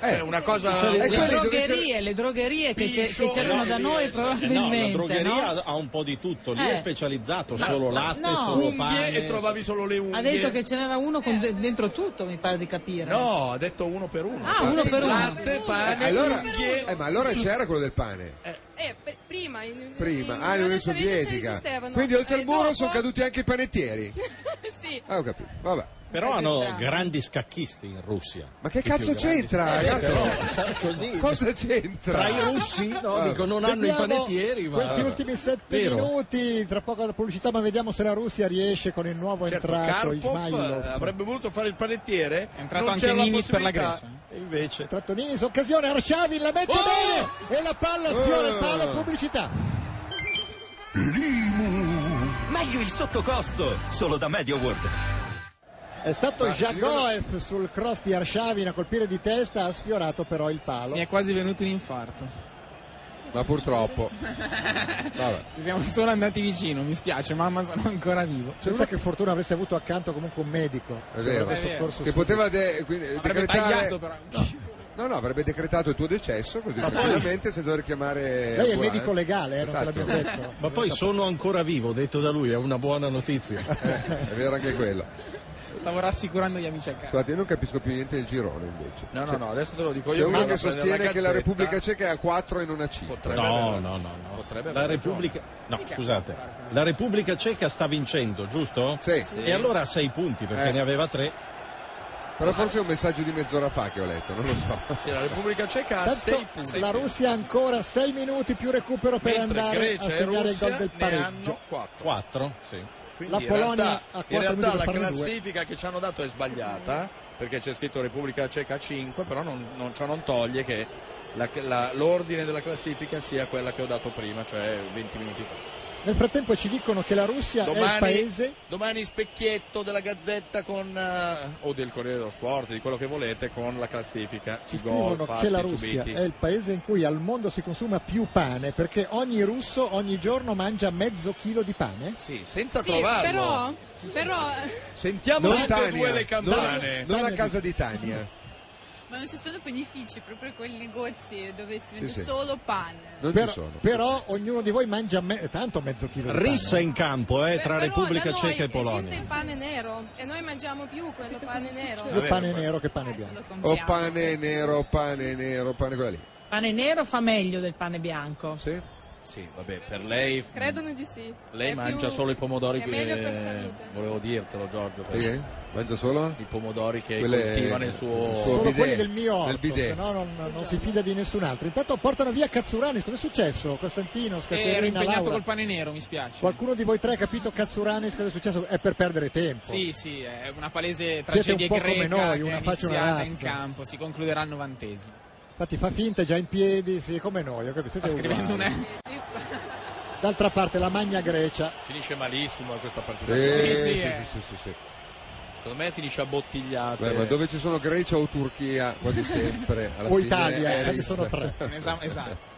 Speaker 10: eh,
Speaker 11: Eh, una cosa-
Speaker 5: E
Speaker 8: Cioè,
Speaker 11: Eh,
Speaker 6: Le
Speaker 5: quelli dove
Speaker 6: drogherie, le drogherie Eh, che, c'è- che
Speaker 11: Piscio,
Speaker 6: c'erano
Speaker 11: no,
Speaker 6: da
Speaker 11: sì,
Speaker 6: noi
Speaker 11: eh,
Speaker 8: no, la
Speaker 6: probabilmente, no?
Speaker 8: drogheria ha un po' di tutto, lì
Speaker 6: Eh.
Speaker 8: è specializzato,
Speaker 6: Ma-
Speaker 8: solo
Speaker 6: ma-
Speaker 8: latte,
Speaker 6: no.
Speaker 8: solo
Speaker 11: Unghie
Speaker 8: pane.
Speaker 11: e trovavi solo le unghie.
Speaker 17: Ha detto che ce n'era uno con de- dentro tutto, mi pare di capire.
Speaker 11: No, ha detto uno per uno.
Speaker 17: Ah, uno per uno.
Speaker 11: Latte,
Speaker 5: Eh,
Speaker 11: pane,
Speaker 5: allora,
Speaker 11: unghie.
Speaker 5: eh, ma allora c'era quello del pane.
Speaker 10: eh, pr- prima, in, in-
Speaker 5: Prima,
Speaker 17: Eh,
Speaker 10: in
Speaker 5: ah,
Speaker 10: Unione
Speaker 5: l'Unione
Speaker 10: Sovietica
Speaker 5: Sovietica.
Speaker 10: esistevano.
Speaker 5: Quindi oltre
Speaker 10: Eh,
Speaker 5: il muro
Speaker 10: dopo-
Speaker 5: sono caduti anche i panettieri.
Speaker 10: sì,
Speaker 5: Ah, ho capito. Vabbè.
Speaker 8: Però hanno grandi scacchisti in Russia.
Speaker 5: Ma che
Speaker 8: Tutti
Speaker 5: cazzo
Speaker 8: i grandi
Speaker 5: c'entra? Esatto.
Speaker 8: scacchisti.
Speaker 5: Ragazzi?
Speaker 8: Eh, però, così.
Speaker 5: Cosa c'entra?
Speaker 8: Tra i russi, no,
Speaker 5: Ah.
Speaker 8: dico, non hanno i
Speaker 2: Seguiamo
Speaker 8: panettieri, ma...
Speaker 2: Questi ultimi sette
Speaker 8: Vero.
Speaker 2: minuti, tra poco la pubblicità, ma vediamo se la Russia riesce con il nuovo
Speaker 11: Certo,
Speaker 2: entrato
Speaker 11: Karpov eh,
Speaker 2: Ismailov.
Speaker 11: avrebbe voluto fare il panettiere. È
Speaker 2: entrato anche Ninis per la Grecia.
Speaker 11: E invece.
Speaker 2: Trattolini su occasione, Arshavin la mette bene e la palla sfiora il palo pubblicità.
Speaker 14: Meglio il sottocosto, solo da MediaWorld.
Speaker 2: È stato
Speaker 14: Ma-
Speaker 2: Jagoev sul cross di Arshavin a colpire di testa, ha sfiorato però il palo.
Speaker 9: Mi è quasi venuto un infarto.
Speaker 5: Ma purtroppo. Vabbè.
Speaker 9: Ci siamo solo andati vicino, mi spiace, mamma sono ancora vivo.
Speaker 2: C'è una che fortuna avresti avuto accanto comunque un medico.
Speaker 5: È vero.
Speaker 2: Che avrebbe soccorso
Speaker 5: Che
Speaker 2: subito.
Speaker 5: poteva de- quindi, decretare... No, no, avrebbe decretato il tuo decesso così tranquillamente senza dover
Speaker 11: Eh,
Speaker 5: chiamare...
Speaker 2: Lei è
Speaker 5: ambulanza.
Speaker 2: medico legale, eh, non te
Speaker 5: Esatto.
Speaker 2: l'abbiamo detto.
Speaker 8: Ma poi sono ancora vivo, detto da lui, è una buona notizia.
Speaker 5: È vero anche quello.
Speaker 9: Stavo rassicurando gli amici a casa.
Speaker 5: Scusate, io non capisco più niente del girone invece.
Speaker 11: No, no,
Speaker 5: Cioè,
Speaker 11: no, adesso te lo dico
Speaker 5: C'è
Speaker 11: io.
Speaker 5: uno
Speaker 11: vado a
Speaker 5: che
Speaker 11: prendere
Speaker 5: sostiene che la
Speaker 11: gazzetta.
Speaker 5: Repubblica Ceca è a 4 e non a 5.
Speaker 11: Potrebbe
Speaker 8: No,
Speaker 11: aver-
Speaker 8: no, no, no.
Speaker 11: potrebbe
Speaker 8: La
Speaker 11: aver
Speaker 8: Repubblica,
Speaker 11: ragione.
Speaker 8: no,
Speaker 11: Sì,
Speaker 6: certo.
Speaker 11: che-
Speaker 8: scusate, la Repubblica Ceca sta vincendo, giusto?
Speaker 5: Sì.
Speaker 8: E allora ha sei punti perché
Speaker 5: Eh.
Speaker 8: ne aveva tre.
Speaker 5: Però forse è un messaggio di mezz'ora fa che ho letto, non lo so.
Speaker 11: Sì, la Repubblica Ceca ha
Speaker 2: Tanto
Speaker 11: 6 punti.
Speaker 2: la Russia ha ancora 6 minuti più recupero per
Speaker 11: mentre
Speaker 2: andare
Speaker 11: Grecia
Speaker 2: a
Speaker 11: e
Speaker 2: segnare il gol
Speaker 11: Russia
Speaker 2: del
Speaker 11: ne
Speaker 2: pareggio.
Speaker 11: hanno 4.
Speaker 8: 4, sì.
Speaker 11: Quindi
Speaker 2: La Polonia
Speaker 11: in
Speaker 2: ha
Speaker 11: realtà,
Speaker 2: quattro
Speaker 11: in realtà
Speaker 2: minuti
Speaker 11: la
Speaker 2: per farne due.
Speaker 11: classifica che ci hanno dato è sbagliata perché c'è scritto Repubblica Ceca 5, però non, non- ciò non toglie che la- la- l'ordine della classifica sia quella che ho dato prima, cioè 20 minuti fa.
Speaker 2: Nel frattempo ci dicono che la Russia è Eh, il
Speaker 11: Domani,
Speaker 2: paese
Speaker 11: domani specchietto della Gazzetta con, eh, o del Corriere dello Sport, di quello che volete, con la classifica. Ci
Speaker 2: scrivono che la Russia è il paese in cui al mondo si consuma più pane perché ogni russo ogni giorno mangia mezzo chilo di pane.
Speaker 11: Sì, senza
Speaker 10: Sì,
Speaker 11: trovarlo.
Speaker 10: però, però
Speaker 11: Sentiamo
Speaker 5: Non
Speaker 11: tutte e
Speaker 5: Tania,
Speaker 11: due le campane.
Speaker 5: non- non a casa di Tania.
Speaker 18: Ma non ci sono benefici proprio quei negozi dove si vende
Speaker 2: sì.
Speaker 18: solo pane.
Speaker 5: Non
Speaker 2: Per-
Speaker 5: ci sono.
Speaker 2: Però ognuno di voi mangia me- tanto mezzo chilo di
Speaker 8: Rissa
Speaker 2: pane.
Speaker 8: in campo eh,
Speaker 10: Beh,
Speaker 8: tra
Speaker 10: però da
Speaker 8: Repubblica
Speaker 10: noi
Speaker 8: Ceca e
Speaker 10: Esiste
Speaker 8: Polonia.
Speaker 10: il pane nero e noi mangiamo più quello pane nero.
Speaker 2: Più pane nero che pane bianco.
Speaker 5: O pane nero, pane nero, pane quella lì.
Speaker 6: pane nero fa meglio del pane bianco.
Speaker 5: Sì.
Speaker 11: Sì, vabbè, per lei.
Speaker 10: Credono di sì.
Speaker 11: Lei
Speaker 10: È
Speaker 11: mangia
Speaker 10: più-
Speaker 11: solo i pomodori
Speaker 10: è
Speaker 11: che.
Speaker 10: meglio per salute.
Speaker 11: Volevo dirtelo, Giorgio. perché
Speaker 5: Perché? Mangia solo?
Speaker 11: I pomodori che
Speaker 5: Quelle-
Speaker 11: coltiva nel suo.
Speaker 5: il suo
Speaker 2: Solo
Speaker 5: bidet,
Speaker 2: quelli del mio
Speaker 5: del
Speaker 2: orto,
Speaker 5: bidet.
Speaker 2: se no non, non si fida di nessun altro. Intanto portano via Cazzurani, cosa è successo? Costantino, Scaterina,
Speaker 9: Ero Eh, impegnato
Speaker 2: Laura.
Speaker 9: col pane nero, mi spiace.
Speaker 2: Qualcuno di voi tre ha capito Cazzuranis cosa è successo? È per perdere tempo.
Speaker 9: Sì, sì, è una palese
Speaker 2: Siete
Speaker 9: tragedia
Speaker 2: un po' come
Speaker 9: greca
Speaker 2: noi,
Speaker 9: che
Speaker 2: una
Speaker 9: è
Speaker 2: faccia e una
Speaker 9: iniziata in
Speaker 2: razza.
Speaker 9: campo, si concluderà al novantesimo.
Speaker 2: Infatti fa finta, è già in piedi, sì, come noi, ho capito.
Speaker 9: Sta
Speaker 2: siete
Speaker 9: scrivendo
Speaker 2: uguali.
Speaker 9: un
Speaker 2: D'altra parte la Magna Grecia.
Speaker 11: Finisce malissimo questa partita. eh.
Speaker 5: Sì, sì, sì, sì, sì, sì.
Speaker 11: Secondo me finisce a bottigliate.
Speaker 5: Beh, ma dove ci sono Grecia o Turchia quasi sempre alla
Speaker 2: O
Speaker 5: fine
Speaker 2: Italia,
Speaker 5: è
Speaker 2: eh,
Speaker 5: rissa.
Speaker 2: ci sono tre.
Speaker 9: Un esame, esatto.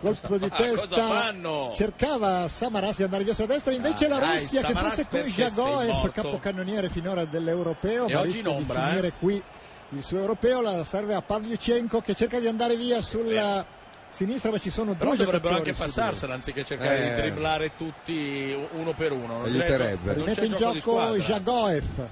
Speaker 2: Colpo di
Speaker 11: fa- Ah, cosa
Speaker 2: testa.
Speaker 11: fanno? Ah,
Speaker 2: Cercava Samaras di andare via sulla destra, invece la
Speaker 11: dai,
Speaker 2: Russia che
Speaker 11: Samaras
Speaker 2: fosse con
Speaker 11: perché sei
Speaker 2: Jagoev,
Speaker 11: morto?
Speaker 2: capocannoniere finora dell'Europeo,
Speaker 11: E
Speaker 2: ma
Speaker 11: oggi
Speaker 2: rischia
Speaker 11: in
Speaker 2: di
Speaker 11: ombra,
Speaker 2: finire
Speaker 11: eh.
Speaker 2: qui il suo Europeo, la serve a Pavlyuchenko che cerca di andare via sulla sinistra, ma ci sono
Speaker 11: Eh. Però
Speaker 2: due
Speaker 11: dovrebbero
Speaker 2: giocatori
Speaker 11: anche
Speaker 2: su due.
Speaker 11: passarsela anziché cercare
Speaker 5: Eh.
Speaker 11: di driblare tutti uno per uno. Non c'è-
Speaker 5: Aiuterebbe.
Speaker 11: non
Speaker 2: Rimette
Speaker 11: c'è
Speaker 2: in
Speaker 11: gioco di
Speaker 2: gioco
Speaker 11: squadra.
Speaker 2: Jagoev.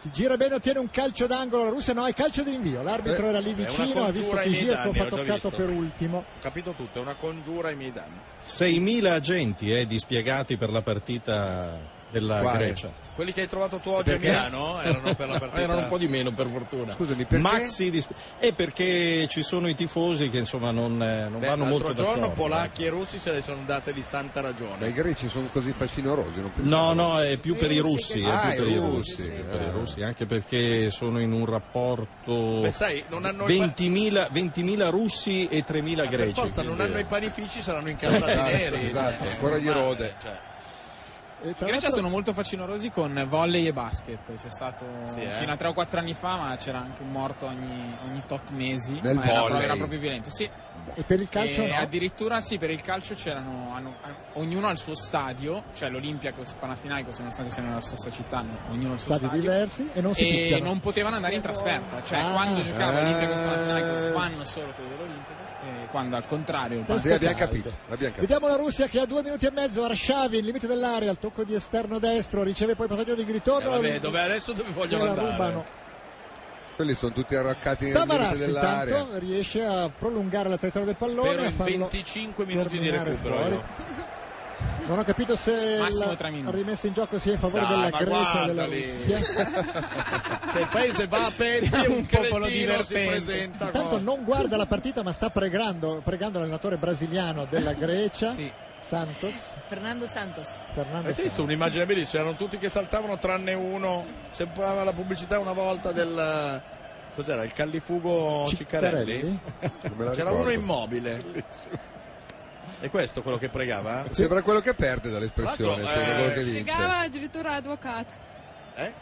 Speaker 2: Si gira bene, ottiene un calcio d'angolo, la Russia no, è calcio di rinvio. L'arbitro
Speaker 11: Eh,
Speaker 2: era lì
Speaker 11: è una
Speaker 2: vicino, ha visto
Speaker 11: congiura
Speaker 2: che
Speaker 11: ai miei
Speaker 2: Girkov
Speaker 11: danni,
Speaker 2: ha
Speaker 11: ho già
Speaker 2: toccato
Speaker 11: visto.
Speaker 2: per ultimo.
Speaker 11: Ho capito tutto, è una congiura ai miei danni.
Speaker 8: 6.000 agenti eh, dispiegati per la partita della
Speaker 5: Quale?
Speaker 8: Grecia.
Speaker 11: Quelli che hai trovato tu oggi
Speaker 5: Perché?
Speaker 11: a Milano erano per la partita.
Speaker 8: Erano un po' di meno per fortuna.
Speaker 5: Scusami, perché?
Speaker 8: Maxi disp- eh, perché ci sono i tifosi che insomma non, eh, non
Speaker 11: Beh,
Speaker 8: vanno
Speaker 11: l'altro
Speaker 8: molto
Speaker 11: giorno
Speaker 8: d'accordo. eh.
Speaker 11: polacchi e russi se le sono date di santa
Speaker 5: Ma i
Speaker 11: ragione.
Speaker 5: greci sono così fascinorosi, non
Speaker 8: No,
Speaker 5: pensavo.
Speaker 8: no, è più per i russi, è
Speaker 5: Ah,
Speaker 8: più per
Speaker 5: i
Speaker 8: i
Speaker 5: russi,
Speaker 8: russi, è per
Speaker 11: eh.
Speaker 8: i russi, anche perché sono in un rapporto
Speaker 11: Beh, sai, non hanno il
Speaker 8: 20.000, 20.000 russi e 3.000
Speaker 11: Per
Speaker 8: greci.
Speaker 11: forza non
Speaker 8: quindi-
Speaker 11: hanno i panifici, saranno incastrati neri.
Speaker 5: esatto,
Speaker 11: cioè,
Speaker 5: ancora
Speaker 11: è
Speaker 5: gli
Speaker 11: normale,
Speaker 5: rode.
Speaker 11: cioè.
Speaker 2: E
Speaker 9: In
Speaker 2: tra
Speaker 9: Grecia
Speaker 2: l'altro-
Speaker 9: sono molto facinorosi con volley e basket. C'è stato
Speaker 11: Sì, eh.
Speaker 9: fino a 3 o 4 anni fa, ma c'era anche un morto ogni, ogni tot mesi.
Speaker 5: Nel
Speaker 9: ma era,
Speaker 5: volley.
Speaker 9: era proprio violento. Sì.
Speaker 2: E per il
Speaker 11: Eh,
Speaker 2: calcio
Speaker 9: E
Speaker 2: no.
Speaker 9: addirittura sì, per il calcio c'erano hanno- hanno- ognuno al suo stadio, cioè l'Olimpia e il Panathinaikos, nonostante siano nella stessa città, hanno ognuno al suo
Speaker 2: stati
Speaker 9: stadio.
Speaker 2: diversi e non
Speaker 11: Eh,
Speaker 2: si
Speaker 9: e
Speaker 2: picchiano.
Speaker 9: non potevano andare in trasferta, cioè
Speaker 2: Ah.
Speaker 9: quando giocava
Speaker 5: Ah.
Speaker 9: l'Olympiakos Panathinaikos ecco, fanno solo quelli dell'Olympiakos e quando al contrario il
Speaker 2: Questo
Speaker 5: Sì, abbiamo
Speaker 2: caldo.
Speaker 5: capito, abbiamo capito.
Speaker 2: Vediamo la Russia che ha due minuti e mezzo, Arshavin, limite dell'area, al tocco di esterno destro, riceve poi passaggio di
Speaker 11: Eh,
Speaker 2: ritorno.
Speaker 11: vabbè, dove adesso dove vogliono
Speaker 2: gliela
Speaker 11: andare?
Speaker 2: rubano.
Speaker 5: Quelli sono tutti arraccati nel limite
Speaker 2: Samaras
Speaker 5: dell'area.
Speaker 2: intanto riesce a prolungare la traiettoria del pallone
Speaker 11: Spero
Speaker 2: a
Speaker 11: in
Speaker 2: farlo
Speaker 11: 25 minuti di
Speaker 2: terminare
Speaker 11: recupero.
Speaker 2: fuori.
Speaker 11: io.
Speaker 2: Non ho capito se
Speaker 9: Massimo
Speaker 2: la
Speaker 9: tre minuti.
Speaker 2: rimessa in gioco sia in favore
Speaker 11: Dai,
Speaker 2: della
Speaker 11: ma
Speaker 2: Grecia e della
Speaker 11: guardali.
Speaker 2: Russia.
Speaker 11: Se il paese va a pezzi
Speaker 9: Siamo
Speaker 11: un
Speaker 9: un popolo
Speaker 11: cretino si
Speaker 9: divertente.
Speaker 11: presenta
Speaker 2: Intanto
Speaker 11: con...
Speaker 2: non guarda la partita ma sta pregando, pregando l'allenatore brasiliano della Grecia, Santos.
Speaker 12: Fernando Santos.
Speaker 5: Ah.
Speaker 2: Fernando
Speaker 11: Avete visto
Speaker 2: Santos.
Speaker 11: un'immagine bellissima? Erano tutti che saltavano tranne uno. Sembrava la pubblicità una volta del. Cos'era? Il callifugo Ciccarelli? C'era uno immobile. E questo quello che pregava?
Speaker 5: Sembra quello che perde dall'espressione,
Speaker 11: Fatto,
Speaker 5: sembra
Speaker 11: eh,
Speaker 5: quello che vince.
Speaker 10: Pregava addirittura avvocato.
Speaker 11: Eh?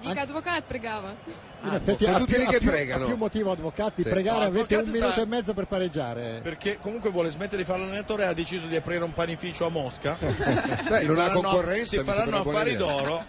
Speaker 10: Dica avvocato pregava.
Speaker 2: In effetti
Speaker 5: Ah, sono
Speaker 2: ha
Speaker 5: tutti
Speaker 2: più,
Speaker 5: lì
Speaker 2: ha
Speaker 5: che
Speaker 2: più-
Speaker 5: pregano.
Speaker 2: ha più motivo avvocati,
Speaker 11: Sì.
Speaker 2: pregare
Speaker 11: No,
Speaker 2: avete un
Speaker 11: Avvocati sta-
Speaker 2: minuto e mezzo per pareggiare.
Speaker 11: Perché comunque vuole smettere di fare l'allenatore e ha deciso di aprire un panificio a Mosca.
Speaker 5: Beh,
Speaker 11: Si
Speaker 5: non ha
Speaker 11: faranno-
Speaker 5: concorrenza,
Speaker 11: Si
Speaker 5: mi sembra
Speaker 11: faranno
Speaker 5: una buona
Speaker 11: affari
Speaker 5: idea.
Speaker 11: d'oro.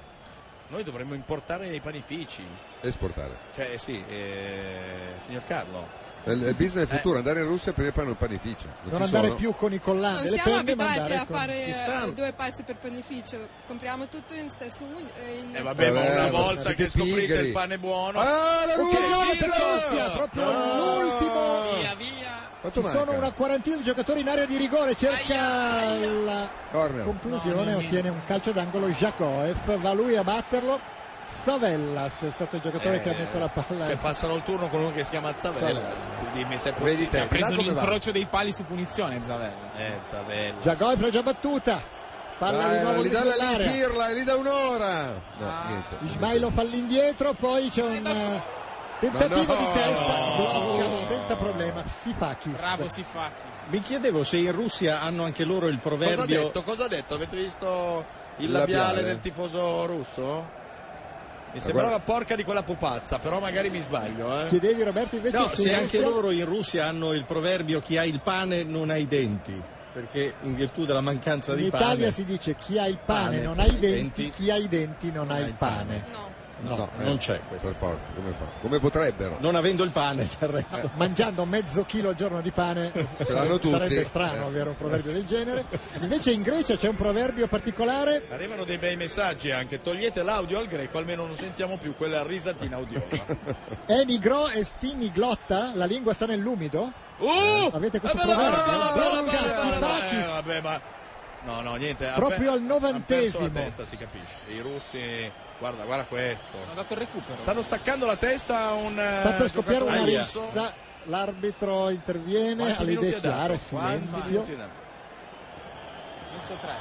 Speaker 11: Noi dovremmo importare i panifici.
Speaker 5: Esportare.
Speaker 11: Cioè, eh sì, eh, signor Carlo.
Speaker 5: Il il business
Speaker 11: Eh.
Speaker 5: futuro, andare in Russia e preparare un panificio. Non,
Speaker 2: Non
Speaker 5: ci
Speaker 2: andare
Speaker 5: sono.
Speaker 2: più con i
Speaker 10: Non
Speaker 2: collanti, le
Speaker 10: siamo
Speaker 2: penne, ma
Speaker 10: abituati
Speaker 2: andare
Speaker 10: a
Speaker 2: con...
Speaker 10: fare
Speaker 11: Chissà.
Speaker 10: eh, due passi per panificio. Compriamo tutto in stesso un- eh, in-
Speaker 11: E vabbè, ma una volta che scoprite il pane buono.
Speaker 5: Ah, la
Speaker 2: Ok, gol
Speaker 11: Sì,
Speaker 2: per la Russia, proprio
Speaker 10: Ah.
Speaker 2: l'ultimo.
Speaker 11: Via, via.
Speaker 5: Quanto
Speaker 2: Ci sono
Speaker 5: manca?
Speaker 2: una quarantina di giocatori in area di rigore, cerca la
Speaker 5: Corner.
Speaker 2: conclusione, ottiene un calcio d'angolo Jacoev, va lui a batterlo. Savellas è stato il giocatore
Speaker 11: Eh,
Speaker 2: che ha messo la palla.
Speaker 11: Cioè, passano il turno con uno che si chiama Zavella. Dimmi se è possibile.
Speaker 2: Vedi te,
Speaker 9: ha preso
Speaker 2: là come va?
Speaker 9: l'incrocio dei pali su punizione Zavella.
Speaker 11: Eh, Zavella.
Speaker 2: Jacoev l'ha già battuta, palla
Speaker 5: Dai,
Speaker 2: di nuovo
Speaker 5: li dà la lì
Speaker 2: nell'area.
Speaker 5: pirla, li dà un'ora. No, niente.
Speaker 2: Ismailo fa all'indietro, poi c'è un eh, tentativo
Speaker 5: Ma no!
Speaker 2: di testa, blocca senza problema, Sifakis.
Speaker 9: Bravo Sifakis.
Speaker 8: Mi chiedevo se in Russia hanno anche loro il
Speaker 11: Cosa ha
Speaker 8: proverbio.
Speaker 11: detto? Cosa ha detto? Avete visto il
Speaker 8: Il
Speaker 11: labiale,
Speaker 8: labiale.
Speaker 11: del tifoso russo? Mi sembrava
Speaker 8: guarda-
Speaker 11: porca di quella pupazza, però magari mi sbaglio. Eh.
Speaker 2: Chiedevi Roberto invece
Speaker 8: No,
Speaker 2: su
Speaker 8: se anche
Speaker 2: Russia?
Speaker 8: loro in Russia hanno il proverbio chi ha il pane non ha i denti, perché in virtù della mancanza
Speaker 2: In
Speaker 8: di
Speaker 2: Italia
Speaker 8: pane.
Speaker 2: si dice chi ha il pane,
Speaker 8: Pane,
Speaker 2: non ha i denti, chi ha i denti non, ha il pane.
Speaker 8: No,
Speaker 5: eh,
Speaker 8: non c'è questo.
Speaker 5: Per forza, come fa? Come potrebbero?
Speaker 8: Non avendo il pane, del resto.
Speaker 2: Ecco, Mangiando mezzo chilo al giorno di pane
Speaker 5: Ce l'hanno tutti.
Speaker 2: sarebbe strano
Speaker 5: Eh.
Speaker 2: avere un proverbio del genere. Invece in Grecia c'è un proverbio particolare.
Speaker 11: Arrivano dei bei messaggi anche, togliete l'audio al greco, almeno non sentiamo più quella risatina audiola.
Speaker 2: Enigro estiniglotta, la lingua sta nell'umido.
Speaker 11: Uh!
Speaker 2: Avete questo
Speaker 11: Eh, bella,
Speaker 2: proverbio?
Speaker 11: bella, bella,
Speaker 2: Blocca
Speaker 11: bella, bella, bella,
Speaker 2: Tsipakis.
Speaker 11: eh, vabbè, ma- No, no, niente. ha
Speaker 2: Proprio
Speaker 11: pe-
Speaker 2: al novantesimo.
Speaker 11: Ha perso la testa, si capisce. I russi, guarda, guarda questo.
Speaker 9: Ha dato il recupero.
Speaker 11: Stanno staccando la testa a un
Speaker 2: Sta per
Speaker 11: eh,
Speaker 2: scoppiare
Speaker 11: giocatore
Speaker 2: una
Speaker 11: russo.
Speaker 2: rissa. L'arbitro interviene,
Speaker 11: Quanti
Speaker 2: alle
Speaker 11: minuti
Speaker 2: idee
Speaker 11: ha dato?
Speaker 2: chiare,
Speaker 11: Quanti minuti ha
Speaker 2: silenzio.
Speaker 11: dato?
Speaker 9: Penso tre.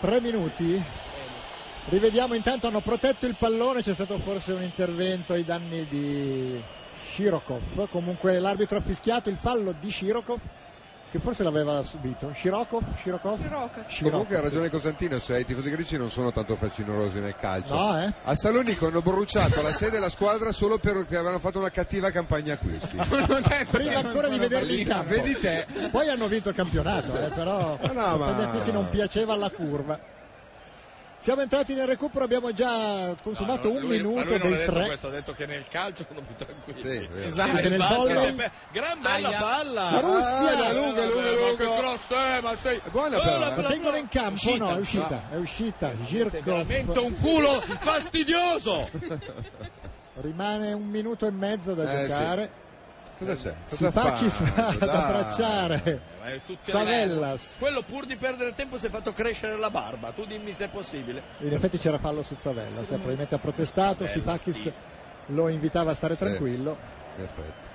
Speaker 2: Tre minuti. Rivediamo intanto, hanno protetto il pallone, c'è stato forse un intervento ai danni di Shirokov, comunque l'arbitro ha fischiato il fallo di Shirokov, che forse l'aveva subito. Shirokov? Shirokov?
Speaker 10: Shirokov.
Speaker 5: Comunque ha ragione Costantino, se i tifosi greci non sono tanto facinorosi nel calcio.
Speaker 2: No, eh?
Speaker 5: A Salonico hanno bruciato la sede e la squadra solo perché avevano fatto una cattiva campagna acquisti.
Speaker 2: Prima ancora di vederli in campo.
Speaker 5: Vedi te.
Speaker 2: Poi hanno vinto il campionato, eh, però
Speaker 5: No, no, ma-
Speaker 2: Fede Acquisti non piaceva la curva. Siamo entrati nel recupero, abbiamo già consumato
Speaker 11: No,
Speaker 2: un
Speaker 11: lui- ma
Speaker 2: minuto
Speaker 11: lui non ha
Speaker 2: dei
Speaker 11: detto
Speaker 2: tre.
Speaker 11: questo, ha detto che nel calcio sono più tranquilli.
Speaker 2: Esatto. Anche
Speaker 11: E
Speaker 2: nel
Speaker 11: basta,
Speaker 2: volley.
Speaker 11: che be- gran bella
Speaker 9: Aia.
Speaker 11: palla.
Speaker 2: La Russia!
Speaker 5: Ah, Luca, Luca,
Speaker 11: vabbè, ma
Speaker 5: Luca.
Speaker 11: che cross è, ma sei...
Speaker 5: buona
Speaker 11: Eh,
Speaker 5: però,
Speaker 11: la-
Speaker 5: eh.
Speaker 11: la-
Speaker 2: La tengono in campo?
Speaker 11: Uscita,
Speaker 2: no, è uscita, è uscita.
Speaker 11: È
Speaker 2: Girkov.
Speaker 11: veramente un culo fastidioso.
Speaker 2: Rimane un minuto e mezzo da
Speaker 5: Eh,
Speaker 2: giocare.
Speaker 5: Cosa c'è? Cosa
Speaker 2: Sifakis
Speaker 5: fa?
Speaker 2: ad
Speaker 5: Dai.
Speaker 2: abbracciare.
Speaker 11: Eh, tutti
Speaker 2: Favellas.
Speaker 11: alle- Quello pur di perdere tempo si è fatto crescere la barba. Tu dimmi se è possibile.
Speaker 2: In effetti c'era fallo su Favella, probabilmente ha protestato, Sifakis lo invitava a stare tranquillo.
Speaker 5: Perfetto.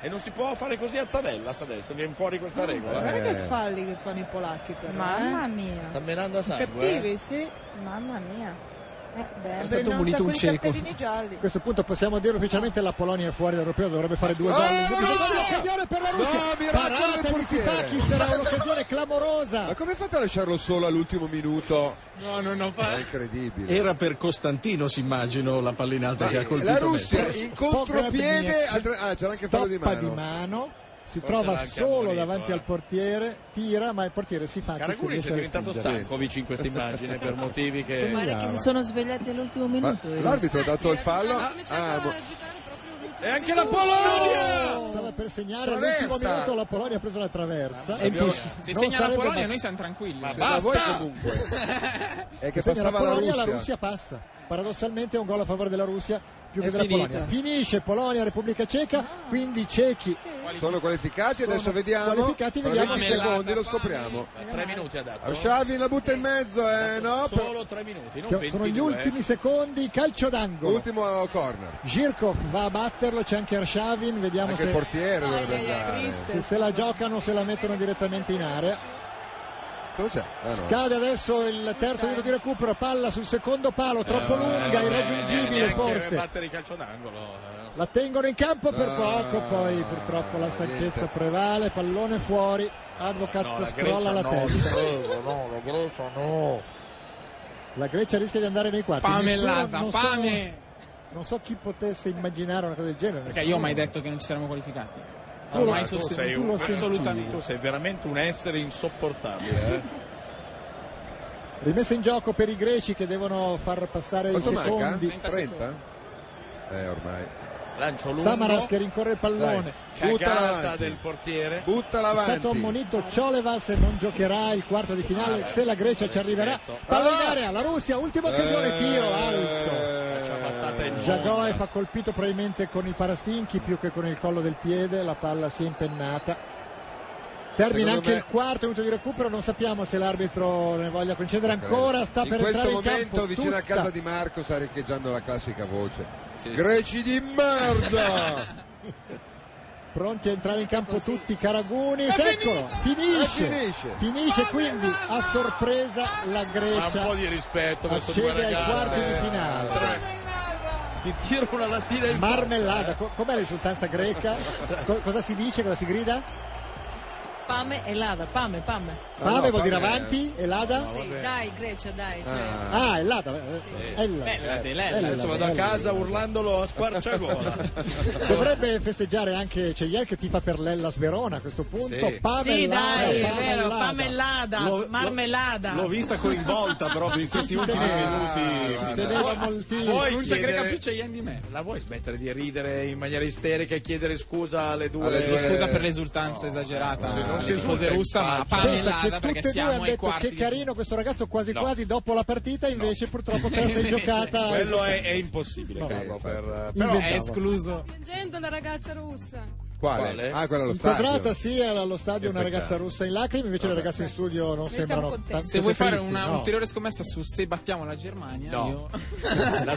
Speaker 11: E non si può fare così a Zavellas adesso, viene fuori questa regola.
Speaker 13: Guarda
Speaker 11: eh.
Speaker 13: che falli che fanno i polacchi però.
Speaker 15: Mamma
Speaker 13: eh.
Speaker 15: mia.
Speaker 11: Sta menando a sangue. eh.
Speaker 13: Cattivi, sì.
Speaker 15: Mamma mia.
Speaker 13: Eh, beh,
Speaker 7: stato
Speaker 13: prendono
Speaker 7: munito
Speaker 13: un
Speaker 7: un
Speaker 13: sacco di
Speaker 7: cieco.
Speaker 13: cartellini gialli.
Speaker 2: A questo punto possiamo dire ufficialmente la Polonia è fuori dall'Europeo, dovrebbe fare due gol.
Speaker 5: Eh,
Speaker 2: Subito
Speaker 5: no!
Speaker 2: fallo, signore, per la Russia.
Speaker 5: No, miracolo del
Speaker 2: Parata di
Speaker 5: portiere.
Speaker 2: Sifakis, era un'occasione clamorosa.
Speaker 5: Eh, Ma come fate a lasciarlo solo all'ultimo minuto?
Speaker 9: No, no, Eh, no.
Speaker 5: È incredibile.
Speaker 8: Era per Costantino, si immagino, la pallinata che ha colpito
Speaker 5: La Russia
Speaker 8: Messi.
Speaker 5: in contropiede. al tre- Ah, c'era anche fallo di
Speaker 2: Stoppa di
Speaker 5: mano.
Speaker 2: mano. Si
Speaker 11: Forse
Speaker 2: trova
Speaker 11: l'ha anche
Speaker 2: solo
Speaker 11: ammonito,
Speaker 2: davanti
Speaker 11: eh.
Speaker 2: al portiere, tira, ma il portiere si fa
Speaker 11: Caragulis è diventato Stankovic in questa immagine per motivi che.
Speaker 12: Guarda che si sono svegliati all'ultimo
Speaker 5: Ma
Speaker 12: minuto. eh.
Speaker 5: L'arbitro ha dato il fallo.
Speaker 9: eh,
Speaker 10: Hanno cominciato
Speaker 5: Ah,
Speaker 10: a
Speaker 5: mo-
Speaker 10: giocare proprio l'ultimo
Speaker 11: E anche la
Speaker 10: minuto.
Speaker 11: Polonia!
Speaker 2: Stava per segnare
Speaker 5: Traversa.
Speaker 2: l'ultimo minuto, la Polonia ha preso la traversa.
Speaker 9: È impossibile.
Speaker 2: Non
Speaker 9: Se segna la
Speaker 2: sarebbe
Speaker 9: Polonia
Speaker 2: bast-
Speaker 9: noi siamo tranquilli.
Speaker 11: Ma
Speaker 5: da voi
Speaker 11: basta!
Speaker 5: comunque. È che
Speaker 2: Se segna
Speaker 5: passava
Speaker 2: la
Speaker 5: la
Speaker 2: Polonia, la
Speaker 5: Russia.
Speaker 2: Russia passa. Paradossalmente è un gol a favore della Russia più
Speaker 7: È
Speaker 2: che della
Speaker 7: finita.
Speaker 2: Polonia. Finisce Polonia, Repubblica Ceca, quindi i cechi
Speaker 5: Sono qualificati, adesso
Speaker 2: Sono
Speaker 5: vediamo.
Speaker 2: qualificati,
Speaker 5: Fra
Speaker 2: vediamo.
Speaker 5: 20
Speaker 2: Marmellata,
Speaker 5: secondi lo scopriamo.
Speaker 11: Tre minuti ha dato.
Speaker 5: Arshavi la butta in mezzo, eh no? per-
Speaker 11: Solo tre minuti, non eh.
Speaker 2: Sono
Speaker 11: 22.
Speaker 2: gli ultimi secondi, calcio d'angolo.
Speaker 5: eh. Ultimo corner.
Speaker 2: Girkov va a batterlo, c'è anche Arshavin, vediamo
Speaker 5: Anche
Speaker 2: se,
Speaker 5: il portiere dovrebbe andare.
Speaker 2: se, se la giocano o se la mettono direttamente in area.
Speaker 5: Ah. Cosa c'è? Ah, no.
Speaker 2: Cade adesso il terzo minuto di recupero, palla sul secondo palo, troppo
Speaker 5: Eh,
Speaker 2: lunga, irraggiungibile forse.
Speaker 11: battere il calcio d'angolo. eh.
Speaker 2: La tengono in campo per
Speaker 11: Ah,
Speaker 2: poco, poi purtroppo la stanchezza prevale, pallone fuori, Advocat scrolla la testa.
Speaker 11: no, la Grecia no.
Speaker 2: La Grecia rischia di andare nei quarti. Nessuno-
Speaker 9: Pamellata,
Speaker 2: non so-
Speaker 9: pame!
Speaker 2: non so chi potesse immaginare una cosa del genere.
Speaker 9: Perché io ho mai
Speaker 2: Nessuno.
Speaker 9: detto che non ci saremmo qualificati.
Speaker 2: Tu
Speaker 9: Ho
Speaker 2: lo-
Speaker 9: mai
Speaker 2: tu
Speaker 9: sostenuto.
Speaker 2: sei un- tu lo
Speaker 9: assolutamente.
Speaker 11: Tu sei veramente un essere insopportabile. Eh?
Speaker 2: Rimessa in gioco per i greci che devono far passare
Speaker 5: Quanto
Speaker 2: i
Speaker 5: manca?
Speaker 2: secondi.
Speaker 5: 30? Eh, ormai.
Speaker 11: Lancio lungo.
Speaker 2: Samaras che rincorre il pallone.
Speaker 11: Dai,
Speaker 2: Buttala
Speaker 11: cagata
Speaker 2: avanti.
Speaker 11: del portiere.
Speaker 5: Buttala
Speaker 2: È stato ammonito Ciolevas e non giocherà il quarto di finale se la Grecia ci arriverà. Palla in area, la Russia, ultima
Speaker 5: Eh,
Speaker 2: occasione, tiro eh, alto. Jagoev ha colpito probabilmente con i parastinchi più che con il collo del piede, la palla si è impennata. Termina
Speaker 5: Secondo
Speaker 2: anche
Speaker 5: me-
Speaker 2: il quarto minuto di recupero, non sappiamo se l'arbitro ne voglia concedere ancora, sta
Speaker 5: in
Speaker 2: per
Speaker 5: questo
Speaker 2: entrare in
Speaker 5: momento
Speaker 2: campo.
Speaker 5: vicino a
Speaker 2: tutta.
Speaker 5: casa di Marco sta riecheggiando la classica voce. Greci di merda!
Speaker 2: Pronti a entrare in campo tutti i Caragunis, eccolo, finisce,
Speaker 5: E Ah, finisce.
Speaker 2: Finisce, quindi a sorpresa la
Speaker 11: Ma un
Speaker 2: Grecia
Speaker 11: po' di rispetto verso due
Speaker 2: accede ai
Speaker 11: ragazzi.
Speaker 2: quarti di
Speaker 11: eh.
Speaker 2: finale.
Speaker 11: Ti tiro una lattina in eh.
Speaker 2: Marmellata, co- com'è l'esultanza greca? Co- cosa si dice, cosa si grida?
Speaker 12: Pame e lada, pame, pame.
Speaker 5: Ah,
Speaker 2: Pame vuol dire avanti, Elada?
Speaker 12: Sì, dai Grecia, dai. Grecia.
Speaker 2: Ah, Elada, eh, Ella.
Speaker 11: Bellate,
Speaker 2: Ella, ecco.
Speaker 11: lelle. Adesso vado a
Speaker 2: Ella.
Speaker 11: casa urlandolo a squarciagola.
Speaker 2: Dovrebbe festeggiare anche Ceier che tifa per l'Ellas Verona a questo punto.
Speaker 8: Sì.
Speaker 2: Pame
Speaker 6: Sì,
Speaker 2: Elada,
Speaker 6: dai, è
Speaker 2: Pame
Speaker 6: vero,
Speaker 2: Elada.
Speaker 6: pamellada, marmellada.
Speaker 8: L'ho vista coinvolta proprio in questi
Speaker 2: Ci
Speaker 8: ultimi
Speaker 2: teneva,
Speaker 8: minuti.
Speaker 2: ci teneva moltissimo.
Speaker 11: Vuoi
Speaker 9: Non c'è greca più,
Speaker 11: chiedere-
Speaker 9: c'è Ian di me.
Speaker 11: La vuoi smettere di ridere in maniera isterica e chiedere scusa alle due?
Speaker 9: Alle due- Scusa per l'esultanza esagerata.
Speaker 11: se non
Speaker 9: alle
Speaker 11: si
Speaker 9: tifose
Speaker 11: esulta in
Speaker 9: russa, ma
Speaker 11: faccia.
Speaker 2: Pensa che
Speaker 9: pamellada perché
Speaker 2: tutte e due
Speaker 9: siamo
Speaker 2: hanno
Speaker 9: ai
Speaker 2: detto
Speaker 9: quarti.
Speaker 2: che
Speaker 9: di-
Speaker 2: carino questo ragazzo quasi
Speaker 9: No.
Speaker 2: quasi dopo la partita invece purtroppo te la sei
Speaker 9: Invece,
Speaker 2: giocata
Speaker 11: Quello è, è impossibile,
Speaker 2: No,
Speaker 11: Carlo.
Speaker 2: infatti.
Speaker 11: Per,
Speaker 2: Inventavo.
Speaker 10: Piangendo la ragazza russa.
Speaker 5: Quale? Ah, quella allo
Speaker 2: Inquadrata
Speaker 5: stadio.
Speaker 2: sì era allo stadio una
Speaker 5: peccato.
Speaker 2: ragazza russa in lacrime, invece le ragazze in studio non sembrano tanto
Speaker 9: Se vuoi fare
Speaker 2: tristi,
Speaker 9: una
Speaker 2: no.
Speaker 9: ulteriore scommessa su se battiamo la Germania,
Speaker 11: No.
Speaker 9: io
Speaker 11: La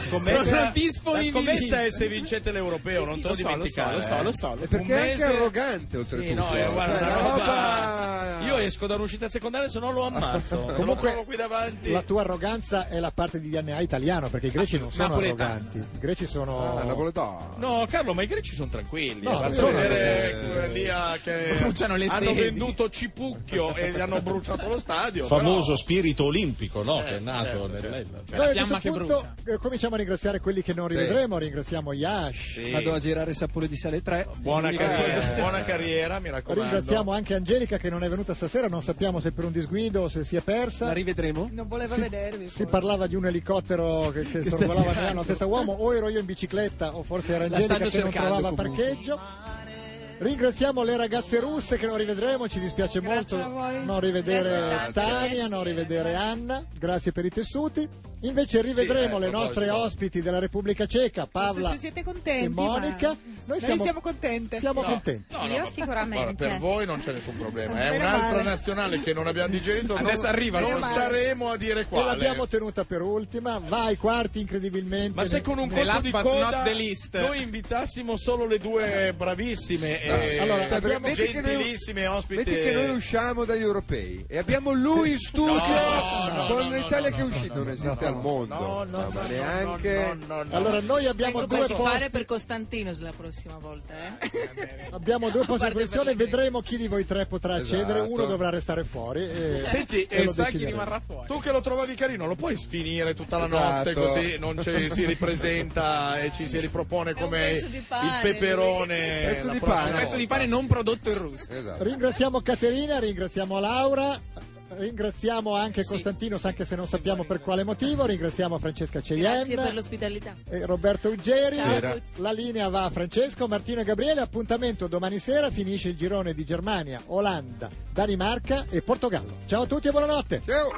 Speaker 9: Sono
Speaker 11: scommessa, la
Speaker 9: disponibile.
Speaker 11: scommessa è se vincete l'europeo,
Speaker 9: Sì,
Speaker 11: non
Speaker 9: sì,
Speaker 11: te
Speaker 9: lo
Speaker 11: lo,
Speaker 9: so, lo so,
Speaker 11: dimenticare.
Speaker 9: lo so,
Speaker 11: eh.
Speaker 9: lo so, lo so.
Speaker 5: Perché è anche
Speaker 11: mese-
Speaker 5: arrogante oltretutto.
Speaker 11: Sì, no, eh, guarda,
Speaker 5: Cioè,
Speaker 11: una
Speaker 5: la
Speaker 11: roba- Io esco da un'uscita secondaria, se no lo ammazzo. se lo
Speaker 2: Comunque-
Speaker 11: trovo qui davanti.
Speaker 2: La tua arroganza è la parte di DNA italiano, perché i greci non sono
Speaker 11: Napoletano.
Speaker 2: arroganti. I greci sono...
Speaker 5: Ah, napoletano.
Speaker 11: No, Carlo, ma i greci sono tranquilli.
Speaker 2: No,
Speaker 11: Basta
Speaker 2: sono-
Speaker 5: Eh,
Speaker 11: vedere quella lì a- che
Speaker 9: Bruciano le
Speaker 11: hanno
Speaker 9: sedi.
Speaker 11: venduto Cipucchio e gli hanno bruciato lo stadio.
Speaker 8: Famoso
Speaker 11: però- Eh,
Speaker 8: spirito olimpico, no?
Speaker 11: Certo,
Speaker 8: che è nato
Speaker 11: certo,
Speaker 8: nell'Ella.
Speaker 2: Noi a questo punto eh, cominciamo a ringraziare quelli che non rivedremo, ringraziamo Yash,
Speaker 7: Vado a girare sapore di sale Eh. 3.
Speaker 11: Buona carriera, buona carriera, mi raccomando.
Speaker 2: ringraziamo anche Angelica che non è venuta stasera, non sappiamo se per un disguido o se si è persa.
Speaker 7: La rivedremo?
Speaker 12: Non voleva vedervi.
Speaker 2: Si parlava di un elicottero che, che sorvolava a Milano a testa uomo, o ero io in bicicletta, o forse era
Speaker 7: La
Speaker 2: Angelica
Speaker 7: stanno
Speaker 2: che non
Speaker 7: cercando,
Speaker 2: trovava
Speaker 7: comunque.
Speaker 2: parcheggio. Ringraziamo le ragazze russe che non rivedremo, ci dispiace
Speaker 10: Grazie
Speaker 2: molto
Speaker 10: a voi.
Speaker 2: non rivedere
Speaker 10: Grazie tanto.
Speaker 2: Tania, non rivedere Anna, grazie per i tessuti. Invece rivedremo
Speaker 11: eh,
Speaker 2: le nostre
Speaker 11: proposito.
Speaker 2: ospiti della Repubblica Ceca, Pavla
Speaker 13: se siete contenti,
Speaker 2: e Monica.
Speaker 13: ma-
Speaker 2: Noi
Speaker 13: noi
Speaker 2: siamo,
Speaker 13: siamo contenti.
Speaker 2: siamo
Speaker 11: No,
Speaker 2: contenti.
Speaker 11: no, no,
Speaker 15: Io
Speaker 11: ma-
Speaker 15: sicuramente.
Speaker 11: guarda, per voi non c'è nessun problema. È
Speaker 15: Meno
Speaker 11: un'altra
Speaker 15: male.
Speaker 11: nazionale che non abbiamo digerito.
Speaker 9: Adesso
Speaker 11: non,
Speaker 9: arriva,
Speaker 11: Non
Speaker 9: meno male.
Speaker 11: staremo a dire
Speaker 2: E
Speaker 11: quale.
Speaker 2: l'abbiamo tenuta per ultima, va ai quarti incredibilmente.
Speaker 11: Ma se con un
Speaker 9: Nella
Speaker 11: colpo di
Speaker 9: last but not
Speaker 11: coda
Speaker 9: the least.
Speaker 11: noi invitassimo solo le due bravissime e
Speaker 2: Allora,
Speaker 11: e
Speaker 2: abbiamo-
Speaker 5: metti che noi-
Speaker 11: gentilissime ospite
Speaker 5: Metti che noi usciamo dagli europei e abbiamo lui in studio
Speaker 11: No, no,
Speaker 5: con
Speaker 11: no,
Speaker 5: l'Italia
Speaker 11: no,
Speaker 5: che è
Speaker 11: no,
Speaker 5: uscita. non esiste al mondo,
Speaker 11: No, no,
Speaker 5: Ah,
Speaker 11: no,
Speaker 5: ma
Speaker 11: no,
Speaker 5: neanche.
Speaker 11: no, no, no, no.
Speaker 2: Allora noi abbiamo
Speaker 12: Vengo
Speaker 2: due
Speaker 12: per
Speaker 2: posti.
Speaker 12: fare per Costantinos la prossima volta, eh.
Speaker 2: Abbiamo due posti a
Speaker 12: Guarda,
Speaker 2: disposizione,
Speaker 12: veramente.
Speaker 2: vedremo chi di voi tre potrà
Speaker 5: Esatto.
Speaker 2: accedere, uno dovrà restare fuori. E
Speaker 11: Senti,
Speaker 2: e
Speaker 11: eh,
Speaker 2: lo
Speaker 11: sa
Speaker 9: chi
Speaker 2: decideremo.
Speaker 9: rimarrà fuori.
Speaker 11: Tu che lo trovavi carino, lo puoi sfinire tutta la notte
Speaker 5: Esatto.
Speaker 11: così non ci si ripresenta e ci si ripropone
Speaker 12: un
Speaker 11: come
Speaker 12: pezzo di
Speaker 11: il
Speaker 12: pane,
Speaker 11: peperone.
Speaker 5: Pezzo
Speaker 11: la
Speaker 5: di
Speaker 11: prossima
Speaker 5: pane.
Speaker 9: Un pezzo di pane non prodotto in Russia.
Speaker 5: Esatto.
Speaker 2: Ringraziamo Caterina, ringraziamo Laura, ringraziamo anche Costantinos, anche se non sappiamo per quale motivo, ringraziamo Francesca
Speaker 12: Grazie per
Speaker 2: Ceien.
Speaker 12: l'ospitalità.
Speaker 2: E Roberto Uggeri,
Speaker 12: Ciao a tutti.
Speaker 2: la linea va a Francesco, Martino e Gabriele. Appuntamento domani sera finisce il girone di Germania, Olanda, Danimarca e Portogallo. Ciao a tutti e buonanotte.
Speaker 5: Ciao.